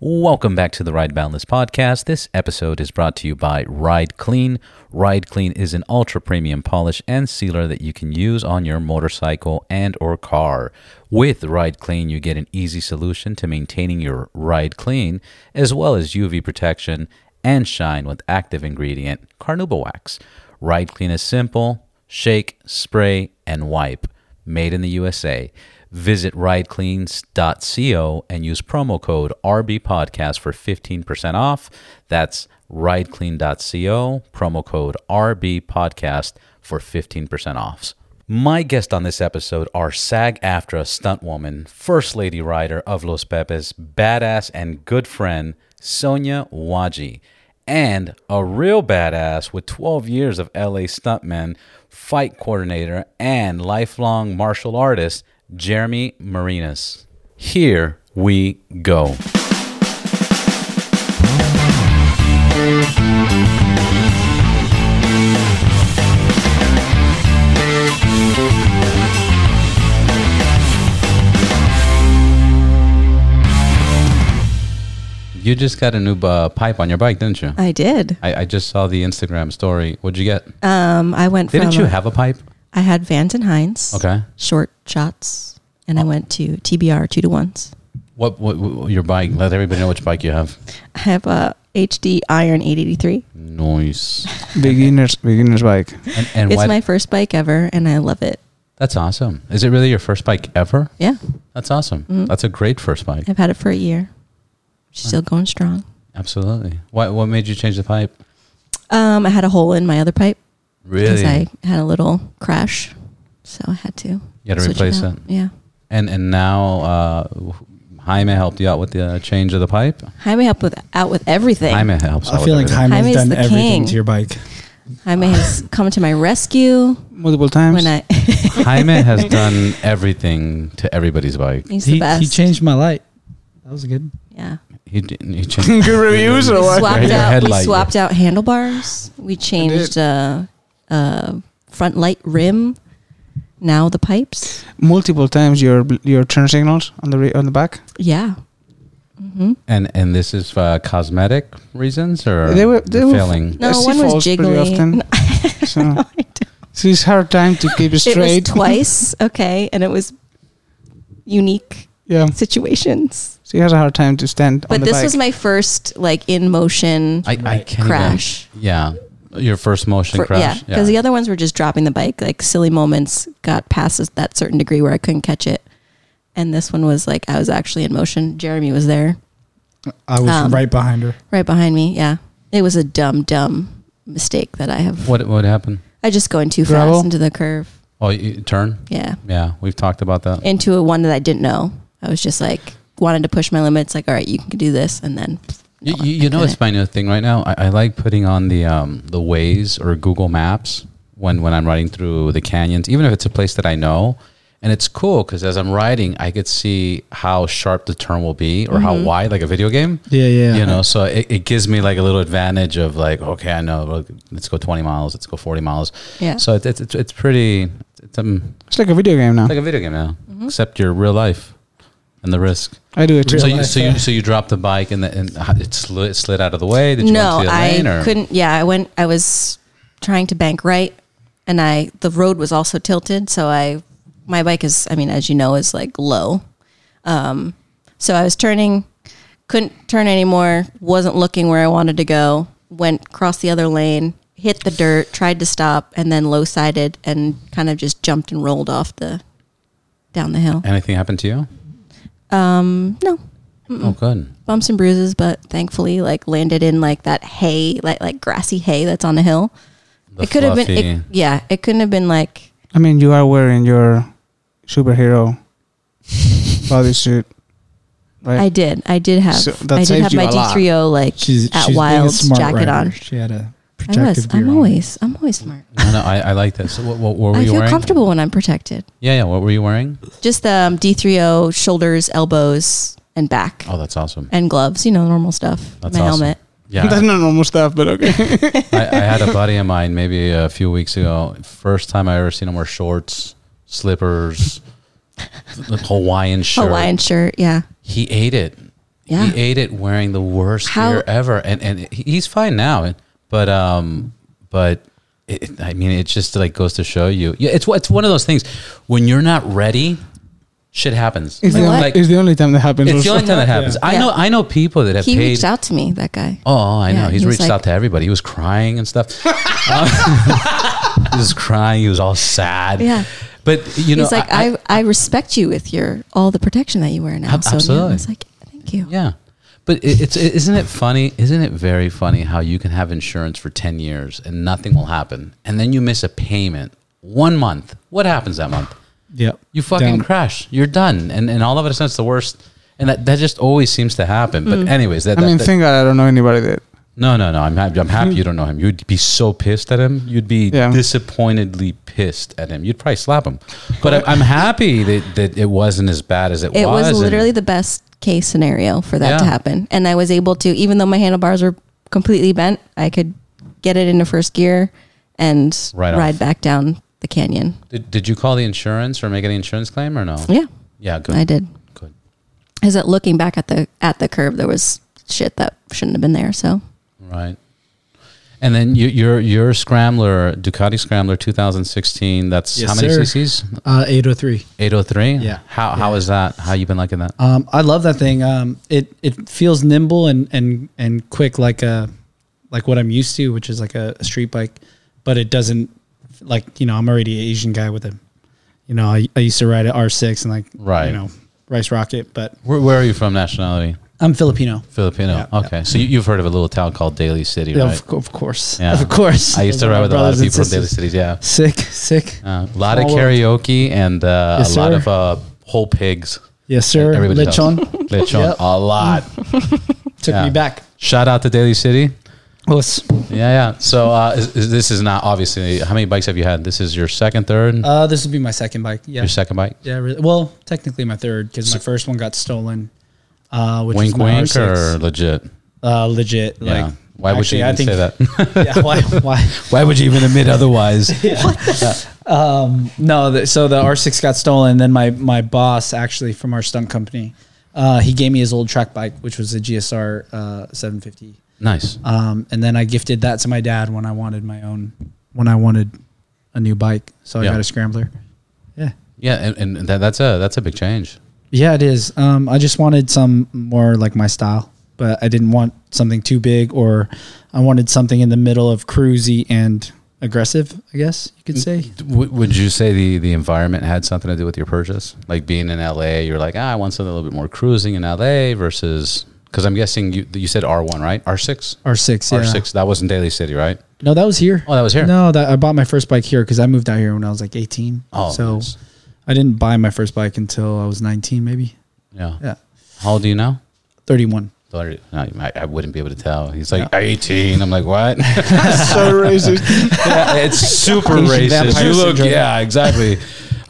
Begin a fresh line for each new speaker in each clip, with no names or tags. Welcome back to the Ride Boundless podcast. This episode is brought to you by Ride Clean. Ride Clean is an ultra premium polish and sealer that you can use on your motorcycle and or car. With Ride Clean, you get an easy solution to maintaining your ride clean as well as UV protection and shine with active ingredient carnauba wax. Ride Clean is simple, shake, spray and wipe. Made in the USA. Visit ridecleans.co and use promo code RBPodcast for 15% off. That's rideclean.co, promo code RBPodcast for 15% off. My guest on this episode are SAG AFTRA stuntwoman, First Lady Rider of Los Pepes, badass and good friend, Sonia Waji and a real badass with 12 years of LA stuntman, fight coordinator, and lifelong martial artist, Jeremy Marinas. Here we go. You just got a new uh, pipe on your bike, didn't you?
I did.
I, I just saw the Instagram story. What'd you get?
Um, I went
Didn't
from
you have a pipe?
I had Vans and Heinz.
Okay.
Short shots, and I went to TBR two to ones.
What, what, what your bike? Let everybody know which bike you have.
I have a HD Iron eight eighty three.
Nice.
beginners beginners bike
And, and
It's
why?
my first bike ever, and I love it.
that's awesome. Is it really your first bike ever?
Yeah,
That's awesome.
Mm-hmm.
That's a great first bike.
I've had it for a year. She's still going strong.
Absolutely. What what made you change the pipe?
Um, I had a hole in my other pipe because
Really?
I had a little crash, so I had to.
You had to
switch
replace
out.
it.
Yeah.
And and now uh, wh- Jaime helped you out with the uh, change of the pipe.
Jaime helped with out with everything. Jaime,
Jaime helps. out
i feel
with
like
everything.
Jaime's
Jaime's, done
the
everything
king.
to your bike
has come to my rescue
multiple times
when I.
Jaime has done everything to everybody's bike.
he's
he,
the best.
he changed my light that was good
Yeah.
He did- he changed.
reviews
we
Right,
swapped
your
out. We
headlight.
swapped out handlebars. We changed uh, uh, front light rim. Now the pipes.
multiple times your bl- your turn signals on the re- on the back
Yeah, Mm-hmm.
And and this is for cosmetic reasons or
They were- they were-
failing.
No,
she
one was
falls pretty
jiggly.
often. so so it's hard time to
it
keep it
was
straight
twice. Okay, and it was unique
yeah
situations.
she has a hard time to stand on
But
the
this
bike
was my first like in motion
I, I can't even-
crash.
yeah, your first motion
For- yeah,
crash.
because the other ones were just dropping the bike. Like silly moments got past this- that certain degree where I couldn't catch it, and this one was like I was actually in motion. Jeremy was there.
i was
um,
right behind her
Right behind me, yeah. It was a dumb, dumb mistake that I have.
What what happened?
I just going too
Gravel?
fast into the curve.
Oh, you, turn.
Yeah.
Yeah, we've talked about that.
Into a one that I didn't know. I was just like, wanted to push my limits. Like, all right, you can do this. And then,
You,
No,
you,
I
you know, it's
couldn't.
my new thing right now. I, I like putting on the um, the Waze or Google Maps when, when I'm riding through the canyons, even if it's a place that I know. And it's cool because as I'm riding, I could see how sharp the turn will be or how wide, like a video game.
yeah yeah
You know, so it, it gives me like a little advantage of like, okay, I know, look, let's go 20 miles, let's go 40 miles.
Yeah.
So it's it's, it's, it's pretty, it's um,
it's like a video game now
like a video game now, except your real life and the risk.
i do it too
So you, so you so you dropped the bike and, the, and ho- it slid, slid out of the way. Did you go
no,
into the other
I
lane or?
couldn't. Yeah, I went, I was trying to bank right. And I, the road was also tilted. So I, my bike is, I mean, as you know, is like low. Um, so I was turning, couldn't turn anymore, wasn't looking where I wanted to go, went crossed the other lane, hit the dirt, tried to stop, and then low sided and kind of just jumped and rolled off the down the hill. Um,
Anything happened to you?
No.
Oh, good.
Bumps and bruises, but thankfully like landed in like that hay, like like grassy hay that's on the hill.
The
it could have been
fluffy-
it, yeah, it couldn't have been like
i mean you are wearing your superhero bodysuit right
I did. I did have
So that
I did
saved
have
you
my
a lot.
D3O like at
being a
Wilds
smart
jacket
rider.
on.
She had a
I
protective
was.
gear
I'm
on.
always. I'm always smart.
No, no, I, I like that. So what, what, were
I
you
feel
wearing?
comfortable when I'm protected.
Yeah, yeah. What were you wearing?
Just the um, D3O shoulders, elbows, and back,
Oh, that's awesome.
and gloves. You know, normal stuff.
That's
my
awesome.
helmet.
That's
Yeah,
not normal stuff, but okay.
I, I had a buddy of mine maybe a few weeks ago. First time I ever seen him wear shorts, slippers, Hawaiian shirt.
Hawaiian shirt. Yeah.
He ate it.
Yeah.
He ate it wearing the worst
How-
gear ever, and and he- he's fine now. But um, but it, I mean, it just like goes to show you. Yeah, it's it's one of those things when you're not ready, shit happens.
It's,
Like
the,
what?
only,
Like,
it's the only time that happens.
it's the only
also.
time that happens. I
Yeah.
know I know people that have
He
paid.
reached out to me, that guy.
Oh, I
Yeah,
know. He's
he was
reached
like-
out to everybody. He was crying and stuff. Uh, he was crying. He was all sad.
Yeah.
But you know,
He's like, I, I, respect you with your all the protection that you wear now.
Ab-
so
absolutely.
yeah, it's like, thank you.
Yeah. But it, it's it, isn't it funny? Isn't it very funny how you can have insurance for 10 years and nothing will happen and then you miss a payment one month. What happens that month?
Yeah.
You fucking
Damn.
crash. You're done. And and all of a sudden it's the worst. And that, that just always seems to happen. But anyways, that,
Mm. I
that-
mean,
that-
thank God I don't know anybody that.
no, no, no. I'm happy. I'm happy you don't know him. You'd be so pissed at him. You'd be
Yeah.
disappointedly pissed at him. You'd probably slap him. But I'm, I'm happy that, that it wasn't as bad as it,
It
was.
was,
and-
literally the best case scenario for that to
Yeah.
happen. And I was able to, even though my handlebars were completely bent, I could get it into first gear and
Right off.
ride back down the canyon.
Did, did you call the insurance or make any insurance claim or no?
Yeah,
Yeah, good.
I did.
Good.
Is it looking back at the at the curb? There was shit that shouldn't have been there. So
Right. And then your your your scrambler Ducati Scrambler 2016. That's
Yes,
how many
sir.
CCs?
Uh, 803.
803.
Yeah.
How how is that? How you been liking that?
Um, I love that thing. Um, it it feels nimble and and and quick like a like what I'm used to, which is like a, a street bike, but it doesn't like you know I'm already an Asian guy with a you know I, I used to ride an R6 and like
Right.
you know Rice Rocket, but
Where, where are you from? Nationality?
I'm Filipino.
Filipino.
Yeah, yeah.
okay. So you, you've heard of a little town called Daly City,
Yeah,
right?
of, of course,
Yeah.
of course.
I used to
Those are
ride
my
with a lot of
brothers and
people in Daly
sisters.
Cities. Yeah.
Sick, sick.
Uh, a lot of
Small world.
karaoke and uh,
Yes,
a lot
sir.
of uh, whole pigs.
Yes, sir.
Everybody does.
Lechon
Lechon.
Yep.
A lot.
took
Yeah.
me back.
Shout out to Daly City.
Was
Yeah, yeah. So uh, is, is- this is not obviously. How many bikes have you had? This is your second, third,
uh, this would be my second bike. Yeah,
your second bike.
Yeah, really, well, technically my third because my first one got stolen. Uh, which
wink,
was my
wink,
R6.
or legit.
uh, legit.
yeah.
Like,
Why would
actually,
you
I
even
think-
say that?
yeah, why? Why?
why would you even admit otherwise?
Um, No. The, so the R6 got stolen. Then my my boss actually from our stunt company, uh, he gave me his old track bike, which was a GSR uh, 750.
Nice.
Um, and then I gifted that to my dad when I wanted my own, when I wanted a new bike. So I
Yeah.
got a scrambler. Yeah.
Yeah, and, and that, that's a that's a big change.
Yeah, it is. Um, I just wanted some more like my style, but I didn't want something too big, or I wanted something in the middle of cruisy and aggressive. I guess you
Mm.
could say.
W- would you say the the environment had something to do with your purchase? Like being in LA, you're like, ah, I want something a little bit more cruising in LA versus because I'm guessing you you said R1, right? R6,
R six. Yeah.
R6. That was in Daly City, right?
No, that was here.
Oh, that was here.
No, that I bought my first bike here because I moved out here when I was like eighteen.
Oh,
so
nice.
I didn't buy my first bike until I was nineteen, maybe.
Yeah.
Yeah,
How old do you know?
thirty one.
No, I, I wouldn't be able to tell. He's like 18. I'm like, what?
so racist.
Yeah, it's super
Asian
racist.
vampire
You look,
syndrome.
yeah, exactly.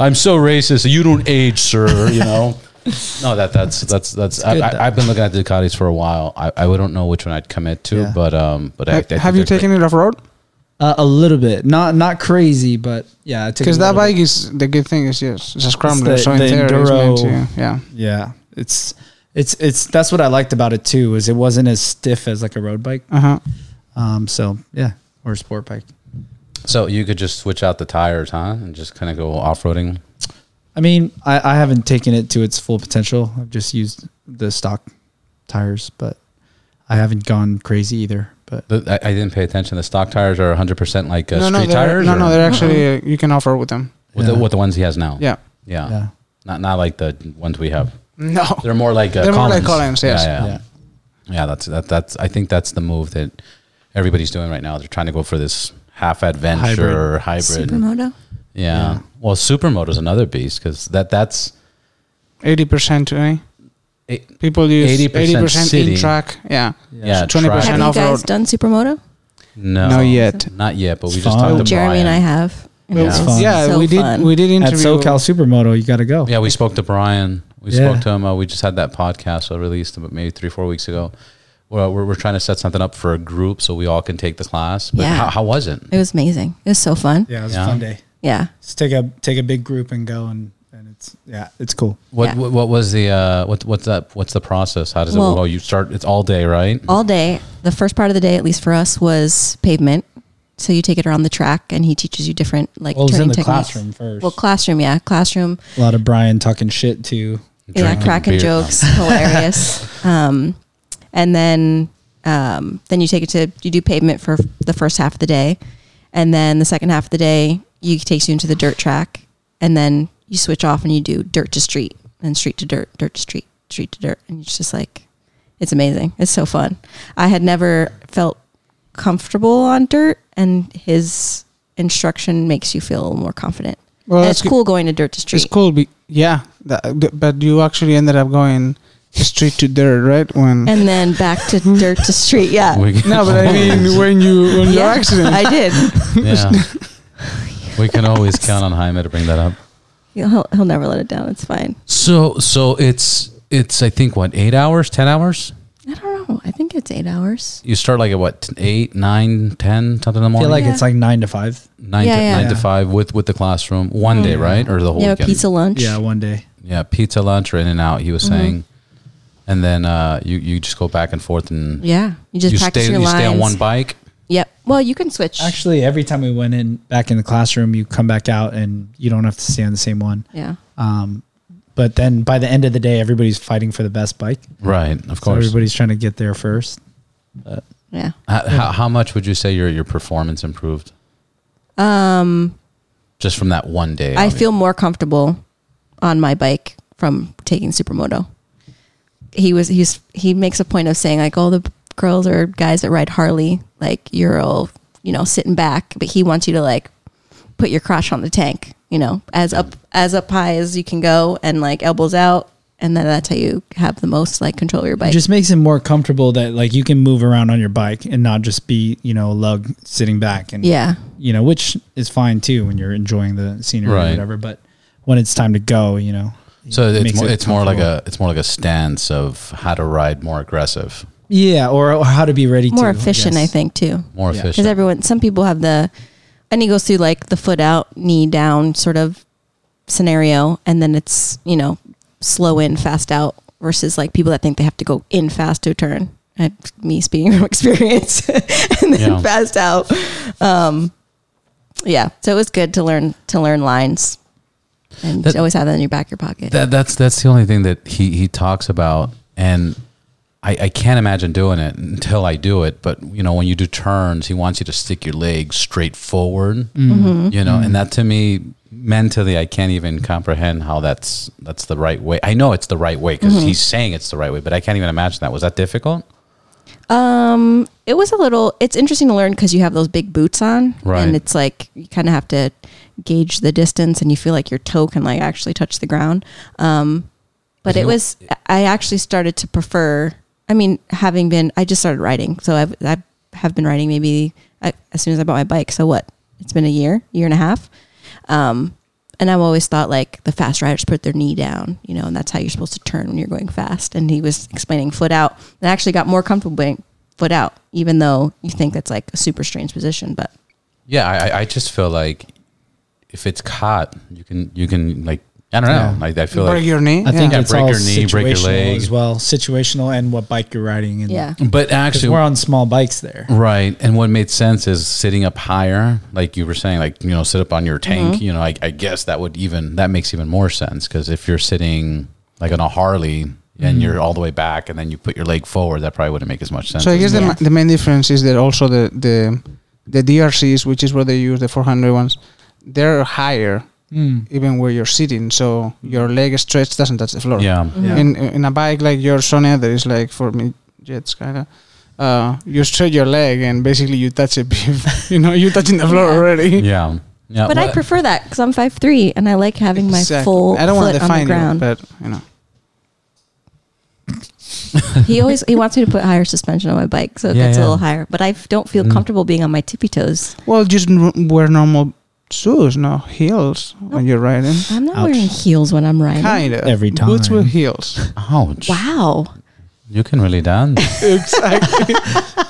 I'm so racist. You don't age, sir. You know. No, that that's that's that's. I,
good, though.
I, I've been looking at Ducatis for a while. I, I don't know which one I'd commit to,
Yeah.
but um, but I, I
Ha-
think
Have you
they're
taken it off road?
Uh, a little bit, not not crazy, but yeah. I took
Because
a
that
little bit.
bike is the good thing is yes, it's a scrambler,
the-
so in
the
theory it's meant
enduro.
to- yeah.
Yeah, it's it's it's that's what I liked about it too. Is it wasn't as stiff as like a road bike.
Uh huh.
Um, so yeah, or a sport bike.
So you could just switch out the tires, huh, and just kind of go off roading.
I mean, I, I haven't taken it to its full potential. I've just used the stock tires, but I haven't gone crazy either. But
I, I didn't pay attention. The stock tires are 100 percent like uh,
no, no,
street
they're,
tires.
no,
or-
no, they're actually uh, you can off road with them.
with, the,
Yeah.
with the ones he has now.
Yeah.
yeah,
yeah,
Not not like the ones we have.
No.
They're more like uh,
They're more
Collins.
like Collins, yes.
yeah. yeah.
yeah.
Yeah, that's that, that's. I think that's the move that everybody's doing right now. They're trying to go for this half adventure hybrid.
supermoto.
Yeah.
Yeah.
Well, supermoto is another beast because that that's
Eighty percent today.
Eh,
People use eighty
80%
percent
city.
in track. Yeah.
yeah.
So 20%
track-
Have
And
you guys
off-road.
done supermoto?
No,
Not yet.
Not yet. But we
It's
just
fun.
talked to
Jeremy
Brian.
and I have. and
Yeah.
it
It's
was
fun.
Yeah,
so
we did.
fun.
We did
at
interview.
SoCal Supermoto, you got to go.
Yeah, we spoke to Brian. We
Yeah.
spoke to him. Uh, we just had that podcast I released about maybe three, four weeks ago. Well, we're, we're trying to set something up for a group so we all can take the class. But
Yeah.
how, how was it?
It was amazing. It was so fun. Yeah.
Yeah, it was
Yeah.
a fun day. Just take a take a big group and go, and and
It's yeah, it's cool.
What
Yeah.
what what was the uh what what's that what's the process? How does it?
Well-
Well, you start. It's all day, right?
all day. The first part of the day, at least for us, was pavement. So you take it around the track, and he teaches you different like
Well, it was
turning
in the
techniques.
classroom first.
Well, classroom, yeah, classroom,
a lot of Brian talking shit too.
Drinking
yeah, cracking
beer.
jokes, hilarious. Um, and then um, then you take it to you do pavement for the first half of the day, and then the second half of the day, you he takes you into the dirt track, and then you switch off and you do dirt to street and street to dirt, dirt to street, street to dirt, and it's just like it's amazing. It's so fun. I had never felt comfortable on dirt, and his instruction makes you feel more confident.
Well,
and
that's
it's cool going to dirt to street.
It's cool. Be- yeah, that, th- but you actually ended up going straight to dirt, right? When
and then back to dirt to street. Yeah.
We, can-
no, but I mean when you when your
Yeah,
accident.
I did.
yeah. we can always count on Jaime to bring that up.
He'll, he'll never let it down. It's fine.
So so it's it's I think what eight hours, ten hours.
I don't know. I think it's eight hours.
You start like at what t- eight, nine, ten, something in the
I feel
morning.
like
Yeah.
it's like nine to five.
nine
Yeah,
to
yeah. Mm-hmm.
nine to
Yeah.
five with with the classroom one day, right, or the whole
Yeah,
weekend.
pizza Mm-hmm. lunch.
Yeah, one day.
Yeah, pizza lunch or in and out. He was saying, and then uh, you you just go back and forth and
Yeah. You just
you
practice
stay you
your lines.
stay on one bike.
Yep. Well, you can switch.
Actually, every time we went in back in the classroom, you come back out and you don't have to stay on the same one.
yeah.
Um, but then by the end of the day, everybody's fighting for the best bike.
Right, of
So
course.
everybody's trying to get there first.
Yeah.
How, how, how much would you say your your performance improved
Um,
just from that one day?
I
obvi-
feel more comfortable on my bike from taking supermoto. He was he's he makes a point of saying like all the girls or guys that ride Harley like you're all you know sitting back, but he wants you to like put your crotch on the tank, you know, as up as up high as you can go and like elbows out, and then that's how you have the most like control of your
It
bike.
just makes it more comfortable that like you can move around on your bike and not just be you know a lug sitting back and
yeah,
you know which is fine too when you're enjoying the scenery
Right.
or whatever. But when it's time to go, you know.
so
it
it's
makes
more,
it
it's more like
comfortable.
a it's more like a stance of how to ride more aggressive,
yeah, or, or how to be ready.
more
to,
efficient, I
guess.
think too.
Yeah.
more
'Cause
because
efficient.
everyone some people have the and he goes through like the foot out knee down sort of scenario and then it's you know slow in fast out versus like people that think they have to go in fast to a turn I, me speaking from experience and then
Yeah.
fast out um yeah so it was good to learn to learn lines and
That-
always have that in your back of your pocket
that, that's that's the only thing that he he talks about, and I, I can't imagine doing it until I do it. But you know, when you do turns, he wants you to stick your legs straight forward.
Mm-hmm.
You know, and that to me mentally, I can't even comprehend how that's that's the right way. I know it's the right way because he's saying it's the right way, but I can't even imagine that. Was that difficult?
Um, it was a little it's interesting to learn because you have those big boots on
Right.
and it's like you kind of have to gauge the distance and you feel like your toe can like actually touch the ground um, but
If
it
you-
was i actually started to prefer i mean having been i just started riding so i've, I've have been riding maybe I, as soon as i bought my bike so what it's been a year year and a half um, and I've always thought like the fast riders put their knee down, you know, and that's how you're supposed to turn when you're going fast. And he was explaining foot out, and I actually got more comfortable being foot out, even though you think that's like a super strange position. But
Yeah, I, I- I just feel like if it's caught, you can you can like I don't know.
Yeah.
Like I feel
break
like
your knee.
I think
Yeah,
it's
break
all
your knee, break your
situational
leg.
as well, situational and what bike you're riding. And
yeah,
but
because
actually
we're on small bikes there.
Right. And what made sense is sitting up higher, like you were saying, like, you know, sit up on your tank,
Mm-hmm.
you know, I, I guess that would even, that makes even more sense. Cause if you're sitting like on a Harley
Mm.
and you're all the way back and then you put your leg forward, that probably wouldn't make as much sense.
So I guess the,
Yeah.
ma- the main difference is that also the the the DRCs, which is where they use the 400 ones, they're higher
Hmm.
even where you're sitting, so your leg stretch doesn't touch the floor.
yeah.
Yeah.
Mm-hmm.
In in a bike like your Sonia, that is like for me jets kind of. Uh, you stretch your leg and basically you touch it. bef- you know, you're touching the floor
Yeah.
already.
Yeah. Yeah.
but I
Well,
prefer that because I'm five three and I like having my
Exactly.
full
I don't
foot on
want to
the
define you,
ground.
but you know.
he always he wants me to put higher suspension on my bike, so it
Yeah,
gets
yeah.
a little higher. But I f- don't feel
Mm.
comfortable being on my tippy toes.
Well, just n- wear normal shoes, no heels when you're riding.
I'm not
Ouch.
wearing heels when I'm riding.
Kind of
Every
boots
time.
with heels.
ouch.
Wow.
You can really dance.
exactly.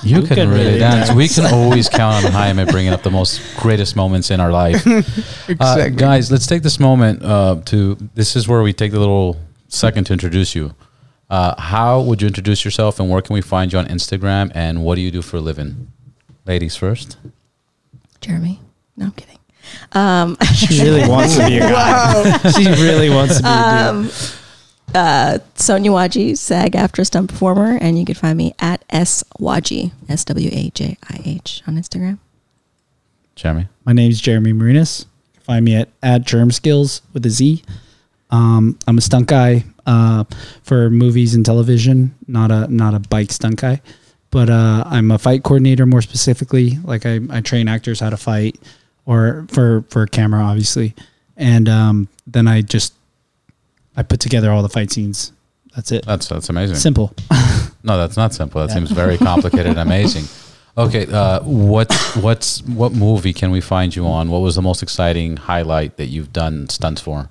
You can, really, dance. We can always count on Jaime bringing up the most greatest moments in our life. Uh,
exactly.
guys, let's take this moment uh, to. This is where we take the little second to introduce you. Uh, how would you introduce yourself, and where can we find you on Instagram? And what do you do for a living? Ladies first.
Jeremy. No, I'm kidding.
She really wants to be a guy. she really wants to be
Um,
a dude.
Uh, Sonia Waji, SAG after stunt performer, and you can find me at S Waji, S W A J I H on Instagram.
Jeremy.
My name's Jeremy Marinas. You can find me at, at Germskills with a Z. Um, I'm a stunt guy uh, for movies and television, not a not a bike stunt guy, but uh, I'm a fight coordinator more specifically. Like I, I train actors how to fight, or for for camera obviously, and um, then I just I put together all the fight scenes. That's it.
That's that's amazing.
Simple.
No, that's not simple. That seems very complicated and amazing. Okay, uh, what what's what movie can we find you on? What was the most exciting highlight that you've done stunts for?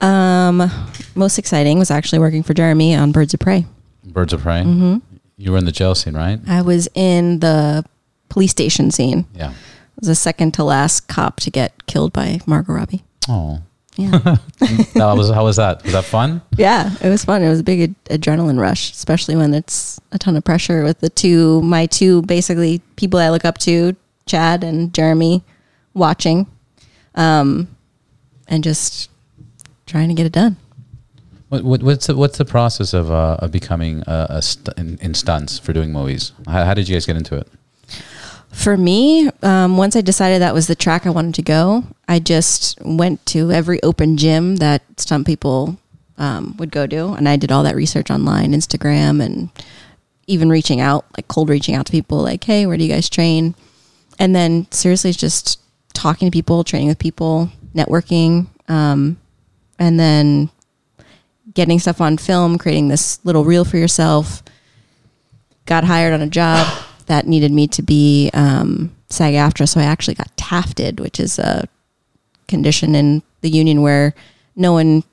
Um, most exciting was actually working for Jeremy on Birds of Prey.
Birds of Prey.
Mm-hmm.
You were in the jail scene, right?
I was in the police station scene.
Yeah.
I was the second to last cop to get killed by Margot Robbie.
Oh,
Yeah.
that was how was that? Was that fun?
yeah, it was fun. It was a big ad- adrenaline rush, especially when it's a ton of pressure with the two, my two basically people I look up to, Chad and Jeremy, watching um, and just trying to get it done.
What, what, what's the, what's the process of, uh, of becoming uh, a st- in, in stunts for doing movies? How, how did you guys get into it?
For me, um, once I decided that was the track I wanted to go, I just went to every open gym that stunt people um, would go to. And I did all that research online, Instagram, and even reaching out, like cold reaching out to people, like, hey, where do you guys train? And then seriously, just talking to people, training with people, networking, um, and then getting stuff on film, creating this little reel for yourself got hired on a job that needed me to be um, SAG AFTRA. So I actually got tafted, which is a condition in the union where no one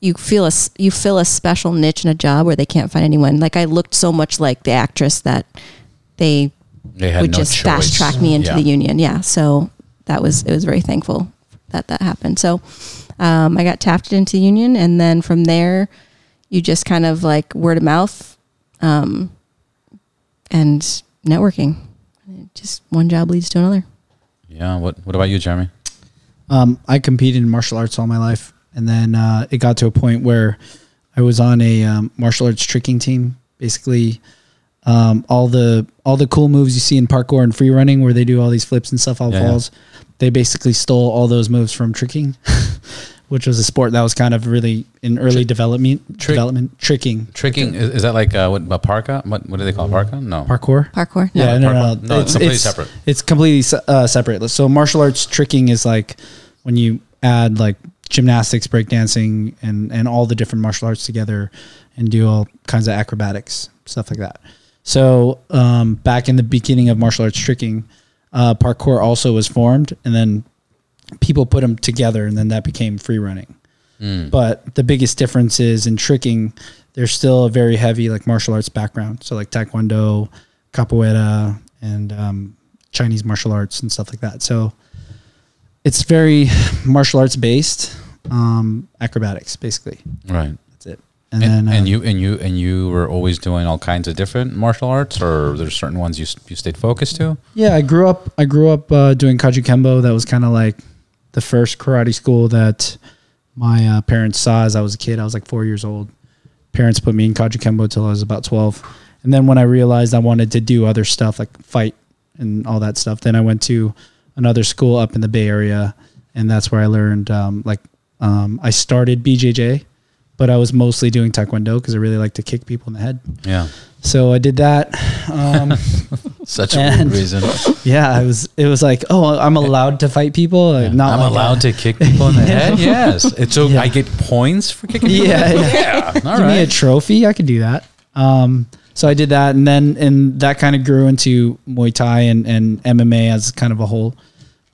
you feel a s- you fill a special niche in a job where they can't find anyone. Like I looked so much like the actress that they
They had
would
no
just
choice.
fast track me into
Yeah.
the union. Yeah, so that was it was very thankful that that happened. So um, I got tafted into the union, and then from there, you just kind of like word of mouth, um, and networking. Just one job leads to another.
Yeah. What What about you, Jeremy?
Um, I competed in martial arts all my life, and then uh, it got to a point where I was on a um, martial arts tricking team. Basically, um, all the all the cool moves you see in parkour and free running, where they do all these flips and stuff, all
Yeah, yeah.
falls. They basically stole all those moves from tricking, which was a sport that was kind of really in early development.
trick-
development tricking
Tricking is, is that like uh, what a parka? What What do they call it? parka? No.
parkour.
Parkour.
Yeah,
Yeah,
no,
part
no, no,
one. No, it's completely separate.
It's completely se- uh, separate. So martial arts tricking is like when you add like gymnastics, breakdancing, and and all the different martial arts together, and do all kinds of acrobatics stuff like that. So um, back in the beginning of martial arts tricking, uh, parkour also was formed, and then people put them together, and then that became free running.
Mm,
But the biggest difference is in tricking, there's still a very heavy like martial arts background. So like taekwondo, capoeira, and um, Chinese martial arts and stuff like that. So it's very martial arts based um, acrobatics, basically.
Right.
That's it. And,
And,
then
and
uh,
you and you and you were always doing all kinds of different martial arts, or there's certain ones you s- you stayed focused to.
Yeah, I grew up. I grew up uh, doing kaju kembo. That was kind of like the first karate school that my uh, parents saw as I was a kid. I was like four years old. Parents put me in kaju kembo till I was about twelve, and then when I realized I wanted to do other stuff like fight and all that stuff, then I went to another school up in the Bay Area, and that's where I learned. Um, like um, I started BJJ, but I was mostly doing taekwondo because I really like to kick people in the head.
Yeah.
So I did that. Um,
Such a
And-
good reason.
yeah, it was it was like, oh, I'm allowed to fight people. Like, not
I'm
like
allowed to kick people in the head. Yes. It's so
Yeah.
I get points for kicking. people?
Yeah, yeah.
Yeah. All
Give me a
right.
trophy. I could do that. Um, so I did that, and then and that kind of grew into Muay Thai and and MMA as kind of a whole.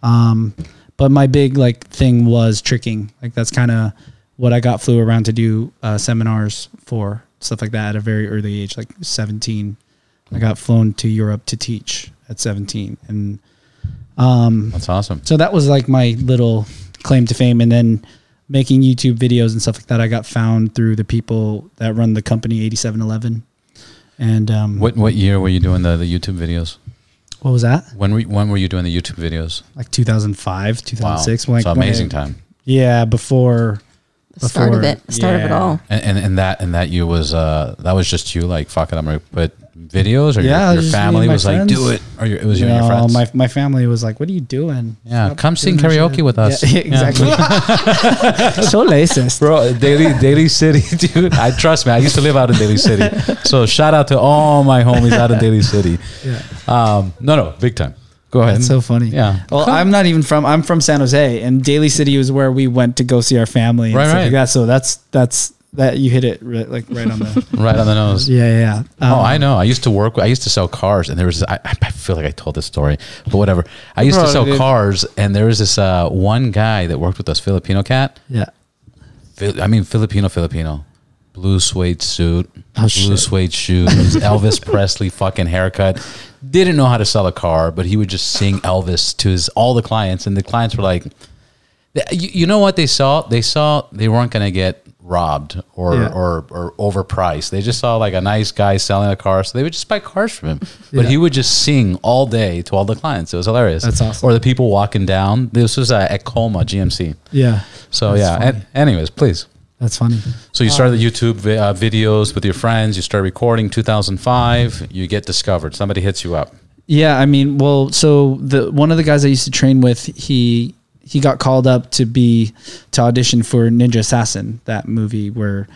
Um, but my big like thing was tricking. Like that's kind of what I got flew around to do uh, seminars for stuff like that at a very early age, like 17. I got flown to Europe to teach at 17, and
That's awesome.
so that was like my little claim to fame. And then making YouTube videos and stuff like that, I got found through the people that run the company 8711. And um,
What what year were you doing the, the YouTube videos?
what was that?
When were you, when were you doing the YouTube videos?
Like 2005, 2006.
Wow.
Like
So
when
amazing
it-
time.
Yeah, before
The start of
Before-
it, the start of it
yeah.
all.
And, and and that and that you was uh that was just you like fuck it I'm gonna put videos or your-
Yeah,
your,
it was just me and
family
my
was like do
friends.
it or your, it was you and your
No,
friends.
My my family was like, "What are you doing?
Yeah,
Stop
come sing
doing that
karaoke
shit."
with us.
Yeah,
Yeah.
exactly. so racist.
Bro, Daily Daily City, dude. I trust me. I used to live out in Daily City, so shout out to all my homies out in Daily City.
Yeah.
Um, no, no, big time. Go ahead.
That's so funny.
Yeah.
Well, I'm not even from. I'm from San Jose, and Daly City was where we went to go see our family. And
Right,
stuff
right.
Like that. So that's that's that you hit it right, like right on the.
Right on the nose.
yeah, yeah, yeah. Um,
oh, I know. I used to work. I used to sell cars, and there was. I, I feel like I told this story, but whatever. I used to
probably
sell
did.
cars, and there was this uh, one guy that worked with us, Filipino cat.
Yeah.
Fil- I mean, Filipino, Filipino. Blue suede suit,
Oh,
blue
shit.
suede shoes, Elvis Presley fucking haircut. Didn't know how to sell a car, but he would just sing Elvis to his all the clients, and the clients were like, th- you, you know what they saw? They saw they weren't going to get robbed or,
Yeah.
or or overpriced. They just saw like a nice guy selling a car, so they would just buy cars from him. But
Yeah.
he would just sing all day to all the clients. It was hilarious.
That's awesome.
Or the people walking down. This was uh, at Colma GMC.
Yeah.
So
That's
yeah.
funny.
And, anyways, please.
That's funny.
So you started the YouTube vi- uh, videos with your friends. You start recording 2005. You get discovered. Somebody hits you up.
Yeah, I mean, well, so the one of the guys I used to train with, he he got called up to be to audition for Ninja Assassin, that movie where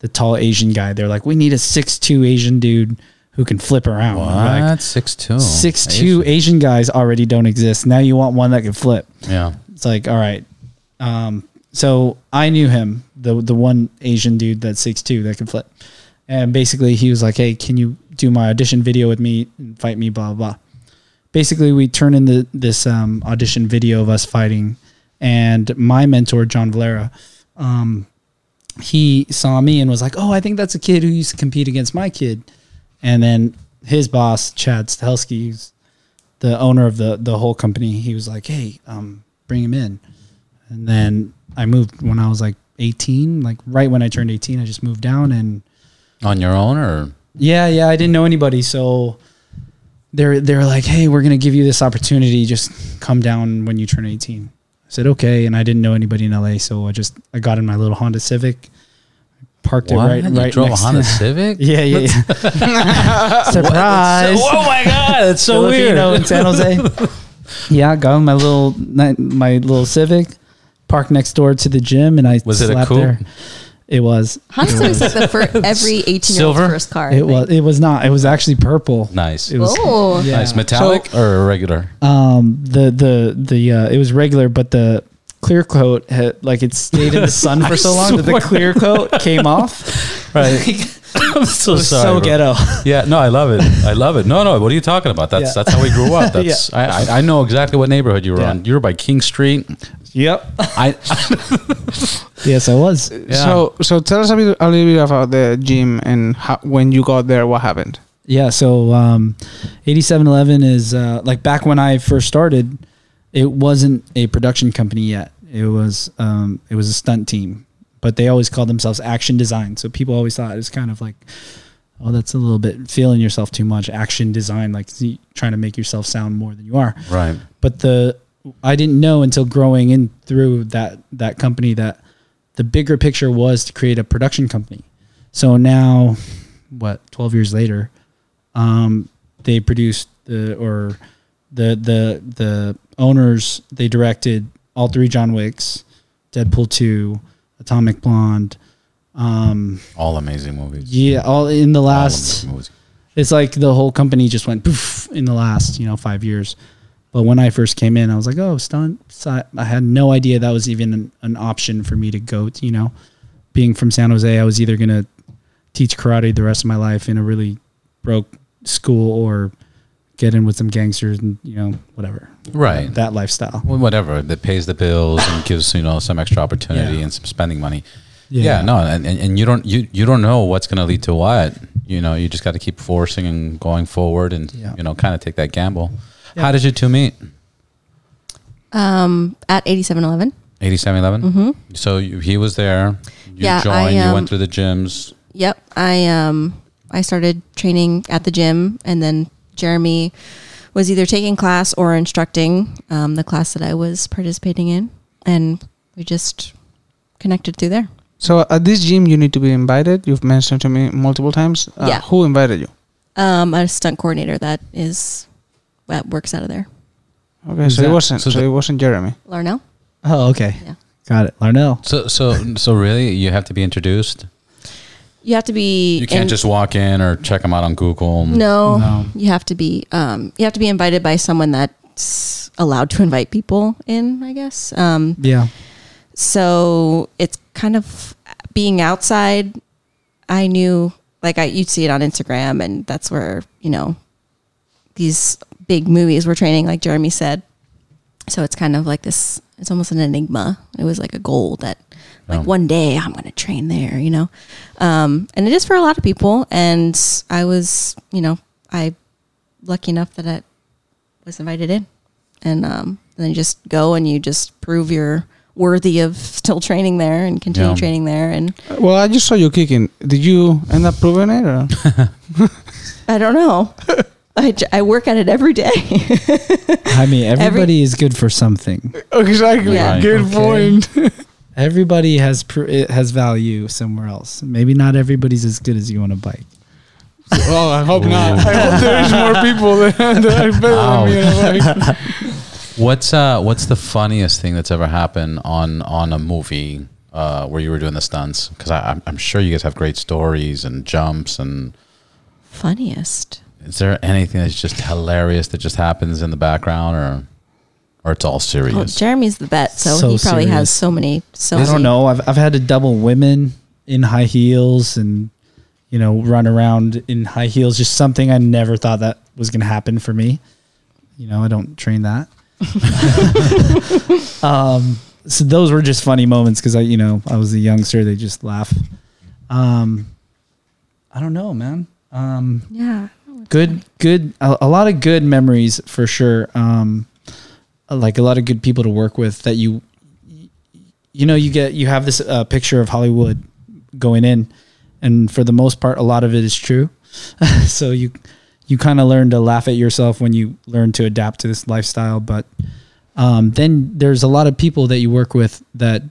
the tall Asian guy. They're like, we need a six two Asian dude who can flip around. We're Like,
six two.
six two Oh, Asian guys already don't exist. Now you want one that can flip.
Yeah.
It's like, all right. Um, so I knew him, the the one Asian dude that's six two that could flip. And basically he was like, Hey, can you do my audition video with me and fight me, blah blah blah. Basically we turn in the this um, audition video of us fighting and my mentor, John Valera, um, he saw me and was like, Oh, I think that's a kid who used to compete against my kid. And then his boss, Chad Stahelski, who's the owner of the the whole company, he was like, "Hey, um, bring him in." And then I moved when I was like 18, like right when I turned 18, I just moved down and
On your own or
yeah, yeah, I didn't know anybody, so they're they're like, "Hey, we're gonna give you this opportunity. Just come down when you turn 18." I said, "Okay," and I didn't know anybody in LA, so I just I got in my little Honda Civic, parked
What?
it right right
you drove a
next
Honda
to
Civic.
yeah, yeah, yeah. Surprise!
oh my god, that's so
Filipino
weird.
in San Jose. yeah, got my little my little Civic, parked next door to the gym, and I
Was it a
slept
coupe?
there. It was.
Honda Civic is like the for every 18 year old
Silver?
first car. I
It was. It was not. It was actually purple.
Nice.
It was.
Oh.
yeah.
Nice metallic or regular?
Um. The the the uh, it was regular, but the clear coat had like it stayed in the sun for so long that the
swear.
clear coat came off.
Right. I'm so
It was so
sorry. bro.
ghetto.
yeah. No, I love it. I love it. No, no. What are you talking about? That's
Yeah.
that's how we grew up. That's I, I I know exactly what neighborhood you were
Yeah.
on. You were by King Street.
yep.
I
Yes, I was.
Yeah.
So, so tell us a, bit, a little bit about the gym and how, when you got there, what happened.
Yeah, so um, 8711 is uh, like back when I first started, it wasn't a production company yet. It was um, it was a stunt team, but they always called themselves action design. So people always thought it was kind of like, oh, that's a little bit feeling yourself too much. Action design, like see, trying to make yourself sound more than you are
right.
but the I didn't know until growing in through that that company that the bigger picture was to create a production company. So now, what twelve years later, um, they produced the or the the the owners they directed all three John Wicks, Deadpool two, Atomic Blonde. Um,
All amazing movies.
yeah, all in the
All
last
amazing movies.
it's like the whole company just went poof in the last you know five years but when i first came in i was like oh stunt si- i had no idea that was even an, an option for me to go to, you know being from san jose i was either going to teach karate the rest of my life in a really broke school or get in with some gangsters and you know whatever
Right.
that lifestyle
Well, whatever that pays the bills and gives you know some extra opportunity
Yeah.
and some spending money. Yeah, no, and, and, and you don't you you don't know what's going to lead to what. You know, you just got to keep forcing and going forward, and
Yeah.
you know, kind of take that gamble.
Yeah.
How did you two meet?
Um, at 8711.
Eighty-seven eleven. Mm-hmm. So you, he was there. You
Yeah, I,
joined. you
um,
went through the gyms.
Yep. I um I started training at the gym and then Jeremy was either taking class or instructing um, the class that I was participating in and we just connected through there.
So at this gym, you need to be invited. You've mentioned to me multiple times. Uh,
Yeah.
Who invited you?
Um a stunt coordinator that is that works out of there.
Okay,
Who's
so it
that?
wasn't.
So
So,
the-
it wasn't Jeremy.
Larnell?
Oh, okay.
Yeah.
Got it. Larnell.
So so so really, you have to be introduced.
You have to be
You can't
in-
just walk in or check him out on Google.
no,
No.
You have to be um you have to be invited by someone that's allowed to invite people in, I guess. Um
Yeah.
so it's kind of being outside i knew like i you'd see it on instagram and that's where you know these big movies were training like jeremy said so it's kind of like this it's almost an enigma it was like a goal that like
Oh.
one day i'm going to train there you know um, and it is for a lot of people and i was you know i lucky enough that i was invited in and um, then you just go and you just prove you're worthy of still training there and continue
Yeah.
training there and
Uh, Well, I just saw you kicking. Did you end up proving it? Or?
i don't know I, j- I work at it every day
I mean, everybody is good for something.
exactly.
Yeah.
Right.
Good
Okay.
point.
Everybody has pr- it has value somewhere else. Maybe not everybody's as good as you on a bike.
well, I hope not.
Ooh.
I hope there is more people that, that are better than me. on a bike.
What's uh What's the funniest thing that's ever happened on on a movie uh, where you were doing the stunts? Because I'm I'm sure you guys have great stories and jumps and.
funniest
Is there anything that's just hilarious that just happens in the background, or or it's all
well,
serious?
jeremy's the vet so,
So
he probably
serious.
has so many so
I don't
many-
know. I've I've had to double women in high heels and you know run around in high heels. Just something I never thought that was going to happen for me. You know, I don't train that. um, so those were just funny moments because I, you know, I was a youngster. They just laugh. Um, I don't know, man. Um,
yeah
good good a, a lot of good memories for sure um like a lot of good people to work with that you you know you get you have this uh, picture of hollywood going in and for the most part a lot of it is true so you you kind of learn to laugh at yourself when you learn to adapt to this lifestyle but um, then there's a lot of people that you work with that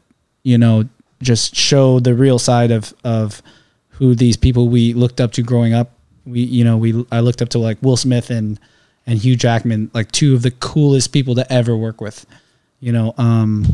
you know just show the real side of of who these people we looked up to growing up we you know we i looked up to like will smith and and hugh jackman like two of the coolest people to ever work with you know um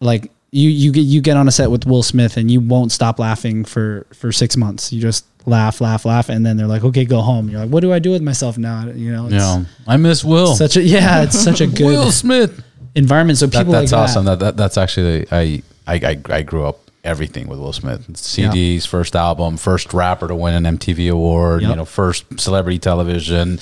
like you you get you get on a set with will smith and you won't stop laughing for for six months you just laugh laugh laugh and then they're like okay go home you're like what do i do with myself now you know it's
Yeah, I miss Will.
such a yeah it's such a good
Will Smith.
environment. So
That,
people
that's
like
awesome.
That.
That. That, that's actually I, I I I grew up everything with Will Smith. CDs, first album, first rapper to win an MTV award. You
Yep.
know, first celebrity television,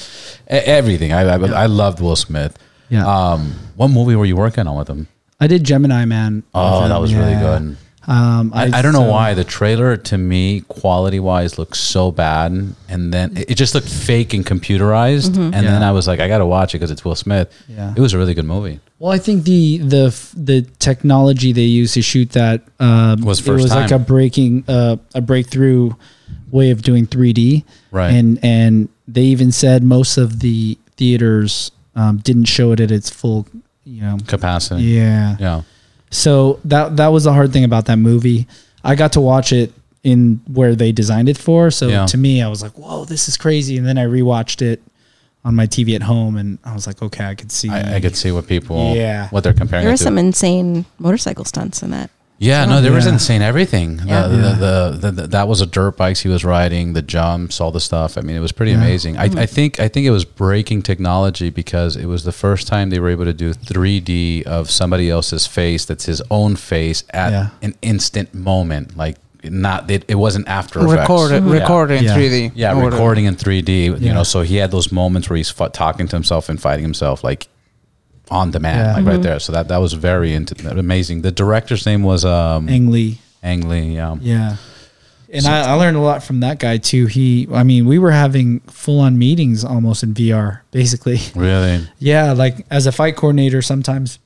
e- everything. I I, I loved Will Smith.
Yeah.
Um, what movie were you working on with him?
I did Gemini Man.
Oh,
with
that
them,
was really
yeah.
good.
Um,
I, I don't know
so-
why the trailer to me quality wise looked so bad, and then it, it just looked fake and computerized. And then
Mm-hmm. Yeah.
I was like, I got to watch it because it's Will Smith.
Yeah.
It was a really good movie.
Well, I think the the f- the technology they used to shoot that um,
Was
it
first
was like a
time.
breaking uh, a breakthrough way of doing 3D.
Right.
And and they even said most of the theaters um, didn't show it at its full. You know.
Capacity.
Yeah.
Yeah.
So that that was the hard thing about that movie. I got to watch it in where they designed it for. So
Yeah.
to me, I was like, "Whoa, this is crazy!" And then I rewatched it on my TV at home, and I was like, "Okay, I could see."
I, I could see what people,
Yeah.
what they're comparing
there were
it to.
some insane motorcycle stunts in that
yeah, no, there was
Yeah.
insane everything. The-
Yeah.
The,
Yeah.
the, the, the- that was a dirt bikes he was riding, the jumps, all the stuff. I mean, it was pretty
Yeah. Mm.
amazing. I, I think I think it was breaking technology because it was the first time they were able to do 3D of somebody else's face that's his own face at
Yeah.
an instant moment. Like not it, it wasn't after
Record,
effects. Yeah.
record in
Yeah.
3D.
Yeah,
Or whatever.
recording in 3D. You
Yeah.
know, so he had those moments where he's f- talking to himself and fighting himself, like on demand,
Yeah. Mm-hmm.
like right there. So that that was very int- amazing. The director's name was um,
Ang Lee.
angling. Yeah.
Yeah. And I, I learned a lot from that guy too. He, I mean, we were having full on meetings almost in VR, basically.
Really?
Yeah, like as a fight coordinator, sometimes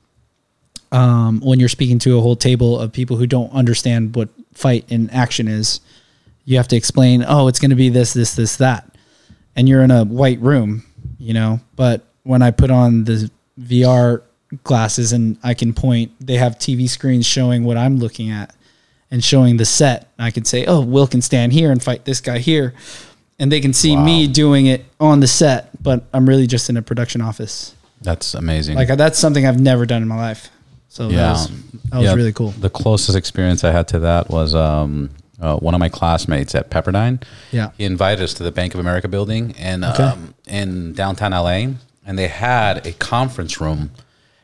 um, when you're speaking to a whole table of people who don't understand what fight and action is, you have to explain, oh, it's going to be this, this, this, that. And you're in a white room, you know. But when I put on the VR glasses and I can point, they have TV screens showing what I'm looking at and showing the set. I can say, oh, Will can stand here and fight this guy here. And they can see me doing it on the set, but I'm really just in a production office.
That's amazing.
Like uh, that's something I've never done in my life. So that
Yeah.
was, that was
Yeah,
really cool.
The closest experience I had to that was um, uh, one of my classmates at Pepperdine.
Yeah.
He invited us to the Bank of America building in, um, in downtown LA, and they had a conference room.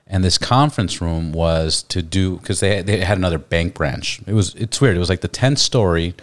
And this conference room was to do because they they had another bank branch. It was it's weird. It was like the tenth story,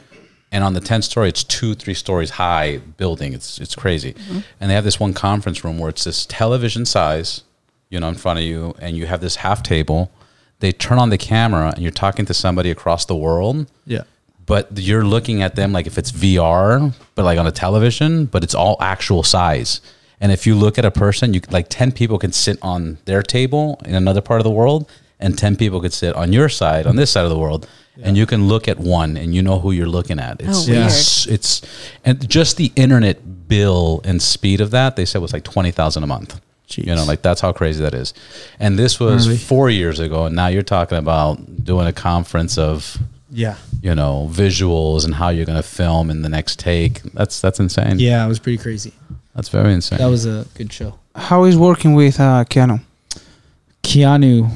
and on the tenth story, it's two three stories high building. It's it's crazy, and they have this one conference room where it's this television size, you know, in front of you, and you have this half table. They turn on the camera, and you're talking to somebody across the world,
Yeah.
but you're looking at them like if it's VR, but like on a television, but it's all actual size. And if you look at a person, you like 10 people can sit on their table in another part of the world, and 10 people could sit on your side, on this side of the world, and you can look at one and you know who you're looking at. It's,
weird.
it's, it's, and just the internet bill and speed of that, they said was like 20,000 a month. You know,
Jeez.
like that's how crazy that is. And this was four years ago. And now you're talking about doing a conference of
Yeah.
you know visuals and how you're going to film in the next take that's that's insane
Yeah, it was pretty crazy.
that's very insane
That was a good show.
How is working with uh, Keanu?
Keanu,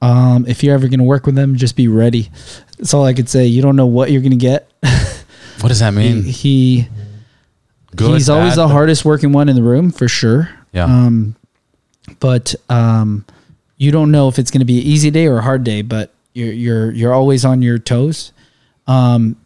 um, if you're ever going to work with them, just be ready. That's all I could say. You don't know what you're going to get.
what does that
He,
mean
he he's always
bad,
the
but-
hardest working one in the room for sure.
Yeah.
Um, but um, you don't know if it's going to be an easy day or a hard day. But you're you're you're always on your toes. Um,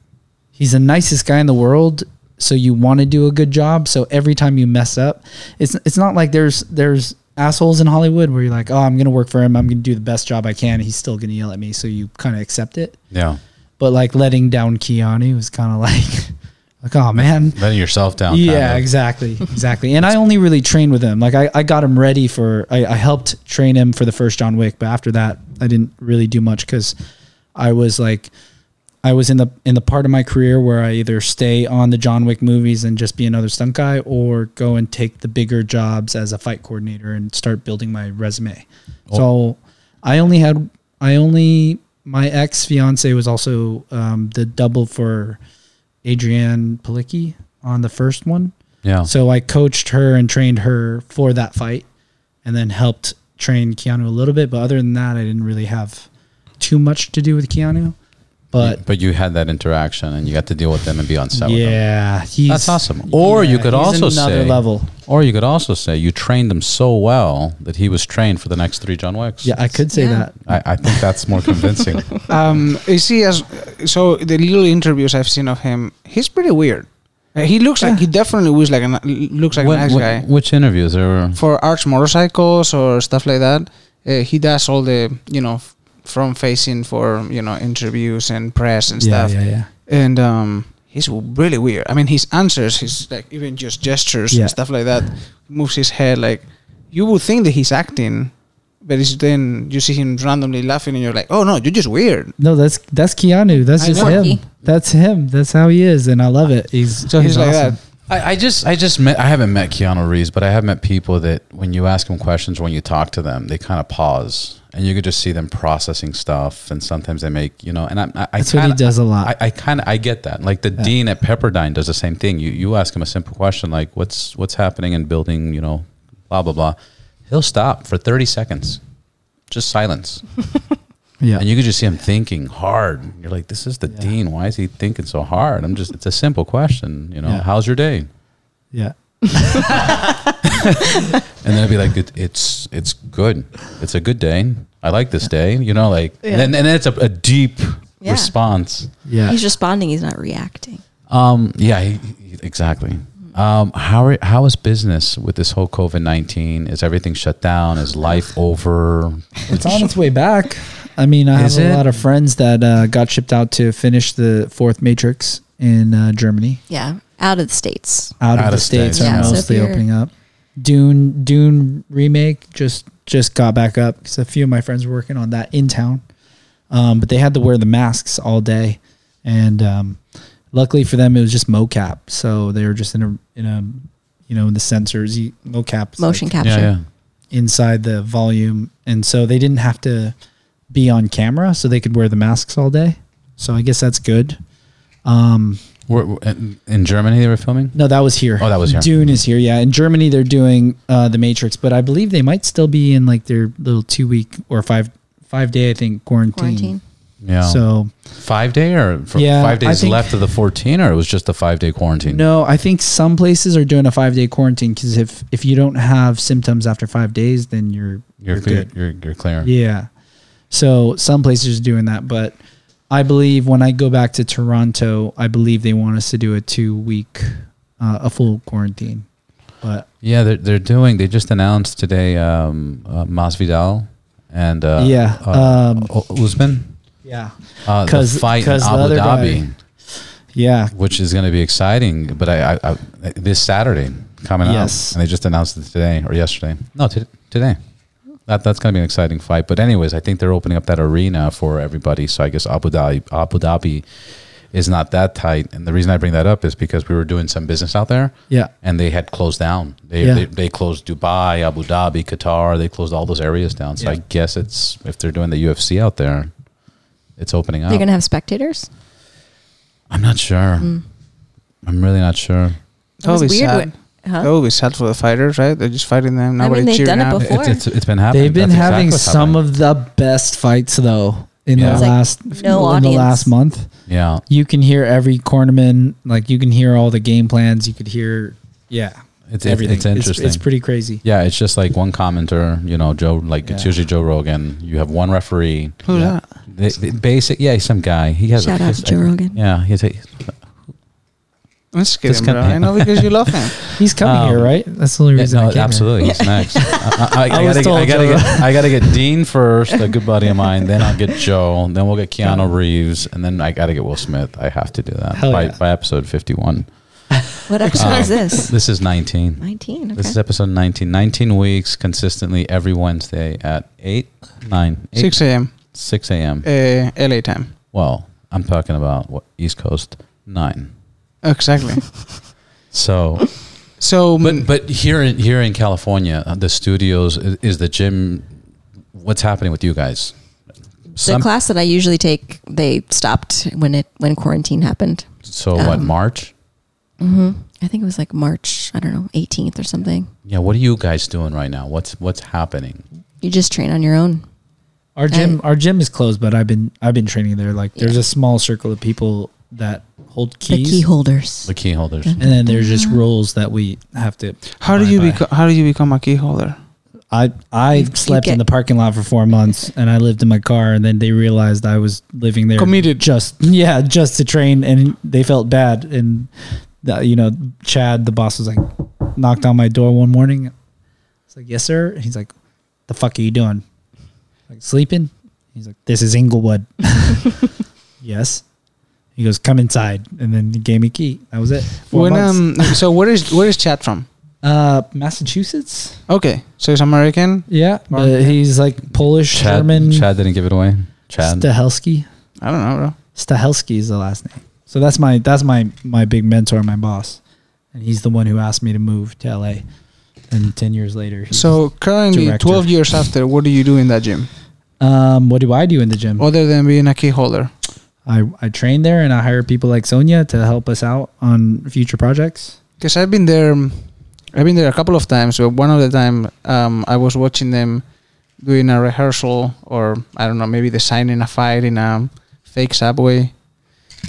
he's the nicest guy in the world, so you want to do a good job. So every time you mess up, it's it's not like there's there's assholes in Hollywood where you're like, oh, I'm going to work for him. I'm going to do the best job I can. and He's still going to yell at me, so you kind of accept it.
yeah
But like letting down Keanu was kind of like, like oh man,
letting yourself down
yeah,
kind of.
exactly, exactly. And I only really trained with him. Like I, I got him ready for. I, I helped train him for the first John Wick, but after that, I didn't really do much because I was like, I was in the in the part of my career where I either stay on the John Wick movies and just be another stunt guy, or go and take the bigger jobs as a fight coordinator and start building my resume. So I only had I only my ex fiance was also um, the double for Adrienne Palicki on the first one.
yeah
So I coached her and trained her for that fight and then helped train Keanu a little bit. But other than that, I didn't really have too much to do with Keanu. But
but you had that interaction and you got to deal with them and be on set with them
yeah, he's,
that's awesome or you
yeah,
could
he's
also
another
say
level.
or you could also say you trained them so well that he was trained for the next three john wicks
Yeah, I could say
Yeah.
that.
i, I think that's more convincing
Um, is he as so? The little interviews I've seen of him, he's pretty weird. Uh, he looks like he definitely was like an, looks like
What-
a nice
what-
guy
which interviews or
for arch motorcycles or stuff like that. Uh, he does all the you know f- from facing for you know interviews and press and
yeah,
stuff.
yeah, yeah.
and um, he's really weird. I mean, his answers, his like even just gestures
Yeah.
and stuff like that, moves his head like you would think that he's acting, but it's then you see him randomly laughing and you're like, oh no, you're just weird.
No, that's that's Keanu. That's
I
just
know.
him. That's him. That's how he is, and I love it. He's
So he's, like
awesome.
that.
I, I just I just met I haven't met Keanu Reeves, but I have met people that when you ask them questions, when you talk to them, they kind of pause, and you could just see them processing stuff, and sometimes they make you know, and I, I, I
That's what he
kinda-
does a lot.
I, I kind of I get that. Like the dean at Pepperdine does the same thing. You you ask him a simple question like what's what's happening in building, you know, blah blah blah. He'll stop for thirty seconds, just silence,
Yeah,
and you could just see him thinking hard. You're like, this is the
Yeah.
dean. Why is he thinking so hard? I'm just it's a simple question. You know,
Yeah.
how's your day?
yeah.
and then I'd be like, it, "It's it's good. It's a good day. I like this day." You know, like
Yeah.
and then and then it's a, a deep
Yeah.
response.
Yeah.
He's responding. He's not reacting.
Um, yeah, he, he- exactly. Um, how are, how is business with this whole COVID nineteen? Is everything shut down? Is life over?
it's on its way back. I mean, I
Is
have a
it?
lot of friends that uh, got shipped out to finish the fourth Matrix in uh, Germany.
Yeah, out of the states.
Out, of the states,
Yeah,
are
so if
mostly
you're-
opening up. Dune Dune remake just just got back up because a few of my friends were working on that in town, um, but they had to wear the masks all day, and um, luckily for them it was just mocap, so they were just in a in a you know in the sensors you, mocap is like-
Motion capture.
Yeah, yeah.
inside the volume and so they didn't have to be on camera so they could wear the masks all day so i guess that's good um
Were- were- in- in Germany they were filming.
no that was here
Oh, that was here.
dune is here yeah in germany they're doing uh the matrix but i believe they might still be in like their little two week or five five day i think quarantine,
Quarantine.
Yeah.
so
five day or for
Yeah,
five
I
days
think-
left of the fourteen, or it was just a five day quarantine.
no i think some places are doing a five day quarantine because if if you don't have symptoms after five days then you're
you're,
you're
clear.
good.
You're, you're clear.
Yeah. So some places are doing that, but I believe when I go back to Toronto, I believe they want us to do a two week, uh, a full quarantine. But
Yeah, they're they're doing. They just announced today, um, uh, Masvidal and uh,
Yeah,
uh,
um,
U- Usman.
yeah,
Uh, the
'Cause-
fight in
'cause the
Abu
other
Dhabi,
guy- yeah,
which is going to be exciting. But I, I, I this Saturday coming
Yes.
up, and they just announced it today or yesterday. No, t- today. That, that's going to be an exciting fight. But anyways, I think they're opening up that arena for everybody. So I guess Abu Dhabi, Abu Dhabi is not that tight. And the reason I bring that up is because we were doing some business out there.
yeah,
and they had closed down. They,
Yeah.
they they closed Dubai, Abu Dhabi, Qatar. They closed all those areas down. So I
Yeah.
guess it's if they're doing the UFC out there, it's opening up.
They're gonna have spectators.
I'm not sure. I'm really not sure.
That was
would be
weird
sad.
when- huh?
That
Oh.
would be sad for the fighters, right? They're just fighting them.
Uh-huh. I
Nobody
mean, they've
cheering
done it
out.
before.
It's, it's, it's been happening.
they've been
That's exactly
having
what's
some
happening.
of the best fights though in
Yeah.
the
It's
like
last
no
in the
audience.
last month.
yeah.
You can hear every cornerman, like you can hear all the game plans. You could hear, yeah,
It's everything. It's interesting.
It's, pretty crazy.
yeah, it's just like one commenter, you know, Joe. Like it's
Yeah.
usually Joe Rogan. You have one referee.
Who's
Yeah.
that?
They, they basic, yeah, some guy. He has
Shout
a,
out
his-
to Joe Rogan.
Yeah, he's a,
Let's get
Just
him, bro.
come-
I know because you love him.
He's coming
Um,
here, right? That's the only
Yeah,
reason. I
no,
came here.
absolutely. He's next. I, I, I,
I
gotta,
was
get, I,
told
gotta
Joe.
get, I gotta get Dean first, a good buddy of mine. Then I'll get Joe. Then we'll get Keanu Reeves, and then I gotta get Will Smith. I have to do that
Hell
by,
yeah.
by episode fifty-one.
What episode is this?
This is nineteen.
Nineteen. Okay.
This is episode 19. 19 weeks consistently every Wednesday at 8, 9, 8,
6 a.m.
6 a.m.
Uh, LA time.
Well, I'm talking about what East Coast 9.
Exactly.
So
So,
But but here in here in California, uh, the studios is, is the gym. What's happening with you guys?
the
Some-
class that I usually take, they stopped when it when quarantine happened.
so what?
um,
March?
I think it was like March. I don't know, 18th or something.
Yeah. What are you guys doing right now? What's what's happening?
You just train on your own.
Our gym, our gym is closed, but I've been I've been training there. Like, there's
Yeah.
a small circle of people that hold
The
keys,
key holders.
The key holders.
and then there's just rules that we have to.
how do
abide
you
by.
beco- how do you become a key holder?
I I
You- you
slept
get-
in the parking lot for four months, and I lived in my car, and then they realized I was living there.
Committed.
just yeah, just to train, and they felt bad, and uh, you know, Chad, the boss, was like, knocked on my door one morning. I was like, "Yes, sir." And he's like, "The fuck are you doing? Like sleeping?" He's like, "This is Inglewood." yes. He goes, "Come inside," and then he gave me a key. That was it. Four
When
months.
um, so where is where is Chad from?
uh, Massachusetts.
Okay, so he's American.
Yeah, but
Mark.
he's like Polish,
Chad,
German.
Chad didn't give it away. Chad.
Stahelski.
I don't know, bro.
Stahelski is the last name. So that's my that's my my big mentor, my boss, and he's the one who asked me to move to LA. And ten years later, he-
So currently,
Director.
twelve years after, what do you do in that gym
um, what do I do in the gym?
other than being a key holder?
I I train there, and I hire people like Sonia to help us out on future projects.
Because I've been there, um, I've been there a couple of times. But one of the time, um, I was watching them doing a rehearsal, or I don't know, maybe designing a fight in a fake subway,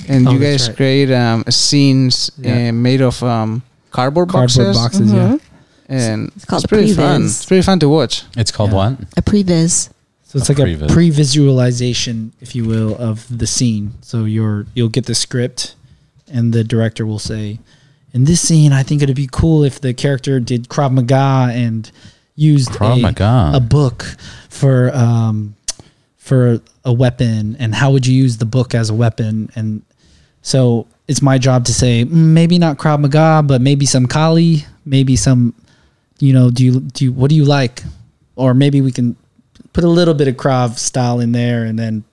and
Oh,
you
that's
guys
right.
create um, scenes
Yeah.
uh, made of um, cardboard,
Cardboard
boxes,
boxes, yeah.
Mhm.
and
It's called a
pretty fun.
previs.
It's pretty fun to watch.
It's called
Yeah.
what?
A previs.
So it's
A
like
previs.
a pre-visualization, if you will, of the scene. So you're you'll get the script, and the director will say, "In this scene, I think it'd be cool if the character did Krav Maga and used
Krav
a-
Maga.
a book for um for a weapon and how would you use the book as a weapon and so it's my job to say "Mm, maybe not Krav Maga but maybe some Kali maybe some you know do you do you, what do you like or maybe we can put a little bit of Krav style in there and then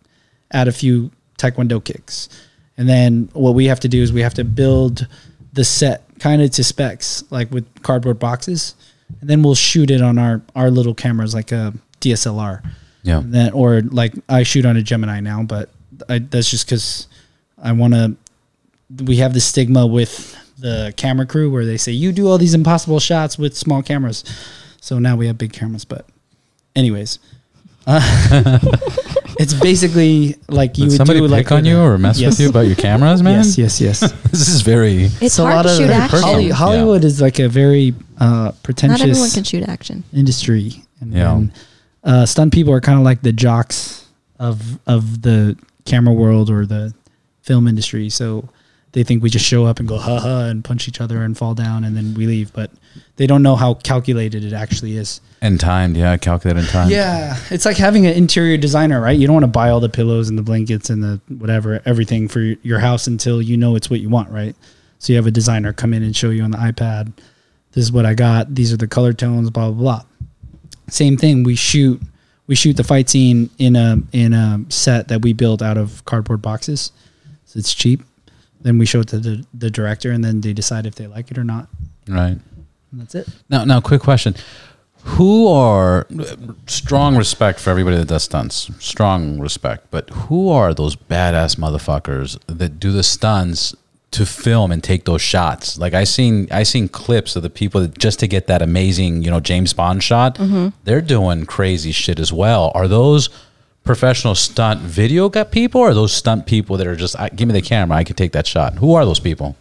add a few Taekwondo kicks and then what we have to do is we have to build the set kind of to specs like with cardboard boxes and then we'll shoot it on our our little cameras like a DSLR
Yeah.
and then or like I shoot on a Gemini now, but I, that's just because I want to. We have the stigma with the camera crew where they say you do all these impossible shots with small cameras, so now we have big cameras. But, anyways, uh, it's basically like you
Did
would
somebody
do
pick
like
on
with
you
a-
or mess
Yes.
with you about your cameras, man?
Yes, yes, yes.
This is very.
It's hard to shoot
very
action.
personal.
Holly-
Yeah.
Hollywood is like a very uh,
Not everyone
pretentious
can shoot action.
industry. And,
Yeah.
and, uh, stunt people are kind of like the jocks of of the camera world or the film industry. So they think we just show up and go ha ha and punch each other and fall down and then we leave. But they don't know how calculated it actually is.
And timed, yeah, calculated in time.
Yeah, it's like having an interior designer, right? You don't want to buy all the pillows and the blankets and the whatever, everything for your- your house until you know it's what you want, right? So you have a designer come in and show you on the iPad, this is what I got, these are the color tones, blah blah blah. Same thing, we shoot we shoot the fight scene in a in a set that we built out of cardboard boxes. So it's cheap. Then we show it to the, the director and then they decide if they like it or not.
Right.
And that's it.
Now, now, quick question: Who are strong respect for everybody that does stunts? Strong respect, but who are those badass motherfuckers that do the stunts to film and take those shots? Like I seen, I seen clips of the people that just to get that amazing, you know, James Bond shot. They're doing crazy shit as well. Are those? Professional stunt video got people, or are those stunt people that are just I, give me the camera, I can take that shot. Who are those people?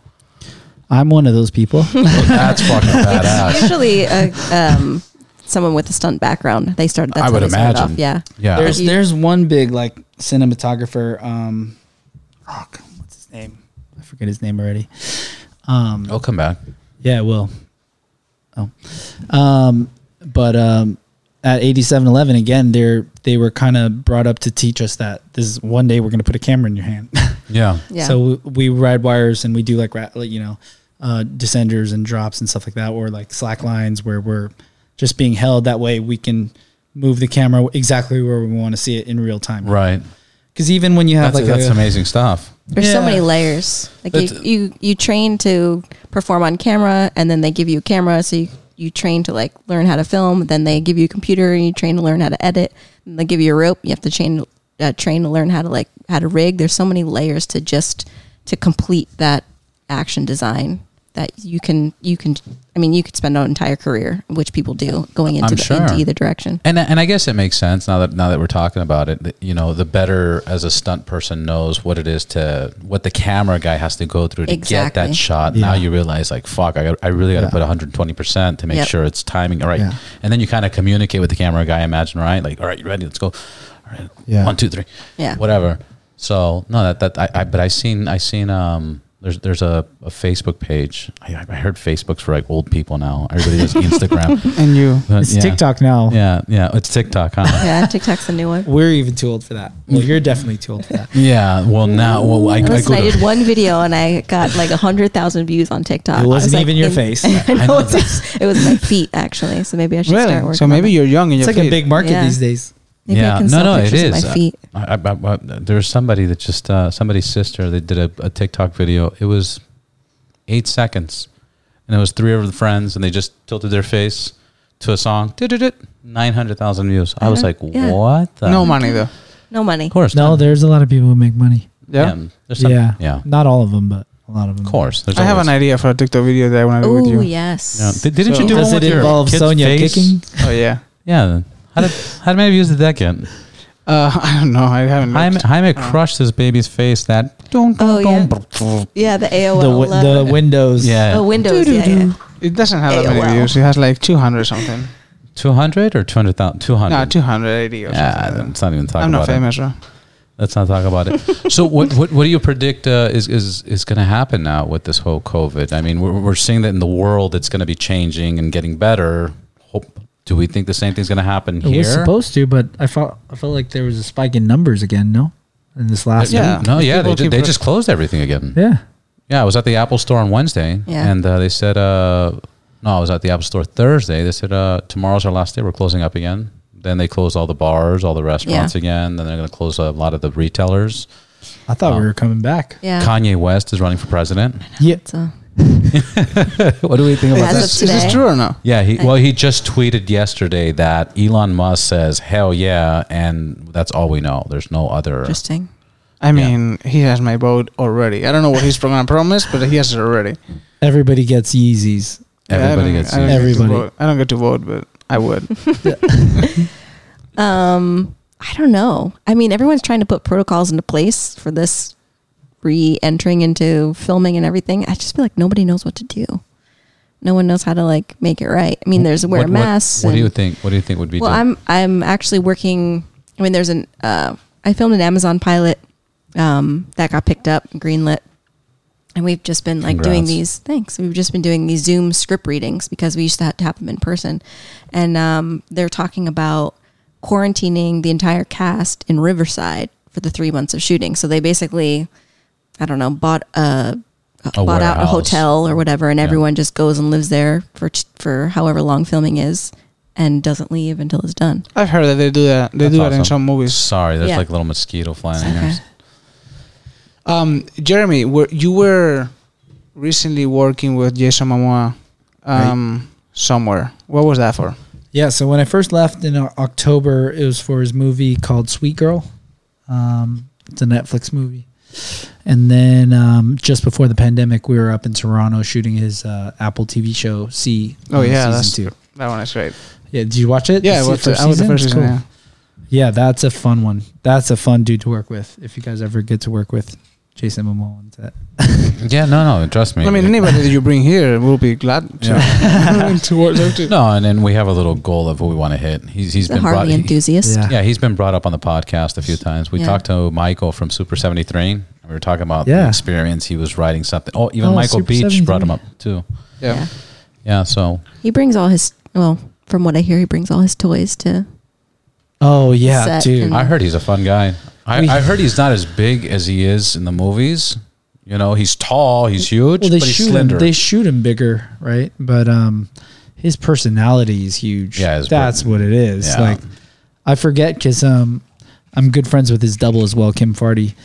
I'm one of those people.
That's fucking badass.
Usually, uh, um, someone with a stunt background. They started. That's
I
how
would
they started
imagine.
Off. Yeah.
Yeah,
There's
You-
there's one big like cinematographer. Um, fuck, what's his name? I forget his name already. Um,
I'll come back.
yeah, well, oh, um, but um, at eighty seven eleven again, they're they were kind of brought up to teach us that this is one day we're gonna put a camera in your hand.
Yeah,
Yeah.
So we, we ride wires and we do like, ra- like, you know, uh, descenders and drops and stuff like that, or like slack lines where we're just being held. That way we can move the camera exactly where we want to see it in real time.
right.
Because even when you have
That's,
like
that's
a,
amazing stuff.
There's so
Yeah.
many layers. Like you,
That's-
you, you train to perform on camera, and then they give you a camera, so you, you train to like learn how to film. Then they give you a computer, and you train to learn how to edit. And they give you a rope, you have to train uh, train to learn how to like how to rig. There's so many layers to just to complete that action design that you can you can. I mean, you could spend an entire career, which people do, going into,
I'm
the,
sure.
into either direction.
And and I guess it makes sense now that now that we're talking about it. That, you know, the better as a stunt person knows what it is to what the camera guy has to go through to get
Exactly.
that shot. Now you realize like fuck, I got, I really got to put 120 percent to make
Yep.
sure it's timing. All right,
Yeah.
and then you kind of communicate with the camera guy. Imagine right, like all right, you ready? Let's go. All right,
Yeah.
one, two, three.
Yeah.
whatever. So no, that that I, I but I seen I seen um. There's, there's a, a Facebook page. I, I heard Facebook's for like old people now. Everybody does Instagram.
And you.
But,
it's
yeah.
TikTok now.
Yeah, yeah, it's TikTok, huh?
Yeah, TikTok's the new one.
We're even too old for that. Well, you're definitely too old for that.
yeah. Well, now, well, Oh, I, I go
Listen, I,
to.
did one video and I got like hundred thousand views on TikTok.
It
I was
wasn't
like,
even your
in-
face.
I
I
know
know
it's- it was my feet actually, so maybe I should start
Really?
working.
So maybe you're young and
It's
you're
like a big market
Yeah.
these days.
Maybe I
yeah,
can
no,
sell
no, it
pictures of
is.
My feet.
I, I, I, there was somebody that just uh, somebody's sister that did a, a TikTok video. It was eight seconds, and it was three of the friends, and they just tilted their face to a song. Nine hundred thousand views. I was
Uh-huh.
like,
Yeah.
what? The?
No money though.
No money.
Of course,
No, there's a lot of people who make money.
Yeah.
There's some,
yeah.
yeah, yeah.
Not all of them, but a lot of them.
Of course, there's.
I have an
always-
idea for a TikTok video that I want to do with
Oh
you.
yes.
Yeah. Did- Didn't
So-
you do
Does
one
it
with your
involve
kid's
Sonia
face?
kicking?
Oh yeah.
Yeah. How did how many views did that get?
Uh, I don't know. I haven't.
Jaime,
looked.
Jaime crushed his baby's face. That dun, dun,
Oh, yeah.
dun,
Yeah, the AOL.
The, wi-
Oh, love
the
it.
windows.
yeah,
Oh, Windows. Yeah, yeah.
It doesn't have that many
AOL.
views. It has like 200 or something.
two hundred or two hundred thousand. Two
No,
hundred.
280 or
yeah,
something.
let's not even talk
I'm
about
not famous, bro.
it. Let's not talk about it. so, what, what what do you predict uh, is is is going to happen now with this whole COVID? I mean, we're we're seeing that in the world, it's going to be changing and getting better. Hope Do we think the same thing's going to happen
It
here?
was supposed to, but I felt I felt like there was a spike in numbers again. No, in this last
Yeah.
Uh, No, yeah,
People
they, ju-
keep
they
re-
just closed everything again.
week. yeah.
Yeah, I was at the Apple store on Wednesday,
Yeah.
and uh, they said, uh, no, I was at the Apple store Thursday. They said, uh, tomorrow's our last day. We're closing up again. Then they closed all the bars, all the restaurants
Yeah.
again. Then they're going to close a lot of the retailers.
I thought
Oh.
Um,
we were coming back.
Yeah. uh,
Kanye West is running for president.
Yeah,
so
what do we think
about As of
Is
that?
this, is this
today.
true or not?
Yeah, he, well, he just tweeted yesterday that Elon Musk says, hell yeah, and that's all we know. There's no other.
interesting.
I mean, he has my vote already. I don't know what he's going to promise, but he has it already.
everybody gets Yeezys.
everybody
I don't-
gets
I don't get to
Everybody.
vote. I don't get to vote, but I would.
Um, I don't know. I mean, everyone's trying to put protocols into place for this re-entering into filming and everything. I just feel like nobody knows what to do. No one knows how to like make it right. I mean, there's wear
What- what-
masks.
What, do
and-
you think? What do you think would be?
well,
the-
I'm I'm actually working. I mean, there's an uh, I filmed an Amazon pilot um, that got picked up, greenlit, and we've just been like doing
Congrats.
these. Thanks. We've just been doing these Zoom script readings because we used to have to have them in person, and um, they're talking about quarantining the entire cast in Riverside for the three months of shooting. So they basically, I don't know, bought a, bought out a
warehouse.
hotel or whatever, and
Yeah.
everyone just goes and lives there for t- for however long filming is, and doesn't leave until it's done.
I've heard that they do that. They
That's
do that in
awesome.
some movies.
Sorry, there's
Yeah.
like a little mosquito flying in
Okay.
here.
Um, Jeremy, were, you were recently working with Jason Momoa um, somewhere. What was that for?
Yeah, so when I first left in O- October, it was for his movie called Sweet Girl. Um, it's a Netflix movie. And then um, just before the pandemic, we were up in Toronto shooting his uh, Apple TV show C.
Oh,
uh,
yeah, that's-
season two.
That one is great.
Yeah, did you watch it?
Yeah, I
The se-
was the, I was the first season.
Cool.
yeah.
Yeah, that's a fun one. That's a fun dude to work with. If you guys ever get to work with Jason Momoa on set.
Yeah, no, no, trust me.
I mean, anybody that you bring here will be glad to, to work there too.
no, and then we have a little goal of what we want to hit. He's he's
The
been brought.
Harley
he-
enthusiast.
Yeah.
yeah, he's been brought up on the podcast a few times. We
Yeah.
talked to Michael from Super Seventy Three. and We were talking about the
Yeah.
experience. He was writing something. Oh, even
Oh,
Michael
Super
Beach brought
73.
him up too.
Yeah.
Yeah.
Yeah, so
He brings all his well, from what I hear, he brings all his toys to.
Oh yeah,
Set
dude.
and-
I heard he's a fun guy. I,
We-
I heard he's not as big as he is in the movies. You know, he's tall, he's huge,
well, they
but he's
shoot
slender.
him. They shoot him bigger, right? But um, his personality is huge.
Yeah, his
that's
per-
what it is.
Yeah.
Like, I forget because um, I'm good friends with his double as well, Kim Farty,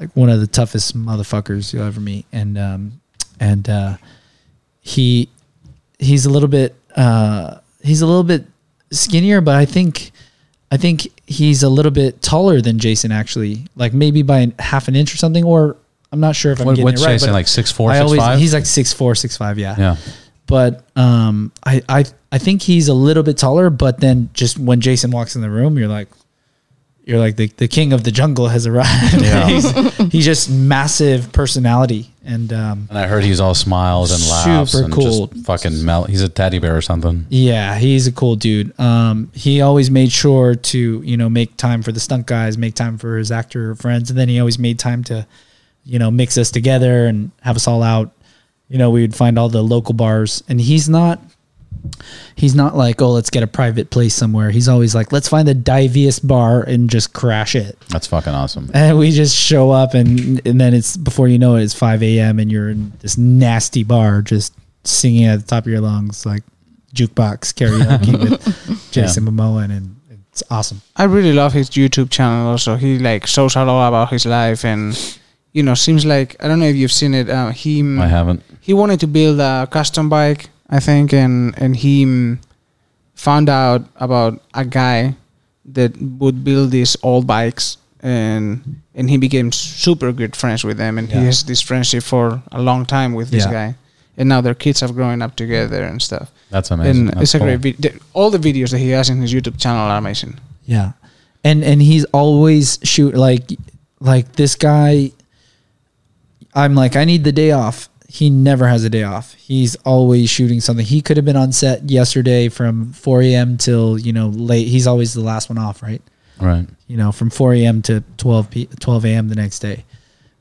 like one of the toughest motherfuckers you'll ever meet, and um, and uh, he he's a little bit uh, he's a little bit skinnier, but I think I think he's a little bit taller than Jason actually, like maybe by an, half an inch or something, or. I'm not sure if I'm
What-
getting
what's
it right.
Jason,
but
like 6'4",
I always-
6'5"?
He's like six four, six five, yeah.
yeah.
But um, I, I I think he's a little bit taller. But then just when Jason walks in the room, you're like, you're like the, the king of the jungle has arrived.
Yeah.
he's, he's just massive personality, and um,
And I heard he's all smiles and laughs
Super
and
cool.
just fucking melt. He's a teddy bear or something.
yeah, he's a cool dude. Um, he always made sure to you know make time for the stunt guys, make time for his actor friends, and then he always made time to you know mix us together and have us all out. You know, we would find all the local bars, and he's not he's not like, oh, let's get a private place somewhere. He's always like, let's find the diviest bar and just crash it.
That's fucking awesome.
And we just show up, and and then it's before you know it, it's five a.m. and you're in this nasty bar, just singing at the top of your lungs like jukebox karaoke with Jason Momoa, and, and it's awesome.
I really love his YouTube channel. Also, he like shows a lot about his life, and you know, seems like I don't know if you've seen it. Uh, he
I haven't.
he wanted to build a custom bike, I think, and and he mm, found out about a guy that would build these old bikes, and and he became super good friends with them, and he
Yeah.
has this friendship for a long time with this
Yeah.
guy, and now their kids have grown up together and stuff.
That's amazing.
And
That's
it's a
cool.
great video. All the videos that he has in his YouTube channel are amazing.
Yeah. And and he's always shoot like like this guy I'm like I need the day off. He never has a day off. He's always shooting something. He could have been on set yesterday from 4 a.m. till, you know, late. He's always the last one off, right?
Right.
You know, from 4 a.m. to 12 p- 12 a.m. the next day.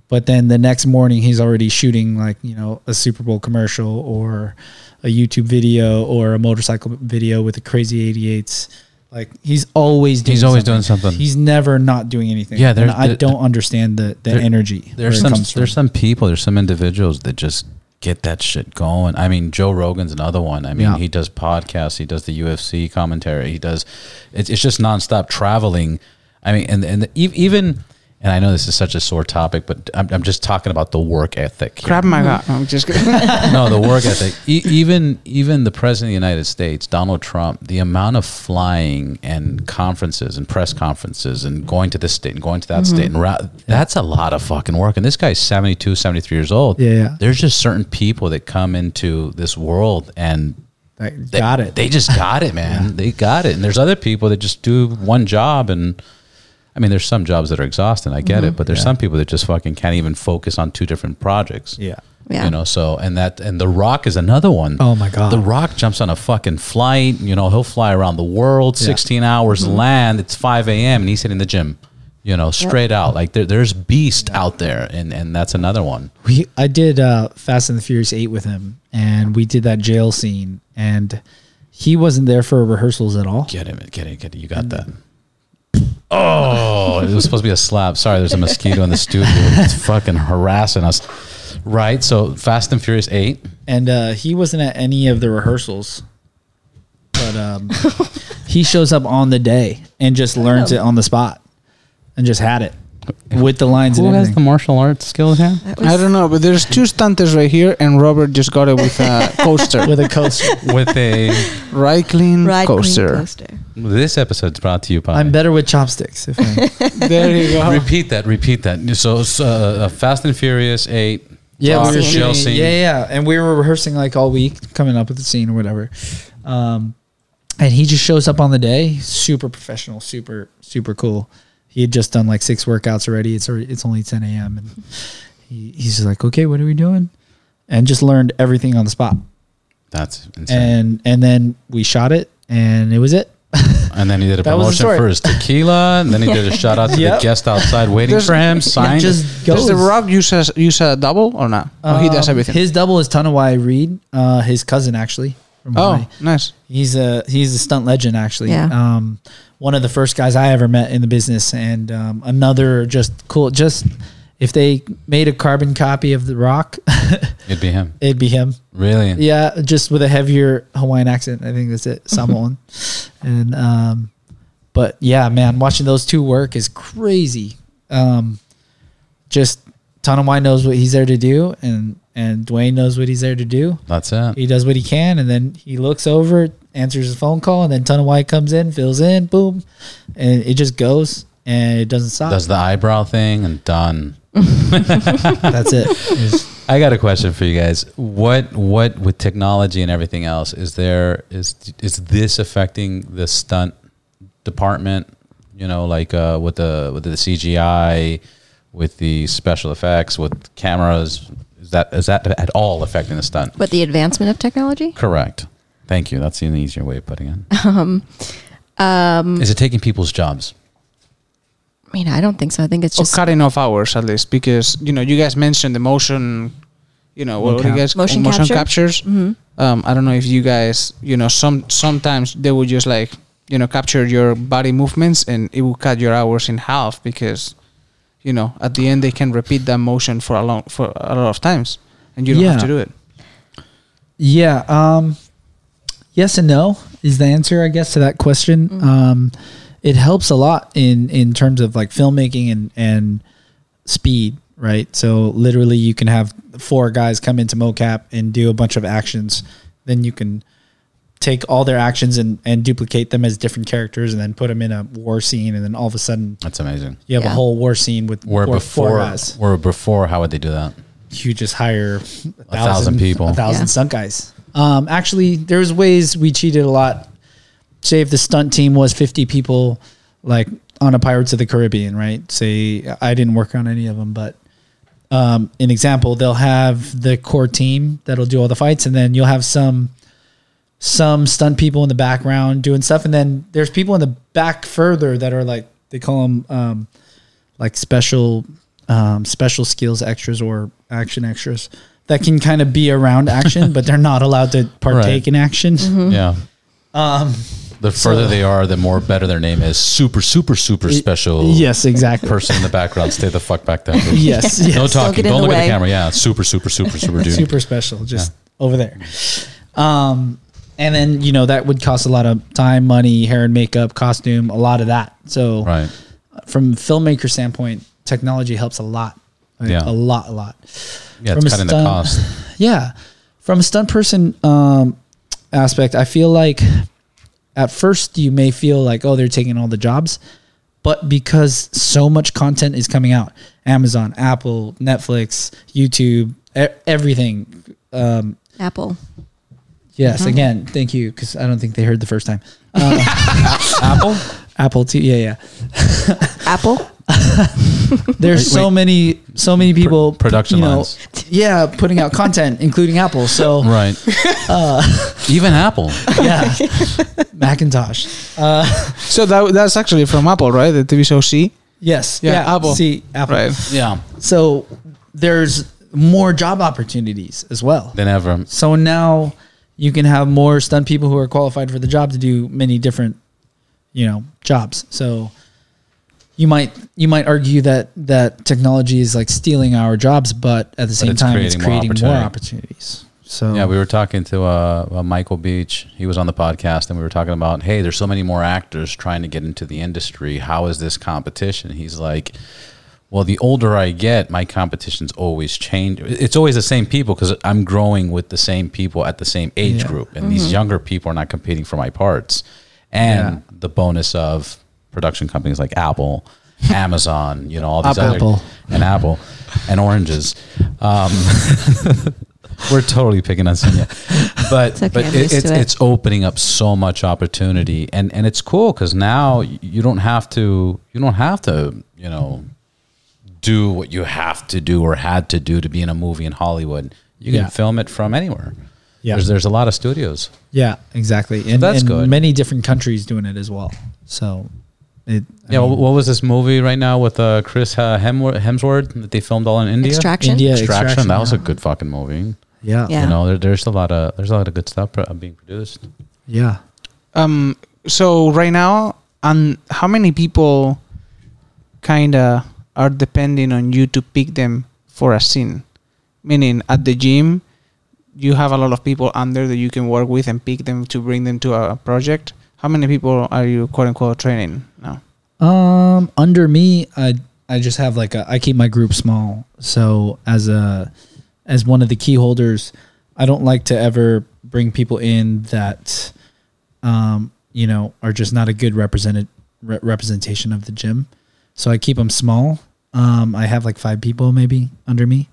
But then the next morning, he's already shooting like you know a Super Bowl commercial or a YouTube video or a motorcycle video with the crazy 88s. Like he's always doing
He's always doing something.
He's never not doing anything.
Yeah,
and
there's-
I
there-
don't understand the the
there-
energy. where it
There's some
comes from.
there's some people, there's some individuals that just get that shit going. I mean, Joe Rogan's another one. I mean,
Yeah.
he does podcasts, he does the UFC commentary, he does it's it's just nonstop traveling. I mean, and and ev- even and I know this is such a sore topic, but I'm, I'm just talking about the work ethic. here
Crap, my God. I'm just kidding.
no, the work ethic. E- even even the president of the United States, Donald Trump, the amount of flying and conferences and press conferences and going to this state and going to that state
Mm-hmm.
and ra- that's a lot of fucking work. And this guy's 72, 73 years old.
Yeah, yeah.
There's just certain people that come into this world and
Like,
they,
got it.
They just got it, man. They got it. And there's other people that just do one job and I mean, there's some jobs that are exhausting. I get it, but there's
Mm-hmm. Yeah.
some people that just fucking can't even focus on two different projects.
yeah.
Yeah.
You know, so and that and The Rock is another one.
Oh, my God.
The Rock jumps on a fucking flight. You know, he'll fly around the world, sixteen hours land. It's five a.m. and he's hitting the gym. You know, straight out like there, there's beast out there, and and that's another one.
we I did uh, Fast and the Furious Eight with him, and we did that jail scene, and he wasn't there for rehearsals at all.
Get him, get it, get it. You got that. Oh, it was supposed to be a slap. Sorry, there's a mosquito in the studio. It's fucking harassing us. Right. So Fast and Furious Eight.
and uh, he wasn't at any of the rehearsals. But um, he shows up on the day and just learns it on the spot, and just had it with the lines and everything.
martial arts skills here?
I don't know, but there's two stunters right here, and Robert just got it with a coaster.
with a coaster.
With a
right clean
Ride Queen
coaster.
coaster.
this episode's brought to you by
I'm better with chopsticks. If I,
There you go.
Repeat that. Repeat that. So, so uh, Fast and Furious Eight.
yeah,
Rock,
we were
Scene.
Shell
shooting,
Scene.
yeah, yeah, and we were rehearsing like all week, coming up with the scene or whatever. Um, and he just shows up on the day, super professional, super super cool. He had just done like six workouts already. It's already, it's only 10 a.m. and he, he's just like, okay, what are we doing? And just learned everything on the spot.
That's insane.
and and then we shot it and it was it
And, then he did a
That was
promotion
the story.
for his tequila, and then he did a shout out to
Yep.
the guest outside waiting
There's-
for him. Signed.
just
Does The Rock use a, use a double or not? Oh, he does
Um,
everything.
his double is Tanawai Reed uh his cousin actually from
oh,
Hawaii.
nice.
he's a he's a stunt legend actually
Yeah.
um one of the first guys I ever met in the business and um another just cool just if they made a carbon copy of The Rock
It'd be him.
it'd be him
Really.
Yeah, just with a heavier Hawaiian accent. I think that's it, Samoan. and um, but yeah, man, watching those two work is crazy. Um, just Tanawai knows what he's there to do, and and Dwayne knows what he's there to do.
That's it.
He does what he can, and then he looks over, answers his phone call, and then Tanawai comes in, fills in, boom, and it just goes, and it doesn't stop.
Does the eyebrow thing and done.
that's it. It's-
I got a question for you guys. What what with technology and everything else is there is is this affecting the stunt department? You know, like uh, with the with the CGI, with the special effects, with cameras. Is that is that at all affecting the stunt?
But the advancement of technology?
Correct. Thank you. That's an easier way of putting it. Um, is it taking people's jobs?
I mean, I don't think so. I think it's
Or
just
cutting off hours at least, because you know you guys mentioned the motion. You know what do you
cap-
guys
Motion capture?
captures. Um, I don't know if you guys, you know, some sometimes they would just like you know capture your body movements and it will cut your hours in half because, you know, at the end they can repeat that motion for a long for a lot of times and you don't have
Yeah.
to do it.
Yeah. Um, yes and no is the answer, I guess, to that question. Um, it helps a lot in in terms of like filmmaking and and speed, right? So literally, you can have four guys come into mocap and do a bunch of actions. Then you can take all their actions and and duplicate them as different characters, and then put them in a war scene, and then all of a sudden
That's amazing.
you have a
Yeah.
whole war scene with
Where
four- four
before,
guys.
where before, how would they do that?
you just hire a thousand,
thousand people.
a thousand
Yeah.
stunt guys. Um, actually, there's ways we cheated a lot. Say if the stunt team was 50 people, like on a Pirates of the Caribbean, right? Say I didn't work on any of them, but um, an example, they'll have the core team that'll do all the fights, and then you'll have some some stunt people in the background doing stuff, and then there's people in the back further that are like they call them um, like special um, special skills extras or action extras that can kind of be around action, but they're not allowed to partake
Right.
in action.
Yeah. Um, the further they are, the more better their name is. Super, super, super special.
Yes, exactly.
Person in the background, stay the fuck back down. dude.
yes, yes.
No
Don't
talking.
get in
Don't,
the
look at
way.
the camera. Yeah. Super, super, super, super dude.
super special, just over there. Um, and then you know that would cost a lot of time, money, hair and makeup, costume, a lot of that. So
Right.
from filmmaker standpoint, technology helps a lot. Like,
Yeah.
a lot, a lot.
Yeah.
From a
It's cutting the
stunt-
cost.
Yeah, from a stunt person um, aspect, I feel like at first you may feel like oh they're taking all the jobs, but because so much content is coming out, Amazon, Apple, Netflix, YouTube, e- everything. Um,
Apple.
Yes, again, thank you because I don't think they heard the first time. Apple, Apple, too. Yeah, yeah.
Apple?
There's so many, so many people.
production
you know,
lines.
Yeah, putting out content, including Apple. So
Right. Even Apple.
yeah, Macintosh.
So that, that's actually from Apple, right? The TV show C.
Yes.
Yeah, Apple.
See Apple.
Right.
Yeah.
So there's more job opportunities as well.
Than ever.
So now you can have more stunt people who are qualified for the job to do many different, you know, jobs. So you might you might argue that that technology is like stealing our jobs, but at the same
it's
time, it's
creating
creating
more
more,
opportunity.
opportunities. So
Yeah, we were talking to uh, uh, Michael Beach. He was on the podcast, and we were talking about, hey, there's so many more actors trying to get into the industry. How is this competition? He's like, well, the older I get, my competition's always change. It's always the same people because I'm growing with the same people at the same age
Yeah.
group, and these younger people are not competing for my parts. And the bonus of production companies like Apple, Amazon, you know, all these other
Apple.
and Apple and oranges. Um, we're totally picking on Sonia, but
okay,
but
I'm
it,
used to
it's
it.
it's opening up so much opportunity, and and it's cool because now you don't have to you don't have to you know do what you have to do or had to do to be in a movie in Hollywood. You can
Yeah.
film it from anywhere.
Yeah.
There's there's a lot of studios.
yeah, exactly. And,
that's
and
good.
many different countries doing it as well. So it I
yeah,
mean,
wh- what was this movie right now with uh, Chris uh, Hemsworth, Hemsworth that they filmed all in India?
Extraction?
India
Extraction.
extraction.
That was
yeah.
a good fucking movie.
yeah
Yeah.
You know, there, there's a lot of there's a lot of good stuff pro- being produced.
yeah.
Um. So right now, and how many people kind of are depending on you to pick them for a scene? Meaning, at the gym, you have a lot of people under that you can work with and pick them to bring them to a project. How many people are you quote unquote training now?
Um, under me, I I just have like a, I keep my group small. So as a as one of the key holders, I don't like to ever bring people in that, um, you know, are just not a good represented re- representation of the gym. So I keep them small. Um, I have like five people maybe under me.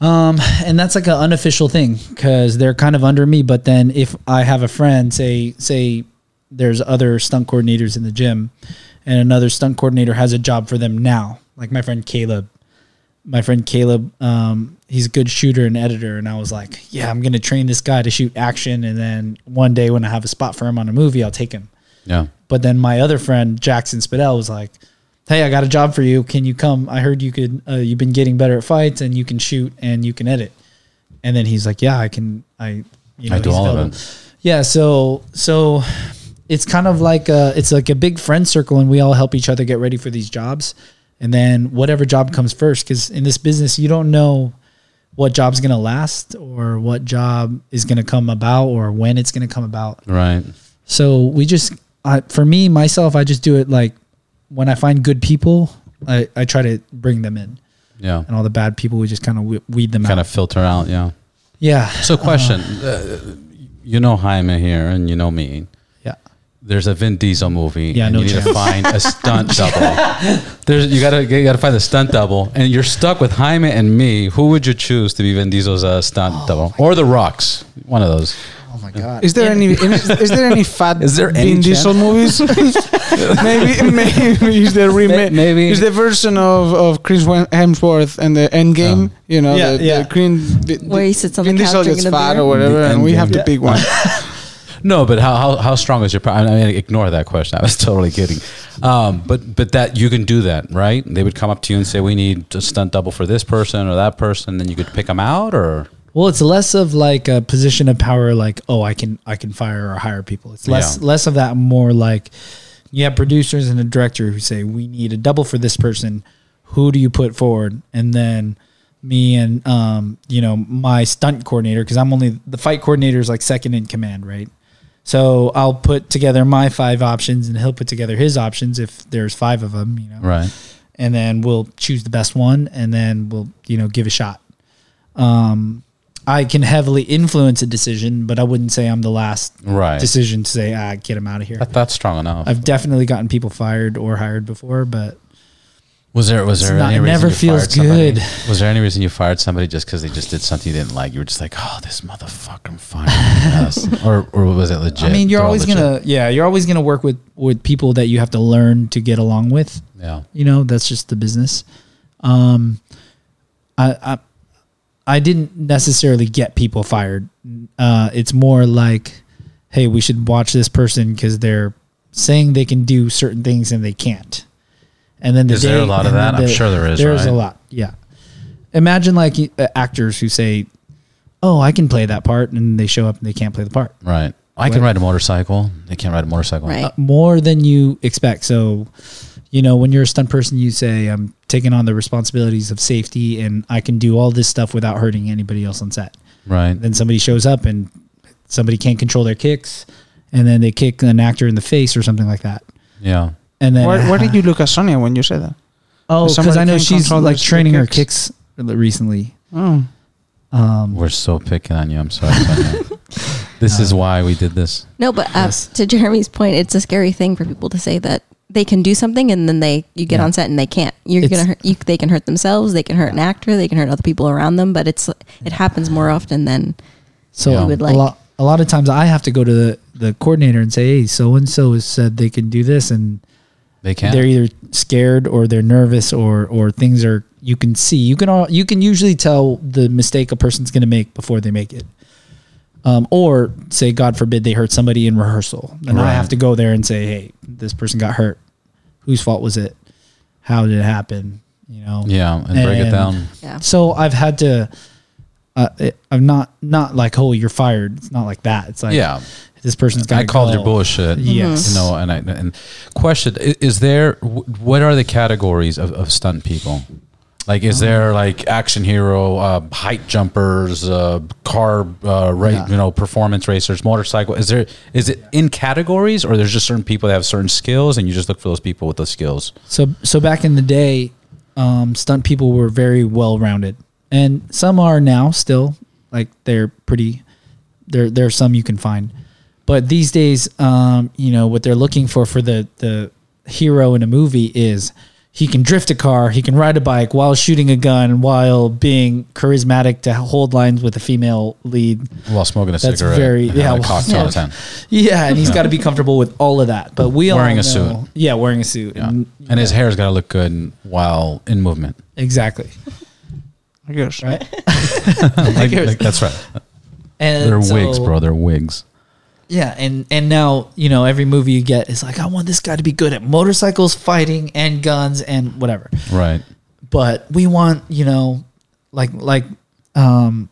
Um, and that's like an unofficial thing because they're kind of under me. But then if I have a friend, say say there's other stunt coordinators in the gym, and another stunt coordinator has a job for them now, like my friend Caleb. My friend Caleb, um, he's a good shooter and editor, and I was like, yeah, I'm gonna train this guy to shoot action, and then one day when I have a spot for him on a movie, I'll take him.
Yeah.
But then my other friend Jackson Spidell was like, "Hey, I got a job for you. Can you come? I heard you could. Uh, you've been getting better at fights, and you can shoot, and you can edit." And then he's like, "Yeah, I can. I you know
I do
he's
all of
available."
it.
Yeah. So so it's kind of like a, it's like a big friend circle, and we all help each other get ready for these jobs, and then whatever job comes first, because in this business you don't know what job's gonna last or what job is gonna come about or when it's gonna come about.
Right.
So we just, I, for me, myself, I just do it like when I find good people, I, I try to bring them in,
Yeah.
and all the bad people we just kind of weed them
Kind of
out.
filter out. Yeah.
yeah,
So, question. Uh, you know Jaime here, and you know me.
yeah,
There's a Vin Diesel movie.
Yeah,
and
no
you need to
chance.
find a stunt double. There's you gotta you gotta find the stunt double, and you're stuck with Jaime and me. Who would you choose to be Vin Diesel's uh, stunt
Oh
double, or The Rocks? One of those.
Is there any? Is, is there any fat?
Is there any
Vin Diesel movies? maybe, maybe is the remake.
maybe.
is the version of, of Chris Wen- Hemsworth and the Endgame. You know,
Yeah,
the,
yeah.
the green. The,
Where he sits on the
Vin
couch
Diesel gets
drinking a
fat
beer.
or whatever,
The
and we
Endgame.
have to
Yeah.
pick one.
No, but how, how, how strong is your power? I mean, ignore that question. I was totally kidding. Um, but but that you can do that, right? They would come up to you and say, "We need a stunt double for this person or that person," then you could pick them out, or
Well, it's less of like a position of power, like oh, I can I can fire or hire people. It's less
Yeah.
less of that, more like you have producers and a director who say we need a double for this person. Who do you put forward? And then me and um, you know my stunt coordinator because I'm only the fight coordinator is like second in command, right? So I'll put together my five options, and he'll put together his options if there's five of them, you know
right?
and then we'll choose the best one and then we'll you know give a shot um i can heavily influence a decision but i wouldn't say i'm the last
Right.
decision to say ah get him out of here
That, that's strong enough.
i've definitely gotten people fired or hired before but
was there was there
not-
any
it
reason
never
you
feels
fired somebody?
good.
Was there any reason you fired somebody just because they just did something you didn't like? You were just like, "Oh, this motherfucker fired us," or or was it legit?
i mean you're
They're all
always
legit.
gonna yeah you're always gonna work with with people that you have to learn to get along with
yeah.
you know that's just the business um i i, I didn't necessarily get people fired uh it's more like hey we should watch this person because they're saying they can do certain things and they can't and then the
Is there a
day-
lot of
and then
that? I'm sure there is,
there's a
right?
lot yeah imagine like uh, actors who say oh i can play that part and they show up and they can't play the part
Right. I can ride a motorcycle. They can't ride a motorcycle.
Right.
uh, more than you expect. So, you know, when you're a stunt person, you say, I'm taking on the responsibilities of safety and I can do all this stuff without hurting anybody else on set.
Right.
Then somebody shows up and somebody can't control their kicks and then they kick an actor in the face or something like that.
Yeah.
And then,
Why, why did you look at Sonia when you said that?
oh, because
somebody
I know
can't
she's
control
like
their
training her
kicks?
kicks recently.
Oh.
Um,
We're so picking on you. I'm sorry. Sonia. this
Uh,
is why we did this.
No, but uh, to Jeremy's point, it's a scary thing for people to say that they can do something and then they you get
Yeah.
on set and they can't. You're
It's-
gonna hurt, you, they can hurt themselves, they can hurt an actor, they can hurt other people around them. But it's it happens more often than
So
Yeah.
a,
You
would like-
lot, a lot of times I have to go to the, the coordinator and say, hey, so and so has said they can do this. And
They can't.
they're either scared or they're nervous or or things are you can see you can all you can usually tell the mistake a person's going to make before they make it um, or say god forbid they hurt somebody in rehearsal and
Right.
i have to go there and say hey this person got hurt whose fault was it how did it happen you know
yeah, and, break it
And-
down.
yeah.
so i've had to uh, it, i'm not not like oh you're fired it's not like that it's like
yeah,
this person's got
I called your bullshit.
yes Mm-hmm.
You know, and I and question i- is there wh- what are the categories of, of stunt people? Like, is
Oh.
there like action hero, uh, height jumpers, uh, car, uh, ra-
Yeah.
you know, performance racers, motorcycle? Is there is it in categories, or there's just certain people that have certain skills, and you just look for those people with those skills?
So so back in the day, um, stunt people were very well rounded, and some are now still like they're pretty. There there are some you can find, but these days, um, you know what they're looking for for the the hero in a movie is he can drift a car, he can ride a bike while shooting a gun, while being charismatic to hold lines with a female lead.
While smoking a
That's
cigarette,
very-
and having
yeah,
a
well,
cocktail
yeah.
at ten,
Yeah, and he's got to be comfortable with all of that. But we
Wearing
all
a
know-
suit.
yeah, wearing a suit,
yeah,
and-
and his hair's got to look good while in movement.
exactly
I guess.
right.
Like- like- that's right.
And
They're
so-
wigs, bro. They're wigs.
Yeah, and and now you know every movie you get is like, I want this guy to be good at motorcycles, fighting, and guns, and whatever.
Right.
But we want you know, like like, um,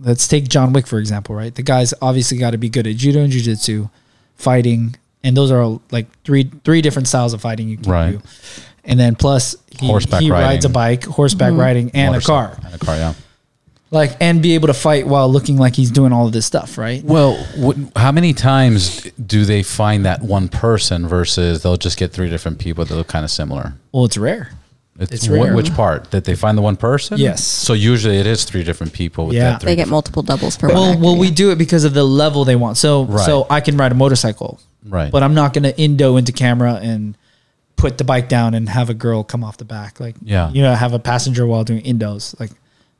let's take John Wick for example, right? The guy's obviously got to be good at judo and jujitsu, fighting, and those are all like three three different styles of fighting you can
Right.
do. And then plus he,
Horseback
he rides a
riding.
bike, horseback riding, and a
Motorcycle.
car,
And a car, yeah.
like and be able to fight while looking like he's doing all of this stuff, right?
Well, what, how many times do they find that one person versus they'll just get three different people that look kind of similar?
Well, it's rare.
It's,
It's
wh-
rare.
which part that they find the one person?
Yes.
So usually it is three different people. With
Yeah.
that three
they get multiple doubles for one
well,
actor,
well, we
yeah.
do it because of the level they want. So,
Right.
so I can ride a motorcycle,
Right.
But I'm not going to indo into camera and put the bike down and have a girl come off the back, like
Yeah.
you know, have a passenger while doing indos. Like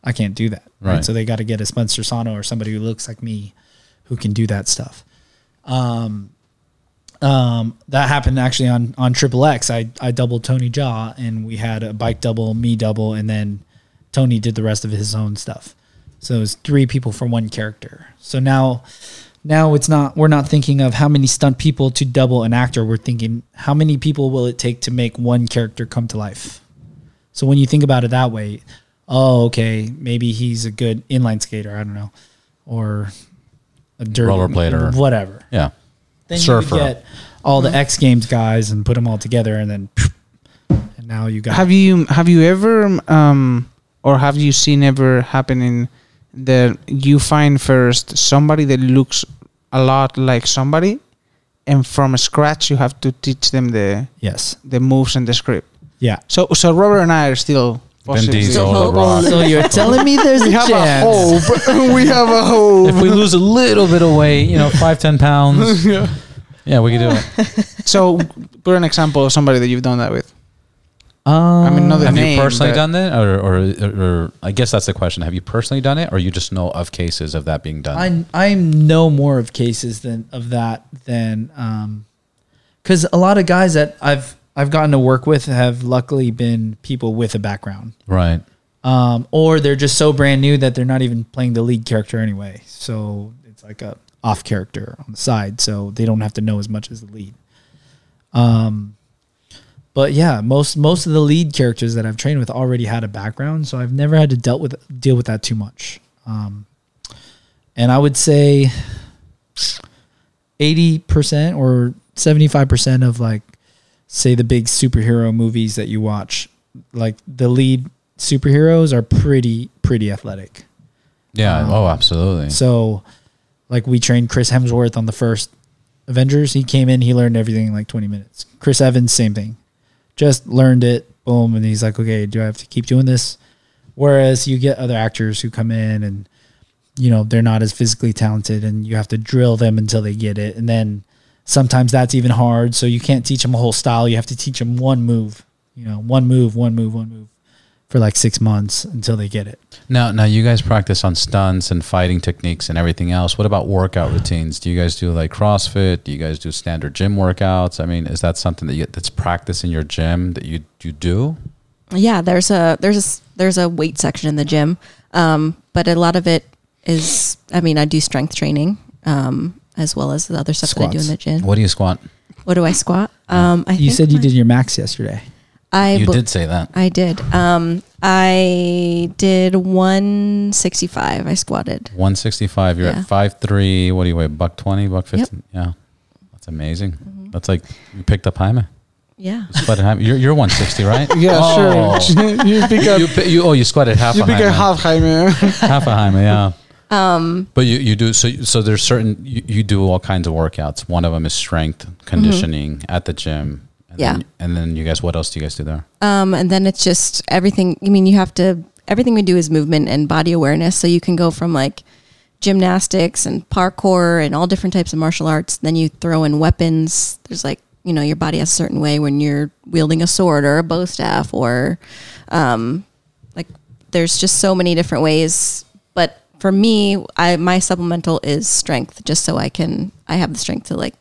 I can't do that,
Right.
So they got to get a Spencer Sano or somebody who looks like me, who can do that stuff. Um, um, that happened actually on on Triple X. I I doubled Tony Jaw, and we had a bike double, me double, and then Tony did the rest of his own stuff. So it was three people for one character. So now now it's not we're not thinking of how many stunt people to double an actor we're thinking how many people will it take to make one character come to life so when you think about it that way oh okay maybe he's a good inline skater i don't know or a dirty
Rollerblader.
whatever
Yeah.
then
Surfer.
you could get all the x games guys and put them all together and then and now you got
Have you have you ever um or have you seen ever happening that you find first somebody that looks a lot like somebody, and from scratch you have to teach them the
yes
the moves and the script.
yeah
So so Robert and I are still.
Vin
possibly-
Diesel,
So-
The Rock.
Oh, so you're telling me there's
We
a
have a
chance
hope. we have a hope.
If we lose a little bit of weight, you know, five ten pounds. yeah. we could do it.
So, put an example of somebody that you've done that with.
Um, I
mean, not the
have
name,
you personally
but-
done it, or, or, or, or I guess that's the question. Have you personally done it, or you just know of cases of that being done?
I I know more of cases than of that than because a lot of guys that I've I've gotten to work with have luckily been people with a background,
right.
um, or they're just so brand new that they're not even playing the lead character anyway. So it's like a off character on the side, so they don't have to know as much as the lead. Um, but yeah, most most of the lead characters that I've trained with already had a background, so I've never had to dealt with deal with that too much. Um, and I would say eighty percent or seventy five percent of like say the big superhero movies that you watch, like the lead superheroes are pretty pretty athletic.
Yeah.
Um,
oh, absolutely.
So, like we trained Chris Hemsworth on the first Avengers. He came in, he learned everything in like 20 minutes. Chris Evans, same thing. Just learned it, boom, and he's like, okay, do I have to keep doing this? Whereas you get other actors who come in and you know they're not as physically talented, and you have to drill them until they get it, and then sometimes that's even hard. So you can't teach them a whole style. You have to teach them one move, you know, one move, one move, one move, for like six months until they get it.
Now, now you guys practice on stunts and fighting techniques and everything else. What about workout routines? Do you guys do like CrossFit? Do you guys do standard gym workouts? I mean, is that something that you, that's practiced in your gym that you you do?
Yeah, there's a there's a s- there's a weight section in the gym, um, but a lot of it is. I mean, I do strength training um, as well as the other stuff that I do in
Squats.
the gym. What,
What do you squat?
do I squat? Um, I
You
think
said you
my-
did your max yesterday.
I
You
bu-
did say that.
I did. Um, I did 165. I squatted.
165. You're
Yeah.
at five three. What do you weigh? Buck 20, buck 15? Yeah. That's amazing.
Mm-hmm.
That's like you picked up Jaime.
Yeah.
Squatted Jaime. You're, you're 160, right?
Yeah,
Oh.
sure. you pick up.
You, pi- you, oh, you squatted half
You
a
pick
Jaime.
a half, Jaime.
half a Jaime, yeah. Um, but you, you do so so there's certain you, you do all kinds of workouts. One of them is strength conditioning at the gym. And
Mm-hmm. Yeah.
Then, and then you guys, what else do you guys do there?
Um, and then it's just everything. I mean, you have to, everything we do is movement and body awareness. So you can go from like gymnastics and parkour and all different types of martial arts. Then you throw in weapons. There's like, you know, your body has a certain way when you're wielding a sword or a bow staff or um, like there's just so many different ways. But for me, I, my supplemental is strength just so I can, I have the strength to like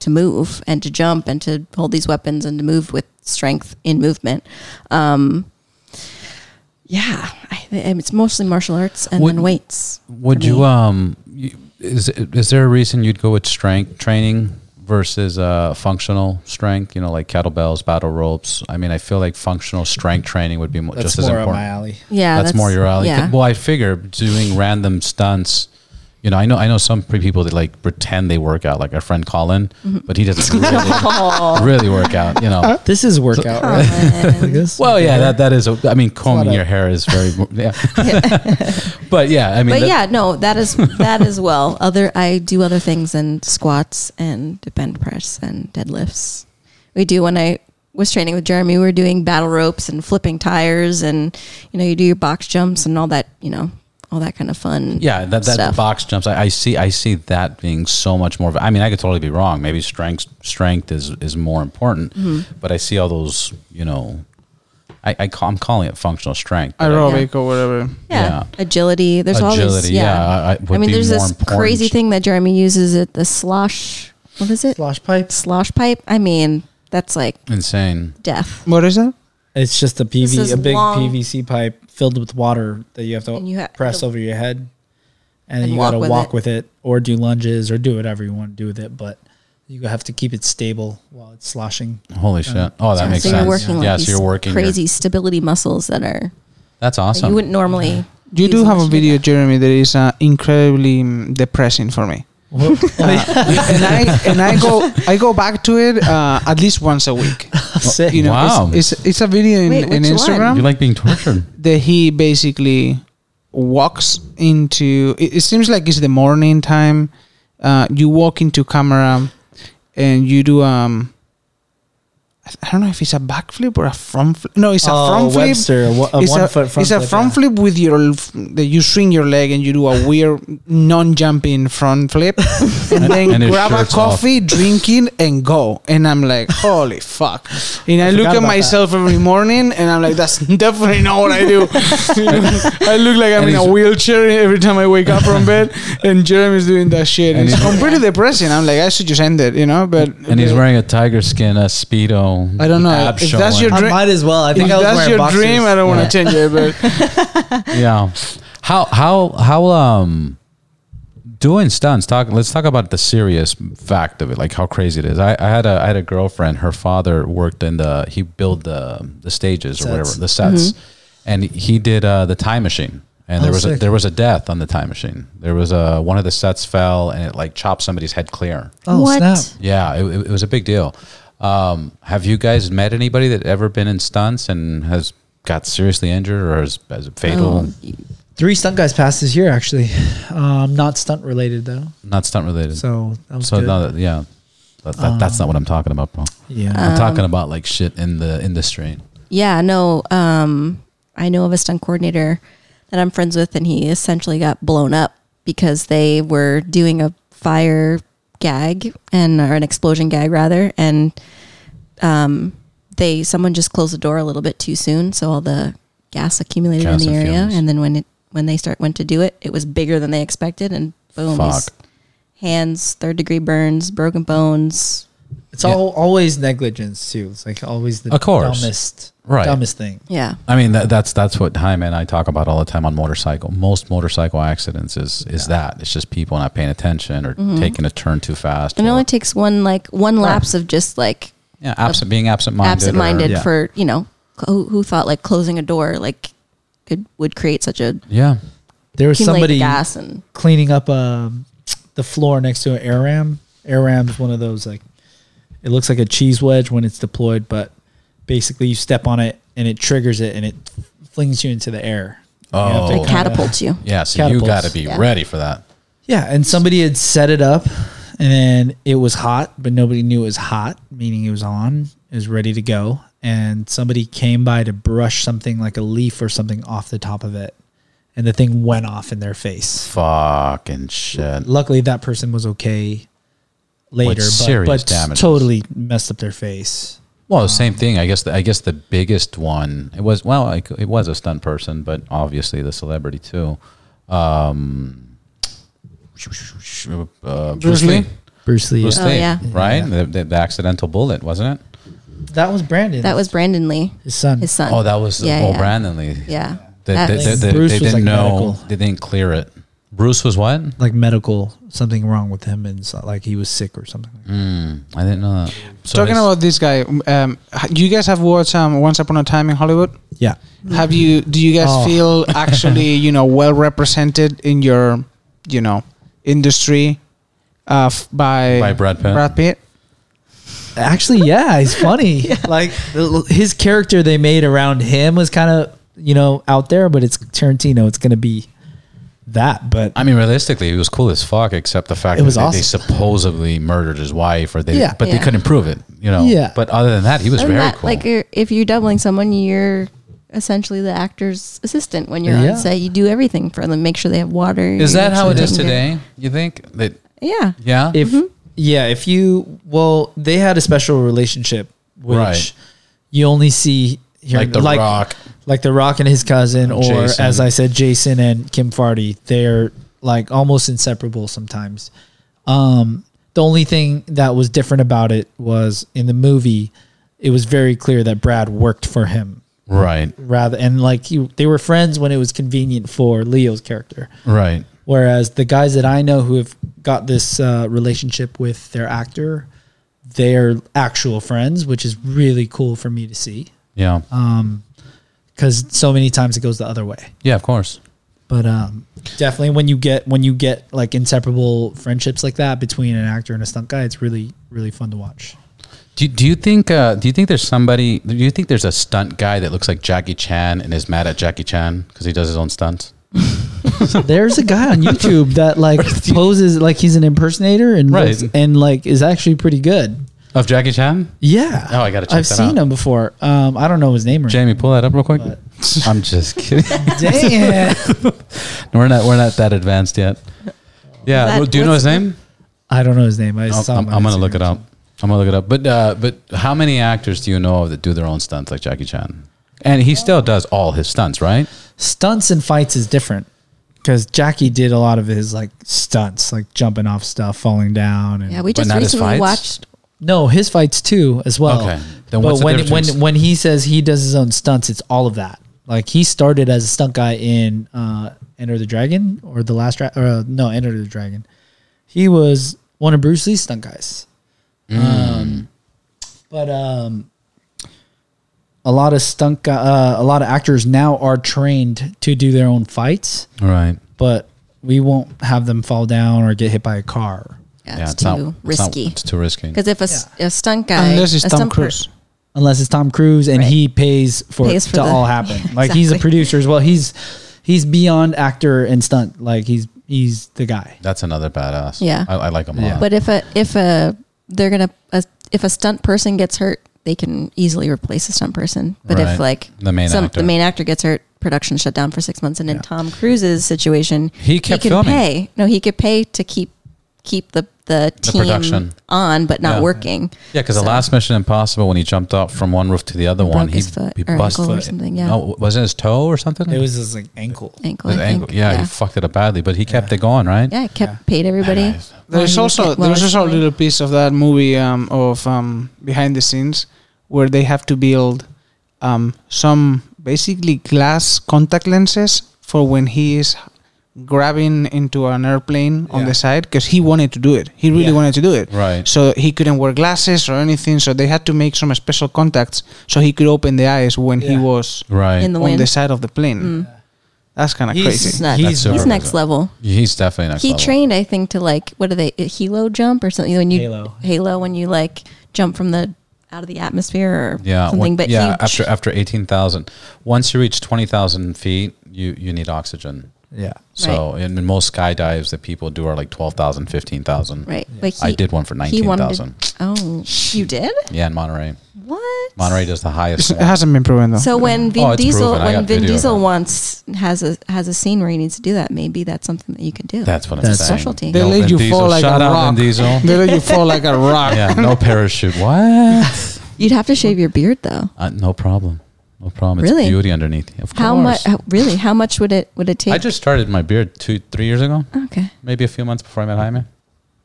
to move and to jump and to hold these weapons and to move with strength in movement. Um, yeah, I, and it's mostly martial arts and
Would-
then weights.
Would
for
you
me.
um you, is is there a reason you'd go with strength training versus uh functional strength? You know, like kettlebells, battle ropes. I mean, I feel like functional strength training would be mo-
That's
just as
more
important.
up my alley.
yeah,
that's, more your alley.
Yeah,
Well, I figure doing random stunts. You know, I know I know some pre- people that like pretend they work out, like our friend Colin,
Mm-hmm.
but he doesn't
Oh,
really, really work out. You know.
This is workout, right? Like this.
Well, yeah, that that is. A, I mean, combing
of-
your hair is very. Yeah. but yeah, I mean,
but
that-
yeah, no, that is that as well. Other, I do other things and squats and bend press and deadlifts. We do when I was training with Jeremy, we were doing battle ropes and flipping tires, and you know, you do your box jumps and all that. You know, all that kind of fun.
Yeah, that, that
stuff.
box jumps. I, I see. I see that being so much more. of- I mean, I could totally be wrong. Maybe strength strength is is more important.
Mm-hmm.
But I see all those. You know, I, I call, I'm calling it functional strength. but I-
Aerobic or whatever.
Yeah.
yeah. agility. There's all these.
Agility,
Yeah,
yeah, I- I- would
mean,
be
there's
more
this
important.
crazy thing that Jeremy uses at the slosh. What is it?
Slosh pipes.
Slosh pipe. I mean, that's like
insane.
death.
What is that?
It's just a
This is
PV, a big
long.
PVC pipe filled with water that you have to
And you ha-
press
the-
over your head, and and,
And
you
walk
got to
with
walk
it.
with it or do lunges or do whatever you want to do with it, but you have to keep it stable while it's sloshing.
Holy shit! Oh, that
Yeah,
makes
so
sense.
You're working
yeah,
like
so
these
you're working your-
crazy stability muscles that are
that's
that
awesome.
you wouldn't normally.
You
use
do have
unless
a
you
video,
that.
Jeremy, that is uh, incredibly mm, depressing for me. Uh, and I and I go I go back to it uh, at least once a week.
Sick.
You know,
Wow.
it's, it's it's a video in,
Wait,
in
which
Instagram
one?
you like being tortured.
that he basically walks into. It, it seems like it's the morning time. Uh, you walk into camera, and you do um. I th- I don't know if it's a backflip or a front. Flip. No, it's a
Oh,
front flip
Webster, wa- a one foot front
it's a
flip,
front
yeah.
flip with your l- f- that you swing your leg and you do a weird non-jumping front flip and then
And his
grab a
shirt's off.
coffee drink it and go and i'm like holy fuck and i, look
forgot
at
about
myself every morning and i'm like that's definitely not what i do i look like i'm
And
in a
he's-
wheelchair every time i wake up from bed and jeremy's doing that shit
And
and it's
he's-
completely depressing i'm like i should just end it you know but
And he's wearing a tiger skin, a speedo.
I don't know.
ab
If that's
showing.
your dream-
as well. I
if that's your dream i don't want to change it but
yeah. How how how um doing stunts talk let's talk about the serious fact of it like how crazy it is i, I had a i had a girlfriend her father worked in the he built the the stages or whatever
Sets.
the sets
Mm-hmm.
and he did uh the time machine and there
Oh,
was a,
sick.
there was a death on the time machine there was a one of the sets fell and it like chopped somebody's head clear
Oh,
what?
snap.
yeah it, it was a big deal um have you guys met anybody that ever been in stunts and has got seriously injured or is, is fatal
Oh, you-
Three stunt guys passed this year, actually. Um, not stunt related though.
not stunt related
So that was
So
good.
no, that- yeah, that, that, that's not what I'm talking about, bro.
yeah.
Um,
I'm talking about like shit in the industry.
Yeah, no. Um, I know of a stunt coordinator that I'm friends with, and he essentially got blown up because they were doing a fire gag and or an explosion gag rather, and um, they someone just closed the door a little bit too soon, so all the gas accumulated
Gas
in the
and
area,
fumes.
and then when it when they start went to do it, it was bigger than they expected, and boom, his
Fuck.
hands, third degree burns, broken bones.
It's all always negligence too. It's like always the
Of course.
dumbest
Right.
dumbest thing.
Yeah,
I mean, that, that's that's what Jaime and I talk about all the time on motorcycle. Most motorcycle accidents is is that it's just people not paying attention or taking a turn too fast.
Mm-hmm. and it
or-
only takes one like one lapse of just like
yeah, absent being absent minded.
absent-minded
yeah.
for you know who, who thought like closing a door like could would create such a
yeah.
There was
accumulated
somebody
gas and
cleaning up um, the floor next to an air ram. Air ram is one of those like it looks like a cheese wedge when it's deployed, but basically you step on it and it triggers it and it flings you into the air. You have
Oh.
to
they
Like
kinda-
catapult you.
Yeah, so you
Catapults.
got to be
Yeah.
ready for that.
Yeah, and somebody had set it up, and then it was hot, but nobody knew it was hot, meaning it was on, it was ready to go. And somebody came by to brush something like a leaf or something off the top of it, and the thing went off in their face.
Fucking shit.
Luckily, that person was okay later, but,
serious
but
damages.
totally messed up their face.
Well, same thing. I guess. The, I guess the biggest one. It was well. I c- It was a stunt person, but obviously the celebrity too. Um, uh,
Bruce Lee?
Bruce Lee.
Bruce
Oh,
Lee,
yeah.
right? The, the, the accidental bullet, wasn't it?
That was Brandon.
That was Brandon Lee,
his son.
his son.
Oh, that was
Uh, yeah,
oh
yeah.
Brandon Lee.
Yeah,
They,
That
they,
was-
they, they,
Bruce
they
was,
didn't
like,
know.
medical.
They didn't clear it. Bruce was what?
like medical, something wrong with him, and so, like he was sick or something.
Mm, I didn't know that. So
Talking
they-
about this guy, um, h- you guys have watched um, Once Upon a Time in Hollywood.
Yeah.
Have you? Do you guys
Oh.
feel actually, you know, well represented in your, you know, industry, uh, f- by
By Brad Pitt?
Brad Pitt.
Actually, yeah, he's funny. Like the- his character they made around him was kind of you know out there, but it's Tarantino. It's gonna be that, but
I mean, realistically, it was cool as fuck, except the fact
It
that
was
they, they
awesome.
supposedly murdered his wife, or they,
Yeah.
but they
Yeah.
couldn't prove it. You know.
Yeah.
But other than that, he was
Other than
very
that,
cool.
like you're, if you're doubling someone, you're essentially the actor's assistant when you're
Yeah.
on set. You do everything for them, make sure they have water.
Is
you
that
make
how
sure
it
they
is
can get-
today? You think that?
Yeah,
Yeah.
if yeah, if you well, they had a special relationship which
Right.
you only see here,
Like The Rock.
like the Rock and his cousin, or
Jason.
as I said, Jason and Kim Farty. They're like almost inseparable sometimes. Um, the only thing that was different about it was in the movie, it was very clear that Brad worked for him
right.
rather, and like he, they were friends when it was convenient for Leo's character
Right.
Whereas the guys that I know who have got this uh, relationship with their actor, they're actual friends, which is really cool for me to see.
Yeah.
Because so many times it goes the other way.
yeah, of course.
But um, definitely when you get when you get like inseparable friendships like that between an actor and a stunt guy, it's really really fun to watch.
Do, do you think uh, do you think there's somebody do you think there's a stunt guy that looks like Jackie Chan and is mad at Jackie Chan because he does his own stunts?
There's a guy on YouTube that like poses like he's an impersonator and
Right.
looks- and like is actually pretty good.
Of Jackie Chan?
Yeah.
Oh, I gotta check
I've
that
seen
out.
him before. Um, I don't know his name or
Jamie, pull that up real quick.
But-
I'm just kidding.
Damn.
we're not we're not that advanced yet. Yeah.
That-
well, do you know his
what's-
name?
I don't know his name. I
I'll-
saw
I'm,
him on
I'm gonna
Instagram.
look it up. I'm gonna look it up. But uh, but how many actors do you know of that do their own stunts like Jackie Chan? And he still does all his stunts, right?
Stunts and fights is different because Jackie did a lot of his like stunts, like jumping off stuff, falling down, and
Yeah, we
But
just
not his
recently
fights?
watched.
no, his fights too as well.
Okay. Then
Then
what's
but
the
when
difference
when
between-
when he says he does his own stunts, it's all of that. Like he started as a stunt guy in uh, Enter the Dragon or the last dra- or uh, no Enter the Dragon. He was one of Bruce Lee's stunt guys.
Mm.
Um, but um, a lot of stunt guy, uh, a lot of actors now are trained to do their own fights,
Right.
but we won't have them fall down or get hit by a car
Yeah, it's, too
not- it's not-
risky.
It's, too risky.
Because if a, s- a stunt guy,
Unless it's
a
Tom
stunt per-
Cruise.
unless it's Tom Cruise and
Right.
he pays for
Pays
it
for
to
the-
all happen.
Yeah,
like he's a
exactly.
producer as well. He's he's beyond actor and stunt. Like he's he's the guy.
That's another badass.
Yeah.
I, I like him a lot.
but if a if a they're gonna a, if a stunt person gets hurt, they can easily replace a stunt person. But
Right.
if like
The main actor.
the main actor gets hurt, production shut down for six months. And in Tom Cruise's situation,
He kept
could
filming.
pay. No, he could pay to keep keep the the team
production.
on, but not
Yeah.
working.
Yeah, because
So-
the last Mission Impossible, when he jumped up from one roof to the other one,
broke
he,
his foot
he
or
busted
ankle or something, yeah.
No, wasn't it his toe or something?
It was his like ankle.
ankle.
his
I
ankle.
think.
Yeah,
yeah,
he fucked it up badly, but he kept it going, right?
Yeah, it kept paid everybody.
Nice.
There's
Well,
also
okay, well,
there's
it's
also a
fine.
little piece of that movie um, of um, behind the scenes where they have to build um, some basically glass contact lenses for when he is grabbing into an airplane on
Yeah.
the side because he wanted to do it. He really
Yeah.
wanted to do it.
Right.
So he couldn't wear glasses or anything. So they had to make some special contacts so he could open the eyes when he
Yeah.
was
Right.
In the
on
wind.
the side of the plane. That's kind of
He's-
It's
crazy.
nuts.
He's
He's,
super
next
busy.
level.
He's definitely next
he
level.
trained, I think, to like what are they a helo jump or something when you
Halo.
halo when you like jump from the out of the atmosphere or
Yeah,
something.
one-
but
yeah.
he,
after after eighteen thousand, once you reach twenty thousand feet, you you need oxygen.
Yeah.
So in in most skydives that people do are like 12,000, 15,000.
right, but he,
I did one for
he wanted to-
19,000.
Oh, you did
Yeah, in Monterey.
what?
Monterey does the highest.
It
one.
hasn't been proven though.
So when Vin
Oh, it's
Diesel
proven. I got
when Vin
video of
Diesel
it.
wants has a has a scene where he needs to do that, maybe that's something that you could do.
That's what I'm
That's
saying.
specialty.
They let
Vin
you
Diesel.
fall like
Shout
a
out
rock.
Vin Diesel.
they let you fall like a rock.
yeah, no parachute. What?
You'd have to shave your beard though.
Uh, no problem. No problem. It's
Really?
beauty underneath. Of
How
course.
much? How, really? How much would it would it take?
I just started my beard two, three years ago,
okay.
maybe a few months before I met Jaime.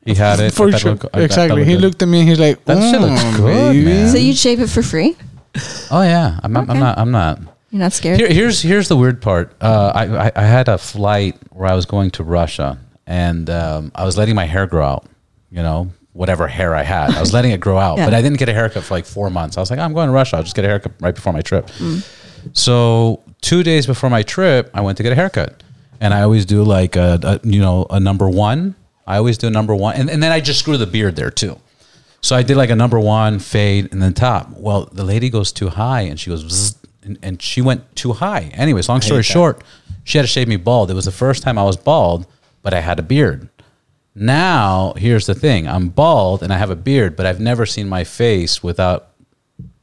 He had it. I
For
thought it
sure.
looked- I thought it
exactly.
looked
He
good.
looked at me and he's like,
That shit looks
"Mm,
good,
baby."
man.
So you'd shave it for free?
Oh yeah, I'm, I'm, I'm
Okay.
not. I'm not.
You're not scared?
Here, here's here's the weird part. Uh, I, I I had a flight where I was going to Russia, and um, I was letting my hair grow out. You know, whatever hair I had, I was letting it grow out.
Yeah.
But I didn't get a haircut for like four months. I was like, "Oh, I'm going to Russia. I'll just get a haircut right before my trip. So two days before my trip, I went to get a haircut, and I always do like a, a you know a number one. I always do a number one, and, and then I just screw the beard there too. So I did like a number one fade and then top. Well, the lady goes too high and she goes, "Bzzz," and, and she went too high. Anyways, long story short, she had to shave me bald. It was the first time I was bald, but I had a beard. Now, here's the thing I'm bald and I have a beard, but I've never seen my face without,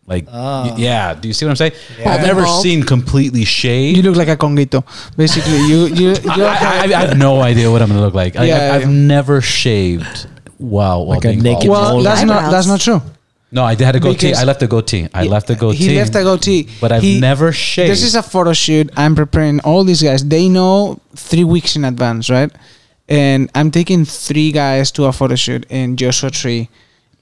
like,
Ah.
y- yeah. Do you see what I'm saying? I've
Bald
never
and bald.
seen completely shaved.
You look like a conguito. Basically, you you
I,
you
I- I- I have no idea what I'm going to look like. Like,
Yeah,
I've, I've
yeah.
never shaved. Wow, like
a naked
well,
Well,
that's not
eyebrows.
that's not true.
No, I had a goatee.
Because-
I left a goatee. I left a goatee.
He left a goatee,
But I've
He-
never shaved.
This is a photo shoot. I'm preparing all these guys. They know three weeks in advance, right? And I'm taking three guys to a photo shoot in Joshua Tree.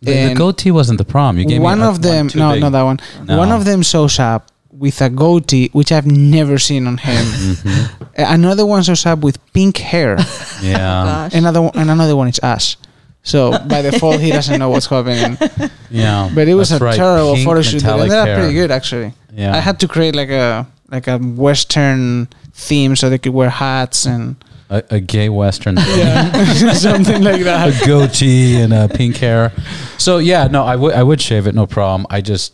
the, the
And
goatee wasn't the problem. You gave me
one
a-
of them.
too
No,
big.
not that one.
No.
One of them shows up with a goatee, which I've never seen on him.
Mm-hmm.
another one shows up with pink hair.
Yeah.
Oh, Gosh.
um,
another one, and another one is us. So by default, he doesn't know what's happening.
yeah.
But it was
That's
a
right,
terrible
pink
photo shoot. They
metallic
ended up
hair.
pretty good, actually.
Yeah.
I had to create like a like a western theme so they could wear hats and
a, a gay western
something like that.
a goatee and a pink hair. So yeah, no, I would I would shave it, no problem. I just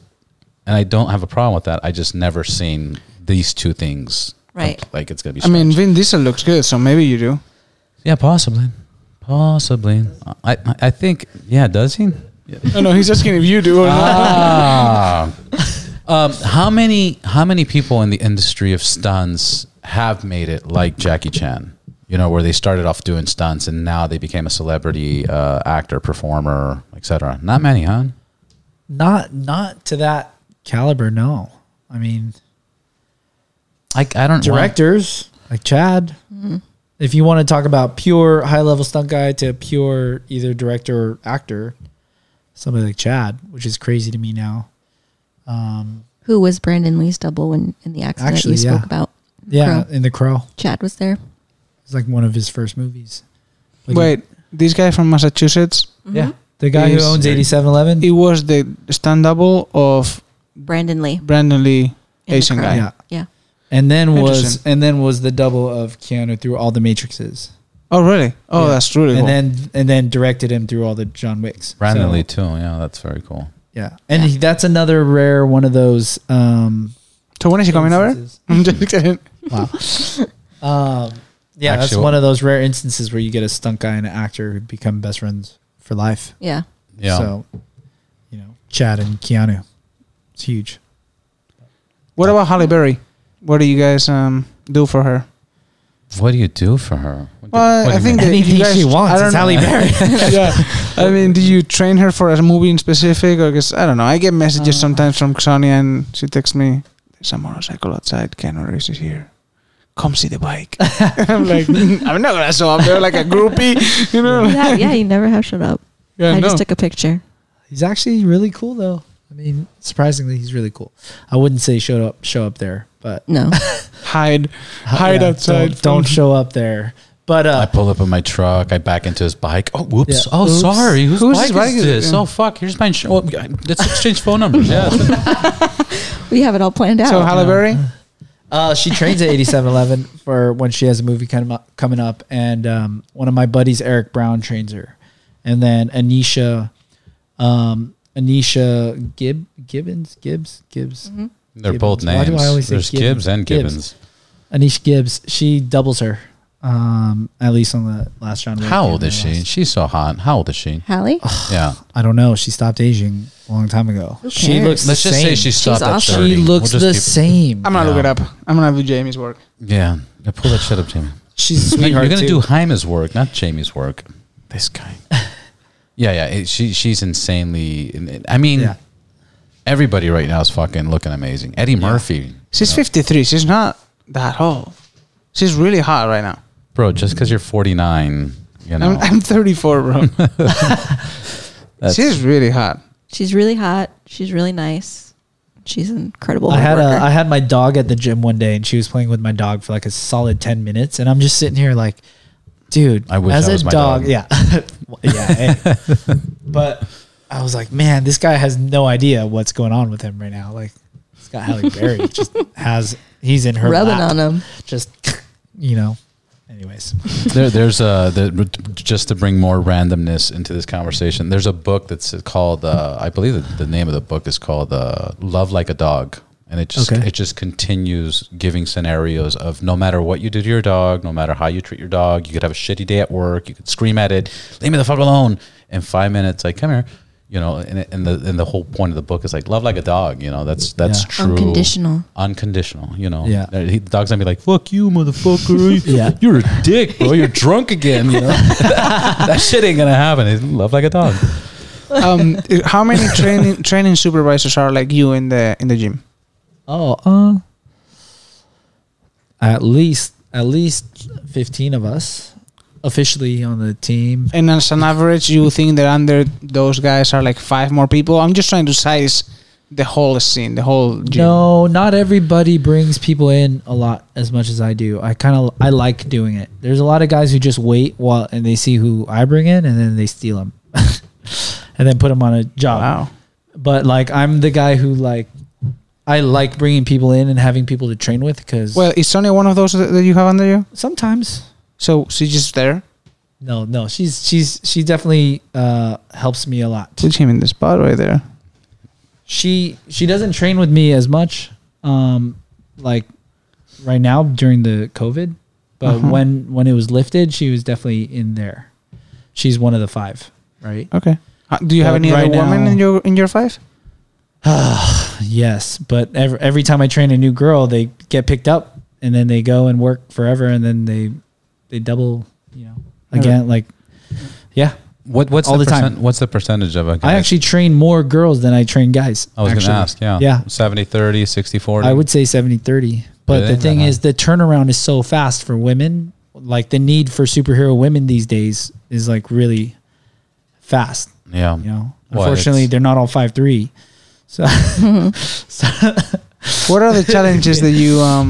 and I don't have a problem with that. I just never seen these two things.
Right.
comp- Like it's gonna be.
I mean,
strange.
Vin Diesel looks good, so maybe you do.
yeah, possibly, possibly. I I- I think yeah. Does he?
No, no, he's asking if you do or not.
Ah. um, how many how many people in the industry of stunts have made it like Jackie Chan? You know, where they started off doing stunts and now they became a celebrity uh, actor, performer, etc. Not many, huh?
Not not to that caliber. No, I mean
I, I don't
directors like Chad.
Mm-hmm.
If you want to talk about pure high level stunt guy to pure either director or actor, somebody like Chad, which is crazy to me now. Um,
Who was Brandon Lee's double when in the accident
Actually,
you spoke
yeah.
about?
yeah,
Crow.
in The Crow,
Chad was there.
it's like one of his first movies.
Ah,
Like,
Wait, this guy from Massachusetts,
Mm-hmm.
yeah, the guy
He's-
who owns eighty seven eleven.
he was the stand double of
Brandon Lee.
Brandon Lee,
in The
Asian
Crow.
guy.
Yeah,
Yeah.
and then was
Interesting.
and then was the double of Keanu through all the Matrixes,
Oh, really? Oh,
Yeah.
that's really cool.
and then and then directed him through all the John Wicks. So-
randomly too. Yeah, that's very cool.
Yeah, and he, that's another rare one of those. Um,
so when is he coming over?
instances.
I'm just kidding.
Wow. um, yeah, that's
Actual-
one of those rare instances where you get a stunt guy and an actor who become best friends for life.
Yeah.
Yeah.
So, you know, Chad and Keanu, it's huge.
What about Halle Berry? What do you guys um, do for her?
What do you do for her? What do-
Well,
what do
I
you
think
mean?
that you guys, I don't know. yeah, I mean, do you train her for a movie in specific, or because I don't know, I get messages
Uh.
sometimes from Sonia, and she texts me, "There's a motorcycle outside. Ken Norris is here. Come see the bike." I'm like, I'm not gonna show up there like a groupie, you know?
yeah. Yeah. You never have shut up.
Yeah,
I
no.
just took a picture.
He's actually really cool, though. I mean, surprisingly, he's really cool. I wouldn't say show up, show up there, but
No.
hide, hide
Yeah,
outside.
Don't,
from-
don't show up there. But
I
uh,
pull up in my truck. I back into his bike. Oh, whoops!
Yeah.
Oh,
Oops.
sorry. Whose
Whose
bike,
bike
is
is it?
this?
Yeah.
Oh, fuck! Here's my insurance. Oh, let's exchange phone numbers. Yeah.
we have it all planned out.
So Halle Berry,
Uh, she trains at 8711 for when she has a movie come up, coming up. And um, one of my buddies, Eric Brown, trains her. And then Anisha, um, Anisha Gib, Gibbons, Gibbs, Gibbs,
Mm-hmm.
They're
Gibbons.
both names.
Why do I always say
There's Gibbs
Gibbons?
and Gibbons.
Gibbs. Anisha Gibbs. She doubles her, um, at least on the last round.
How old is she? She's so hot. How old is she?
Hallie?
Yeah.
I don't know. She stopped aging a long time ago.
Who
She
cares?
looks.
Let's
the
just say
same.
she stopped at
awesome.
thirty.
She looks
We'll
the
just keep-
same.
I'm gonna look it
Yeah.
up. I'm gonna do Jamie's work.
Yeah. Now pull that shit up, Jamie.
She's a
No,
sweetheart.
You're gonna do
too.
Jaime's work, not Jamie's work. This guy. yeah, yeah. it- she she's insanely. I mean,
Yeah.
everybody right now is fucking looking amazing. Eddie Murphy,
She's 53. She's not that old. She's really hot right now.
bro. Just because you're 49, you know.
I'm, I'm 34, bro.
that's-
She's really hot.
She's really hot. She's really nice. She's an incredible.
I had a,
worker.
I had my dog at the gym one day, and she was playing with my dog for like a solid ten minutes, and I'm just sitting here like, dude,
I wish
as
I
a
was my
dog,
dog.
yeah, Well, yeah. hey. but I was like, man, this guy has no idea what's going on with him right now. Like, this guy Halle Berry just has he's in her
rubbing
lap,
on him.
just you know. Anyways,
there, there's a the, just to bring more randomness into this conversation. There's a book that's called uh, I believe that the name of the book is called uh, "Love Like a Dog," and it just
Okay.
it just continues giving scenarios of no matter what you do to your dog, no matter how you treat your dog, you could have a shitty day at work, you could scream at it, leave me the fuck alone. In five minutes, like come here, you know. And, it- and the and the whole point of the book is like love like a dog. You know, that's that's
Yeah.
true.
Unconditional.
Unconditional. You know.
Yeah.
The dog's gonna be like, "Fuck you, motherfucker."
Yeah.
You're a dick, bro. You're drunk again. You know? that shit ain't gonna happen. It's love like a dog.
Um, i- how many training training supervisors are like you in the in the gym?
oh, uh, at least at least fifteen of us officially on the team.
And as an average, you think that under those guys are like five more people. I'm just trying to size the whole scene, the whole gym.
No, not everybody brings people in a lot as much as I do. I kind of I like doing it. There's a lot of guys who just wait while and they see who I bring in and then they steal them, and then put them on a job.
Wow.
But like I'm the guy who like I like bringing people in and having people to train with because
Well, it's only one of those that, that you have under you.
sometimes
So she's just there.
no no she's she's she definitely uh, helps me a lot.
Put him in the spot right there.
she she doesn't train with me as much um like right now during the covid but
Uh-huh.
when when it was lifted she was definitely in there she's one of the five right
Oh.
Okay. Uh, do you have
But
any
right
other woman
now-
in your in your five?
yes but every, every time i train a new girl they get picked up and then they go and work forever and then they they double you know again like yeah
What what's
All
the,
the
percent,
time.
What's the percentage of a guy?
i actually train more girls than i train guys
I was going to
actually.
ask. Yeah. 70,
yeah
30, 60, 40.
I would say 70 30. But
Really?
the thing
Uh-huh.
is, the turnaround is so fast for women. Like the need for superhero women these days is like really fast,
Yeah.
you know.
Well,
Unfortunately,
it's-
they're not all five three. So, so
What are the challenges that you um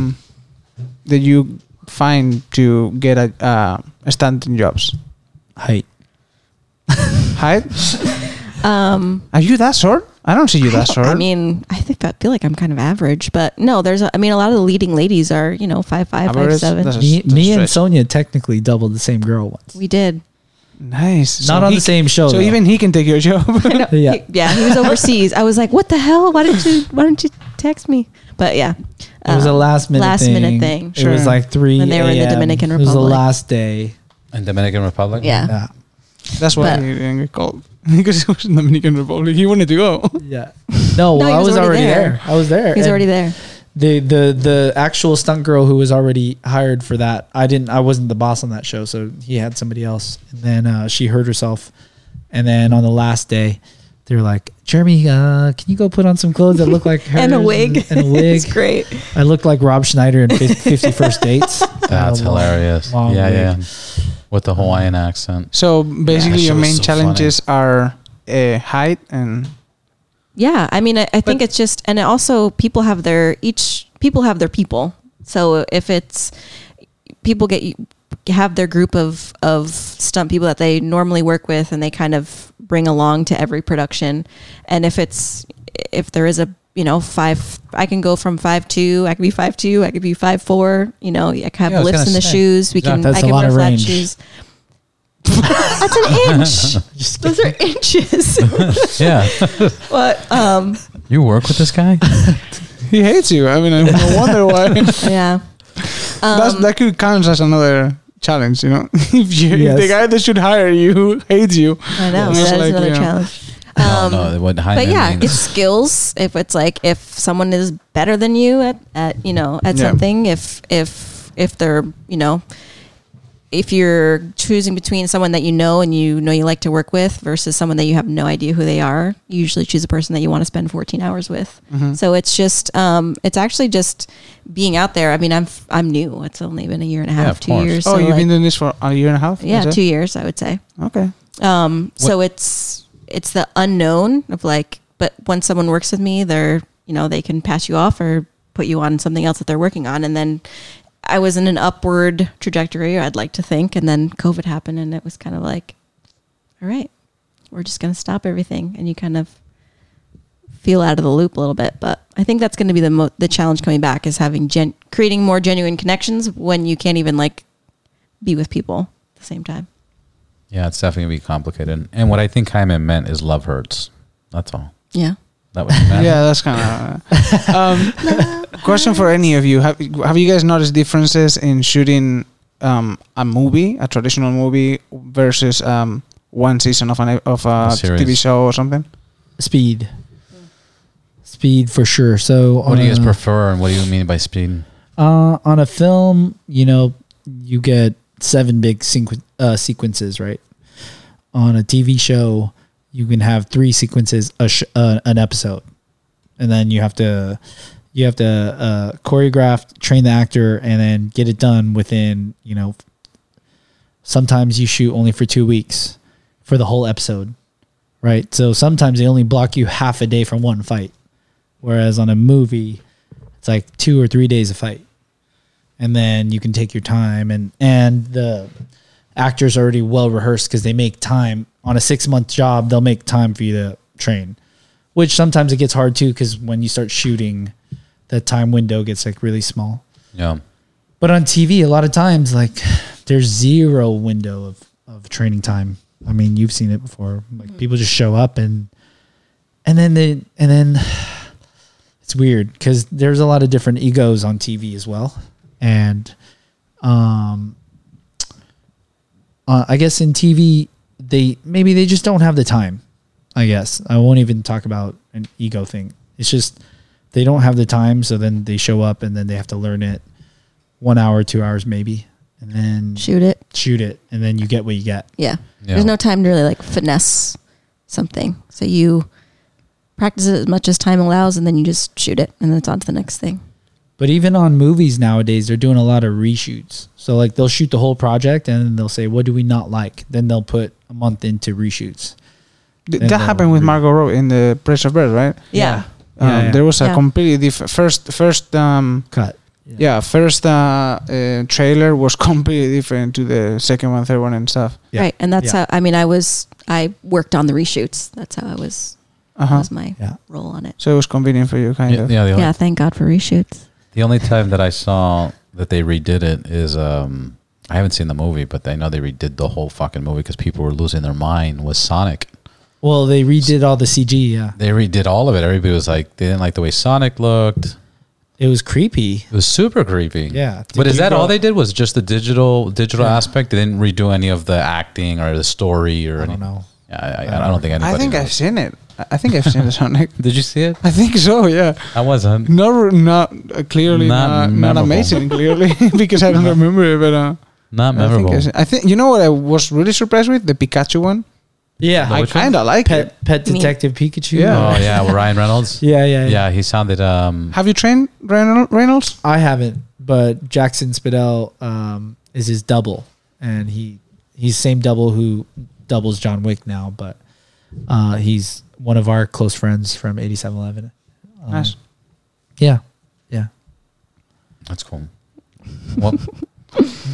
that you find to get a uh, a standing jobs?
height.
Height?
Um,
Are you that short? I don't see you that
I don't-
short.
I mean, I think I feel like I'm kind of average, but no, there's. A, I mean, a lot of the leading ladies are you know five five five
Average?
seven.
That's a-
Me,
that's
me
stretch.
and Sonia technically doubled the same girl once.
We did.
nice.
not on
he
the same show.
So
though.
even he can take your job.
yeah.
He- yeah, he was overseas. I was like, what the hell? Why didn't you? Why didn't you text me? But yeah,
It was a
um,
last minute
last
thing.
minute thing.
It was
Sure.
like 3
When they were in the
a.m..
Dominican
It was the
Republic.
last day.
In Dominican Republic?
Yeah.
Yeah.
That's why
But-
he didn't get called because he was in Dominican Republic. He wanted to go.
Yeah. No, well,
he
I
was
was
already
already there.
there.
I was there.
he's
And-
already there.
the the the actual stunt girl who was already hired for that i didn't i wasn't the boss on that show so he had somebody else and then uh, she hurt herself and then on the last day they were like jeremy uh, can you go put on some clothes that look like her
And a wig.
and, a
It's
wig
great.
i looked like rob schneider in Fif- 51st dates
That's
Uh, long-
hilarious.
long
yeah,
wig.
yeah. With the Hawaiian accent.
So basically,
that
your
shit was
main
so
challenges are uh, height and
Yeah, I mean, I, I think it's just, and it also people have their each people have their people. So if it's people get have their group of of stunt people that they normally work with, and they kind of bring along to every production. And if it's if there is a you know five, I can go from five two, I could be five two, I could be five four. You know, I can have
Yeah, I was
lifts
gonna
in the
say.
shoes. We can I
That's a
can
lot
wear
of
flat
range.
shoes. That's an inch.
Just
Those are inches.
Yeah.
but um,
you work with this guy?
he hates you. I mean, I no wonder why.
yeah. Um,
That's, that could count as another challenge, you know. if, you, if the
Yes.
guy that should hire you hates you,
I know.
Yes.
That is
Like,
another
yeah.
challenge.
no,
Um,
no, it wouldn't hide
but
him
yeah,
either.
it's skills. If it's like if someone is better than you at, at you know at
Yeah.
something, if if if they're you know if you're choosing between someone that you know and you know you like to work with versus someone that you have no idea who they are, you usually choose a person that you want to spend 14 hours with.
Mm-hmm.
So it's just um, it's actually just being out there. I mean, I'm f- I'm new. It's only been a year and a
Yeah,
half,
of
two
course.
years.
oh,
so
you've
like,
been doing this for a year and a half.
yeah,
Is
two
it?
years, I would say.
Okay.
Um, so it's it's the unknown of like, but when someone works with me, they're you know they can pass you off or put you on something else that they're working on, and then I was in an upward trajectory, or I'd like to think, and then COVID happened, and it was kind of like, all right, we're just gonna stop everything, and you kind of feel out of the loop a little bit. But I think that's going to be the mo- the challenge coming back is having gen- creating more genuine connections when you can't even like be with people at the same time.
yeah, it's definitely going to be complicated. And what I think Jaime meant is love hurts. That's all.
Yeah.
That was meant.
Yeah, that's kind of. Um, question for any of you: Have Have you guys noticed differences in shooting um, a movie, a traditional movie, versus um, one season of an of a,
A series.
TV show or something?
speed speed for sure so
What do you guys
Um,
uh,
prefer and what do you mean by speed?
Uh, on a film, you know, you get seven big sequ- uh, sequences, right? On a TV show, you can have three sequences a sh- uh, an episode, and then you have to you have to uh, choreograph, train the actor, and then get it done within you know. Sometimes you shoot only for two weeks for the whole episode, right? So sometimes they only block you half a day from one fight. Whereas on a movie, it's like two or three days of fight, and then you can take your time and and the actors are already well rehearsed because they make time on a six month job. They'll make time for you to train, which sometimes it gets hard too because when you start shooting, that time window gets like really small.
Yeah.
But on TV, a lot of times, like there's zero window of, of training time. I mean, you've seen it before. Like people just show up and and then they and then it's weird because there's a lot of different egos on TV as well, and um, uh, I guess in TV they maybe they just don't have the time. I guess I won't even talk about an ego thing. It's just they don't have the time, so then they show up and then they have to learn it one hour, two hours maybe, and then
Shoot it.
shoot it, and then you get what you get.
Yeah.
Yeah.
There's no time to really like finesse something. So you practice it as much as time allows and then you just shoot it and then it's on to the next thing.
But even on movies nowadays, they're doing a lot of reshoots. So like they'll shoot the whole project and then they'll say, "What do we not like?" Then they'll put a month into reshoots.
Th-
And
that
the
happened with
re-
Margot Robbie in the Prince of Birds, right?
Yeah.
Um,
Yeah, yeah.
There was a
Yeah.
completely different first first um
Cut.
yeah, first uh, uh trailer was completely different to the second one, third one, and stuff.
Yeah.
Right. And that's
Yeah.
how I mean I was I worked on the reshoots. That's how I was
Uh huh.
was my
Yeah.
role on it.
So it was convenient for you, kind
Yeah,
of.
yeah, the, only,
Yeah, thank God for reshoots.
the only time that I saw that they redid it is um, I haven't seen the movie, but I know they redid the whole fucking movie because people were losing their mind with Sonic.
Well, they redid all the CG. Yeah,
They redid all of it. Everybody was like, they didn't like the way Sonic looked.
it was creepy.
It was super creepy.
Yeah.
But is
You
that
brought-
all they did? Was just the digital digital
Yeah.
aspect? They didn't redo any of the acting or the story or
I
anything.
don't know.
Yeah, I, I, I don't think anybody.
I think I've
knows.
seen it. I- I think I've seen the Sonic.
Did you see it?
I think so. Yeah.
I wasn't.
Not r- not uh, clearly
Not
not not,
memorable.
amazing clearly because I don't remember it. But uh,
Not
I think
memorable.
I, se- I think you know what I was really surprised with the Pikachu one.
Yeah,
The
I
which one?
kind of like it.
pet pet
Me.
detective Pikachu.
Yeah.
Oh yeah, well, Ryan Reynolds.
yeah, yeah, yeah.
Yeah, he sounded. Um,
Have you trained Reynol- Reynolds?
I haven't, but Jackson Spidel um, is his double, and he he's same double who doubles John Wick now, but uh, he's one of our close friends from 8711.
Oh.
Um,
Nice.
Yeah, yeah.
that's cool. Well,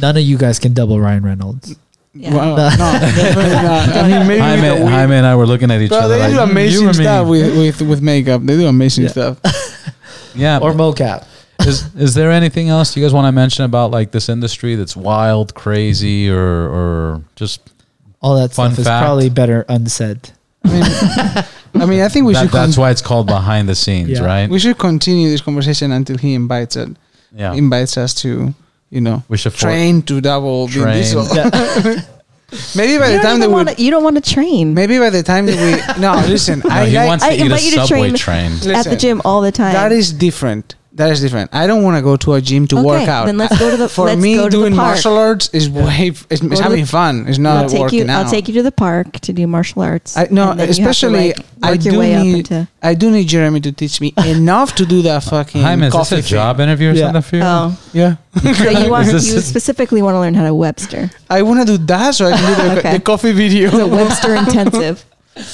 None of you guys can double Ryan Reynolds.
Yeah.
Wow. no, definitely not. I mean, maybe
Jaime,
with a wig.
Jaime and I were looking at each
Bro,
other.
they
like,
do
"You
amazing
or me?"
stuff with, with, with makeup. They do amazing
Yeah.
stuff.
Yeah.
Or mocap.
is is there anything else you guys want to mention about like this industry that's wild, crazy, or or just
All that
Fun
stuff
fact.
is probably better unsaid.
I mean, I mean, I think we
that,
should
that's
con-
why it's called behind the scenes,
Yeah.
right?
we should continue this conversation until he invites it
yeah.
invites us to you know
we should for-
train to double Vin
Train.
Diesel.
Yeah.
maybe by
You
the
don't,
time that
even
we
wanna, you don't want to train
maybe by the time that we no listen
No,
I
he
like,
wants
I
to eat a
invite you to
subway
train-
train.
at the
listen,
gym all the time.
That is different. That is different. I don't want to go to a gym to
Okay,
work out.
then let's go to the-
for
let's
me
go to the
doing
park.
martial arts is way it's, it's
to the-
having fun. It's
I'll
not
take
working
you.
out.
I'll take you to the park to do martial arts.
I, no,
and then you have to,
especially
like,
I
work your
do
way up
need
into-
I do need Jeremy to teach me enough to do that fucking
Jaime, is this
coffee Um,
a
thing.
job interview or
Yeah.
something for you?
Oh,
Yeah,
so you want you
this-
specifically want to learn how to Webster?
I want to do that so I can do the,
Okay.
the coffee video.
It's a Webster intensive.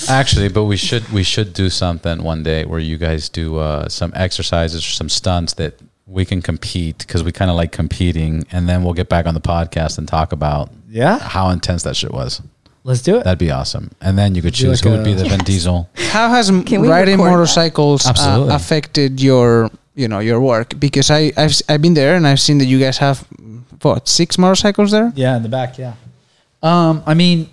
Actually, but we should we should do something one day where you guys do uh, some exercises or some stunts that we can compete because we kind of like competing, and then we'll get back on the podcast and talk about
yeah.
how intense that shit was.
Let's do it.
That'd be awesome, and then you could
Do
choose
like
who would be
a-
the Vin Diesel.
How has m-
Can we
riding
record that?
motorcycles uh,
Absolutely.
affected your you know your work? Because I I've, s- I've been there and I've seen that you guys have what six motorcycles there.
Yeah, in the back. Yeah. Um, I mean,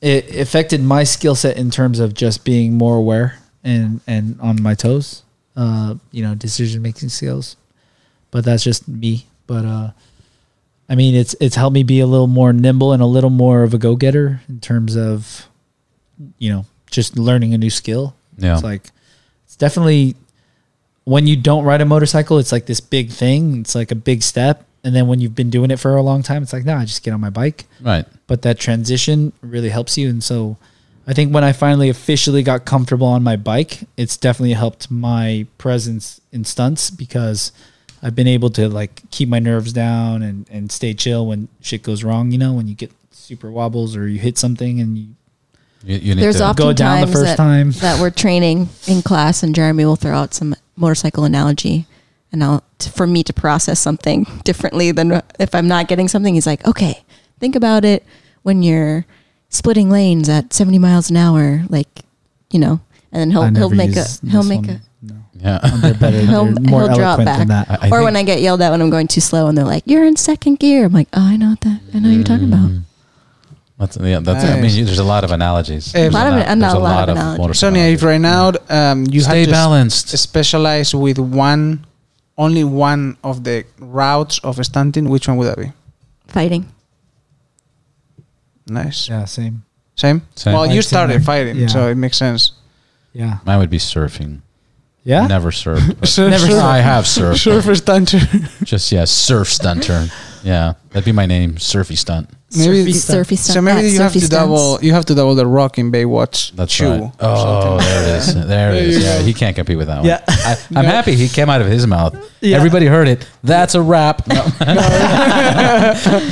it affected my skill set in terms of just being more aware and and on my toes. Uh, you know, decision making skills. But that's just me. But uh, I mean, it's it's helped me be a little more nimble and a little more of a go getter in terms of, you know, just learning a new skill.
Yeah,
It's like it's definitely when you don't ride a motorcycle, it's like this big thing. It's like a big step. And then when you've been doing it for a long time, it's like, nah, I just get on my bike.
right.
But that transition really helps you. And so I think when I finally officially got comfortable on my bike, it's definitely helped my presence in stunts because I've been able to like keep my nerves down and, and stay chill when shit goes wrong, you know, when you get super wobbles or you hit something and you
You, you need
There's
to.
go down the
oftentimes
first
that,
time.
that we're training in class, and Jeremy will throw out some motorcycle analogy, and I'll t- for me to process something differently than if I'm not getting something. He's like, okay, think about it when you're splitting lanes at 70 miles an hour, like you know, and then he'll he'll make a he'll make a
Yeah.
They're better.
He'll-
they're more
he'll draw it
eloquent than
back.
that.
I- I
or
think-
when I get yelled at when I'm going too slow and they're like, "You're in second gear," I'm like, "Oh, I know what that. I know what you're talking about."
Mm. That's yeah. That's I
Nice.
mean, there's a lot of analogies.
A
There's
lot of-
there's
not a lot of analogies.
motorcycle
Sonia, if right now um, you
stay
had to
balanced.
s- specialize with one, only one of the routes of stunting, which one would that be?
Fighting.
Nice.
Yeah, same.
Same?
Same.
Well, you
Fighting,
started
like-
fighting,
yeah.
so it makes sense.
Yeah.
Mine would be surfing.
Yeah.
Never surfed. but-
Surf- Never surf.
I have surfed.
Surfer stunter.
Just yeah, surf stunter. Yeah, that'd be my name, surfy stunt.
maybe
Surfy
Surfy stunt.
so. Maybe
that
you have to
surfy stunts.
double. You have to double the rock in Baywatch.
That's
shoe
right.
or
Oh,
something.
there it is. There it is. Yeah, he can't compete with that one.
Yeah.
I, I'm happy he came out of his mouth.
Yeah.
Everybody heard it. That's a wrap. No.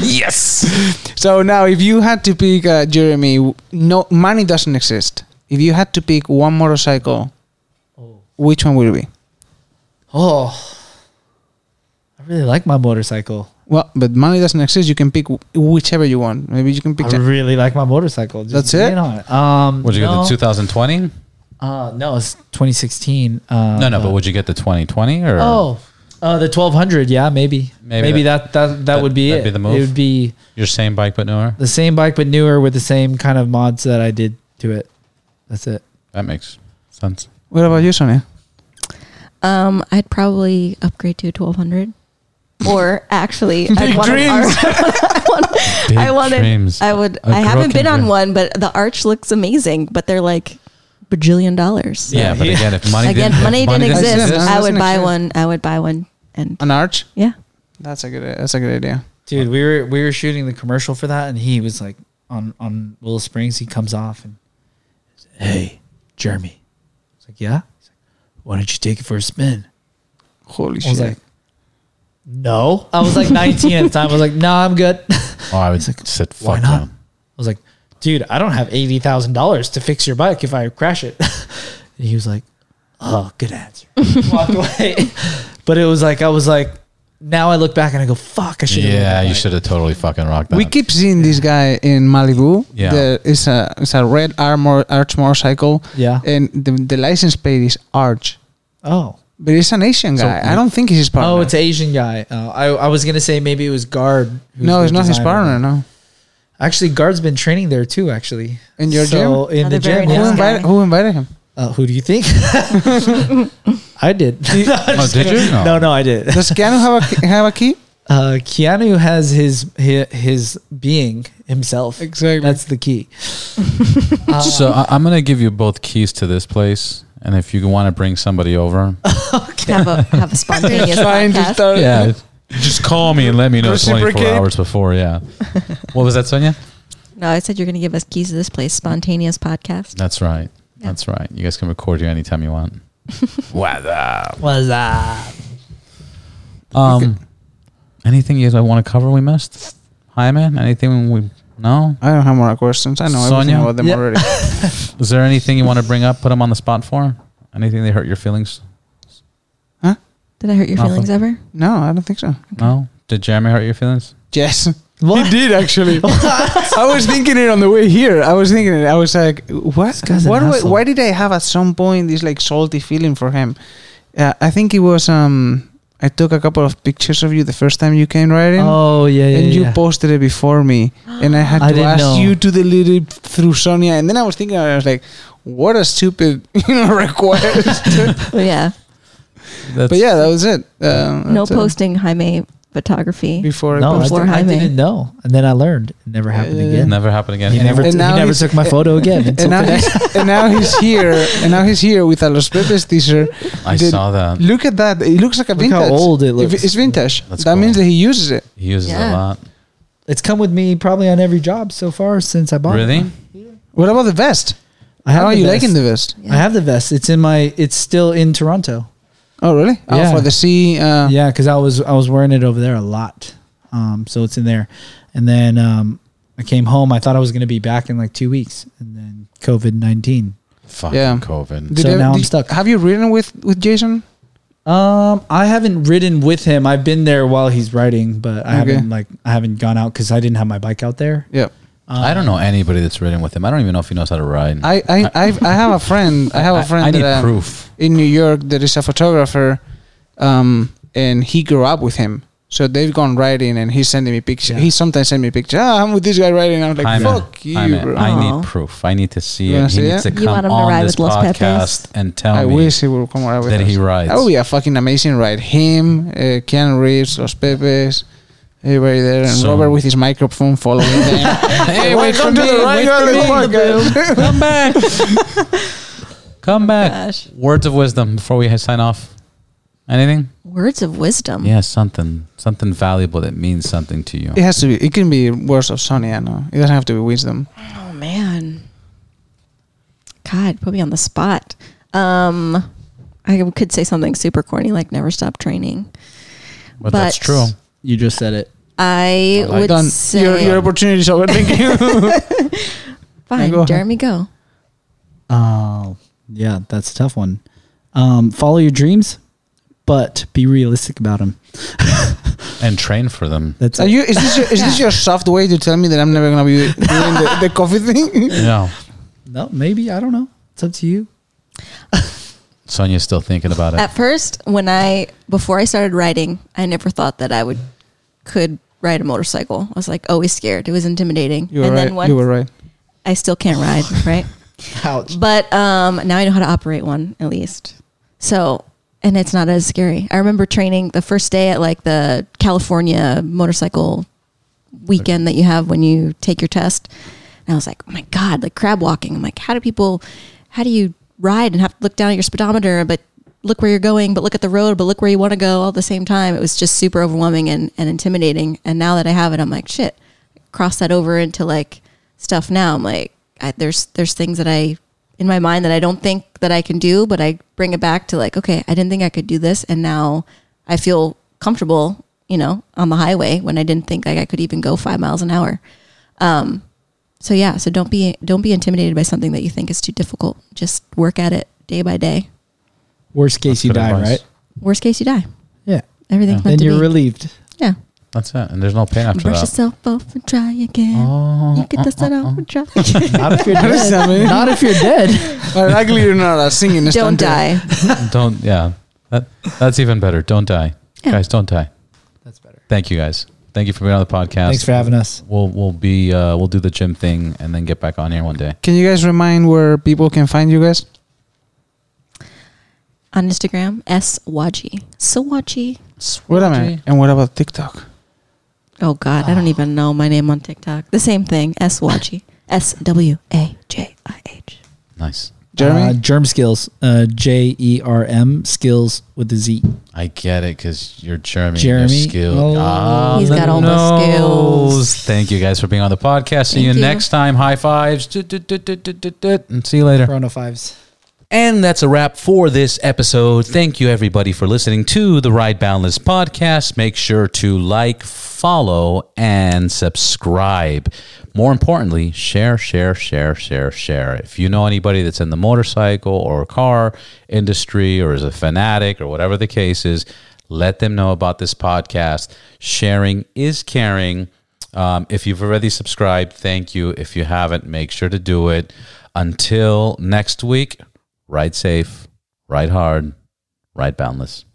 yes.
So now, if you had to pick, uh, Jeremy, w- no money doesn't exist. If you had to pick one motorcycle, which one would it be?
Oh. I really like my motorcycle.
Well, but money doesn't exist. You can pick wh- whichever you want. Maybe you can pick.
I
a-
really like my motorcycle. Just
That's it?
being on it. Um,
Would you
no,
get the 2020?
Uh, no, it's 2016. Uh,
No, no.
Uh-huh.
But would you get the 2020 or?
Oh, uh, the 1200. Yeah, maybe.
Maybe
Maybe, that, that, that
that-
would be
that'd
it.
be the move.
It would be
Your same bike but newer.
the same bike but newer with the same kind of mods that I did to it. That's it.
That makes sense.
What about you, Sonia?
Um, I'd probably upgrade to a 1200. Or actually, I'd
Big
want an
dreams.
arch- I want-
Big
I wanted.
dreams.
I would.
A
I haven't been
broken
on
dream.
one, but the arch looks amazing. But they're like bajillion dollars.
Yeah, but again, if money
Again,
didn't, if
money, didn't exist.
exist,
I would
doesn't
buy
exist.
one. I would buy one, and
An arch?
yeah,
That's a good. That's a good idea.
Dude, we were we were shooting the commercial for that, and he was like on on Willow Springs. He comes off and, hey, Jeremy. It's like, yeah. He's like, why don't you take it for a spin?
Holy
I
shit!
was like, no. I was like 19 at the time. I was like, no, I'm good. I
Oh, I would
It's like,
sit
why
fuck
not?
down.
was like, dude, I don't have eighty thousand dollars to fix your bike if I crash it. and he was like, oh, good answer. Walked away. But it was like I was like, now I look back and I go, fuck, I should.
Yeah, you should have totally fucking rocked that.
We keep seeing this guy in Malibu.
Yeah.
There is a it's a red armor arch motorcycle,
Yeah.
and the, the license plate is Arch,
Oh.
but it's an Asian
So-
guy. I don't think he's his partner.
Oh, it's Asian guy. Uh, I I was gonna say maybe it was Guard. who's
no,
the
it's not his partner.
designer.
No.
Actually, Guard's been training there too. Actually,
In your
So, In
Another
the
very
gym.
nice Yeah. guy.
Who
yeah.
invited? Who invited him?
Uh, who do you think? I did. no, I'm
Oh,
just
did
kidding.
you? No.
No, no, I did.
Does Keanu have a key- have a key?
Uh, Keanu has his, his his being himself.
Exactly.
That's the key.
So I, I'm gonna give you both keys to this place, and if you want to bring somebody over,
have a have a spontaneous
Trying to
podcast.
start.
yeah, just call me and let me know 24
Reciprocate.
hours before. Yeah. What was that, Sonia?
No, I said you're going to give us keys to this place. Spontaneous podcast.
That's right.
Yeah.
That's right. You guys can record here anytime you want. what up?
Was uh,
Um, anything you guys want to cover we missed? Hi, man. Anything we no?
I don't have more questions. I know everything
Sonia?
about them
Yeah.
already.
Is there anything you want to bring up? Put them on the spot for? Anything they hurt your feelings?
Did I hurt your
Nothing.
feelings ever?
No, I don't think so.
No. Did Jeremy hurt your feelings?
Yes,
what?
he did actually. I was thinking it on the way here. I was thinking it. I was like, what?
This guy's an
What? do I-
asshole.
why did I have at some point this like salty feeling for him? Uh, I think it was. Um, I took a couple of pictures of you the first time you came riding.
Oh yeah, yeah.
and you
yeah.
posted it before me, and I had
I
to
didn't
ask
know.
you to delete it through Sonia. And then I was thinking, I was like, "What a stupid you know, request!"
Oh, yeah.
That's,
but yeah, that was it. Uh,
no
that's it.
posting Jaime photography.
before.
no,
I
I,
posted.
before
didn't- I
Jaime.
didn't know, and then I learned. It never happened
Yeah, yeah,
again.
Never happened again.
He
And
never,
And
t- he
now
never
he's-
took my photo again. until
and now,
today.
he's, and now he's here, and now he's here with a Los Pepes t-shirt.
I
Did-
saw that.
Look at that! It looks like a
Look
vintage.
how old it
If
looks.
It's vintage.
That's
that
cool.
means that he uses it.
He uses a
Yeah.
lot.
it's come with me probably on every job so far since I bought. it.
Really?
What about the vest?
I have
How are
the
you
vest.
liking the vest?
I have the vest. It's in my. It's still in Toronto.
Oh, really?
Yeah.
Oh, for the sea. Uh,
yeah, because I was I was wearing it over there a lot, um, so it's in there. And then um, I came home. I thought I was going to be back in like two weeks, and then COVID nineteen.
Fucking
Yeah.
COVID.
So now I'm
did-
stuck.
Have you ridden with with Jason?
Um, I haven't ridden with him. I've been there while he's riding, but I
Okay.
haven't like I haven't gone out because I didn't have my bike out there. Um,
Yeah.
I don't know anybody that's ridden with him. I don't even know if he knows how to ride.
I I I've, I have a friend. I have a friend
I, need
that um,
proof.
in New York that is a photographer, um, and he grew up with him. So they've gone riding, and he's sending me pictures.
Yeah.
He sometimes send me pictures. Ah, I'm with this guy riding. I'm like,
I'm a-
fuck you,
I'm a-
bro.
I
Aw.
need proof. I need to see
You
it.
wanna
He
see
needs
it?
to
Oh. You
come
want him to
on
ride
this
with Los Pepes?
podcast and tell
I
me
wish he would come ride with
that
us.
he rides.
That would be a fucking amazing ride. Him, uh, Keanu Reeves, Los Pepes, everybody there, and
So-
Robert with his microphone following them.
hey, wait for
welcome
me.
to the
wait for
Ride With
me.
Us podcast.
Come back. Come back.
Gosh.
Words of wisdom before we sign off. Anything?
Words of wisdom.
Um,
Yeah, something. Something valuable that means something to you.
It has to be. It can be words of Sonia. No, it doesn't have to be wisdom.
Oh man. God, put me on the spot. Um I could say something super corny like never stop training.
But, that's
But-
true.
You just said it.
I
I like
would
Done.
say
Your your opportunity is over. Thank you.
fine,
go ahead.
Jeremy go.
Oh, yeah, that's a tough one. Um, follow your dreams, but be realistic about them.
And train for them.
That's
Are
it.
you? Is this your, is this your soft way to tell me that I'm never gonna be doing the, the coffee thing?
Yeah.
no, maybe I don't know. It's up to you.
Sonia's still thinking about it.
At first, when I before I started riding, I never thought that I would could ride a motorcycle. I was like always scared. It was intimidating.
You were
and
right.
then once
you were right.
I still can't ride, right?
Ouch.
But um, now I know how to operate one at least. So, and it's not as scary. I remember training the first day at like the California motorcycle weekend that you have when you take your test. And I was like, oh my God, like crab walking. I'm like, how do people, how do you ride and have to look down at your speedometer, but look where you're going, but look at the road, but look where you want to go all at the same time? It was just super overwhelming and, and intimidating. And now that I have it, I'm like, shit, cross that over into like stuff now. I'm like, I, there's, there's things that I, in my mind that I don't think that I can do, but I bring it back to like, okay, I didn't think I could do this. And now I feel comfortable, you know, on the highway when I didn't think like I could even go five miles an hour. Um, so yeah, so don't be don't be intimidated by something that you think is too difficult. Just work at it day by day.
Worst case,
That's
you
good
die,
advice.
right?
Worst case, you die.
Yeah.
Everything's meant
Then
to
you're
be.
relieved.
yeah.
That's it. And there's no pain after
Brush
that.
yourself off and try again.
Oh, uh.
you get the sun off and try.
Not if you're
does that
dead.
mean?
Not if you're dead.
But luckily, you're not a singing.
don't
stunt.
die.
don't. Yeah. That, that's even better. Don't die.
Yeah.
Guys, don't die.
That's better.
Thank you guys. Thank you for being on the podcast.
Thanks for having us.
We'll we'll be uh, we'll do the gym thing and then get back on here one day.
Can you guys remind where people can find you guys?
On Instagram, S Waji. So Waji.
Wait a minute. And what about TikTok?
Oh God, I don't even know my name on TikTok. The same thing. S Waji. S W A J I H.
Nice.
Uh,
Jeremy,
germ skills. Uh, J E R M skills with the Z.
I get it because you're Jeremy.
Jeremy?
You're skilled.
Oh.
Ah,
He's
the
got all the skills.
nose. Thank you guys for being on the podcast. See
Thank
you,
you.
next time. High fives. Dut, dut, dut, dut, dut, dut, dut. And see you later.
Corona fives.
And that's a wrap for this episode. Thank you, everybody, for listening to the Ride Boundless podcast. Make sure to like, follow, and subscribe. More importantly, share, share, share, share, share. If you know anybody that's in the motorcycle or car industry or is a fanatic or whatever the case is, let them know about this podcast. Sharing is caring. Um, if you've already subscribed, thank you. If you haven't, make sure to do it. Until next week, ride safe, ride hard, ride boundless.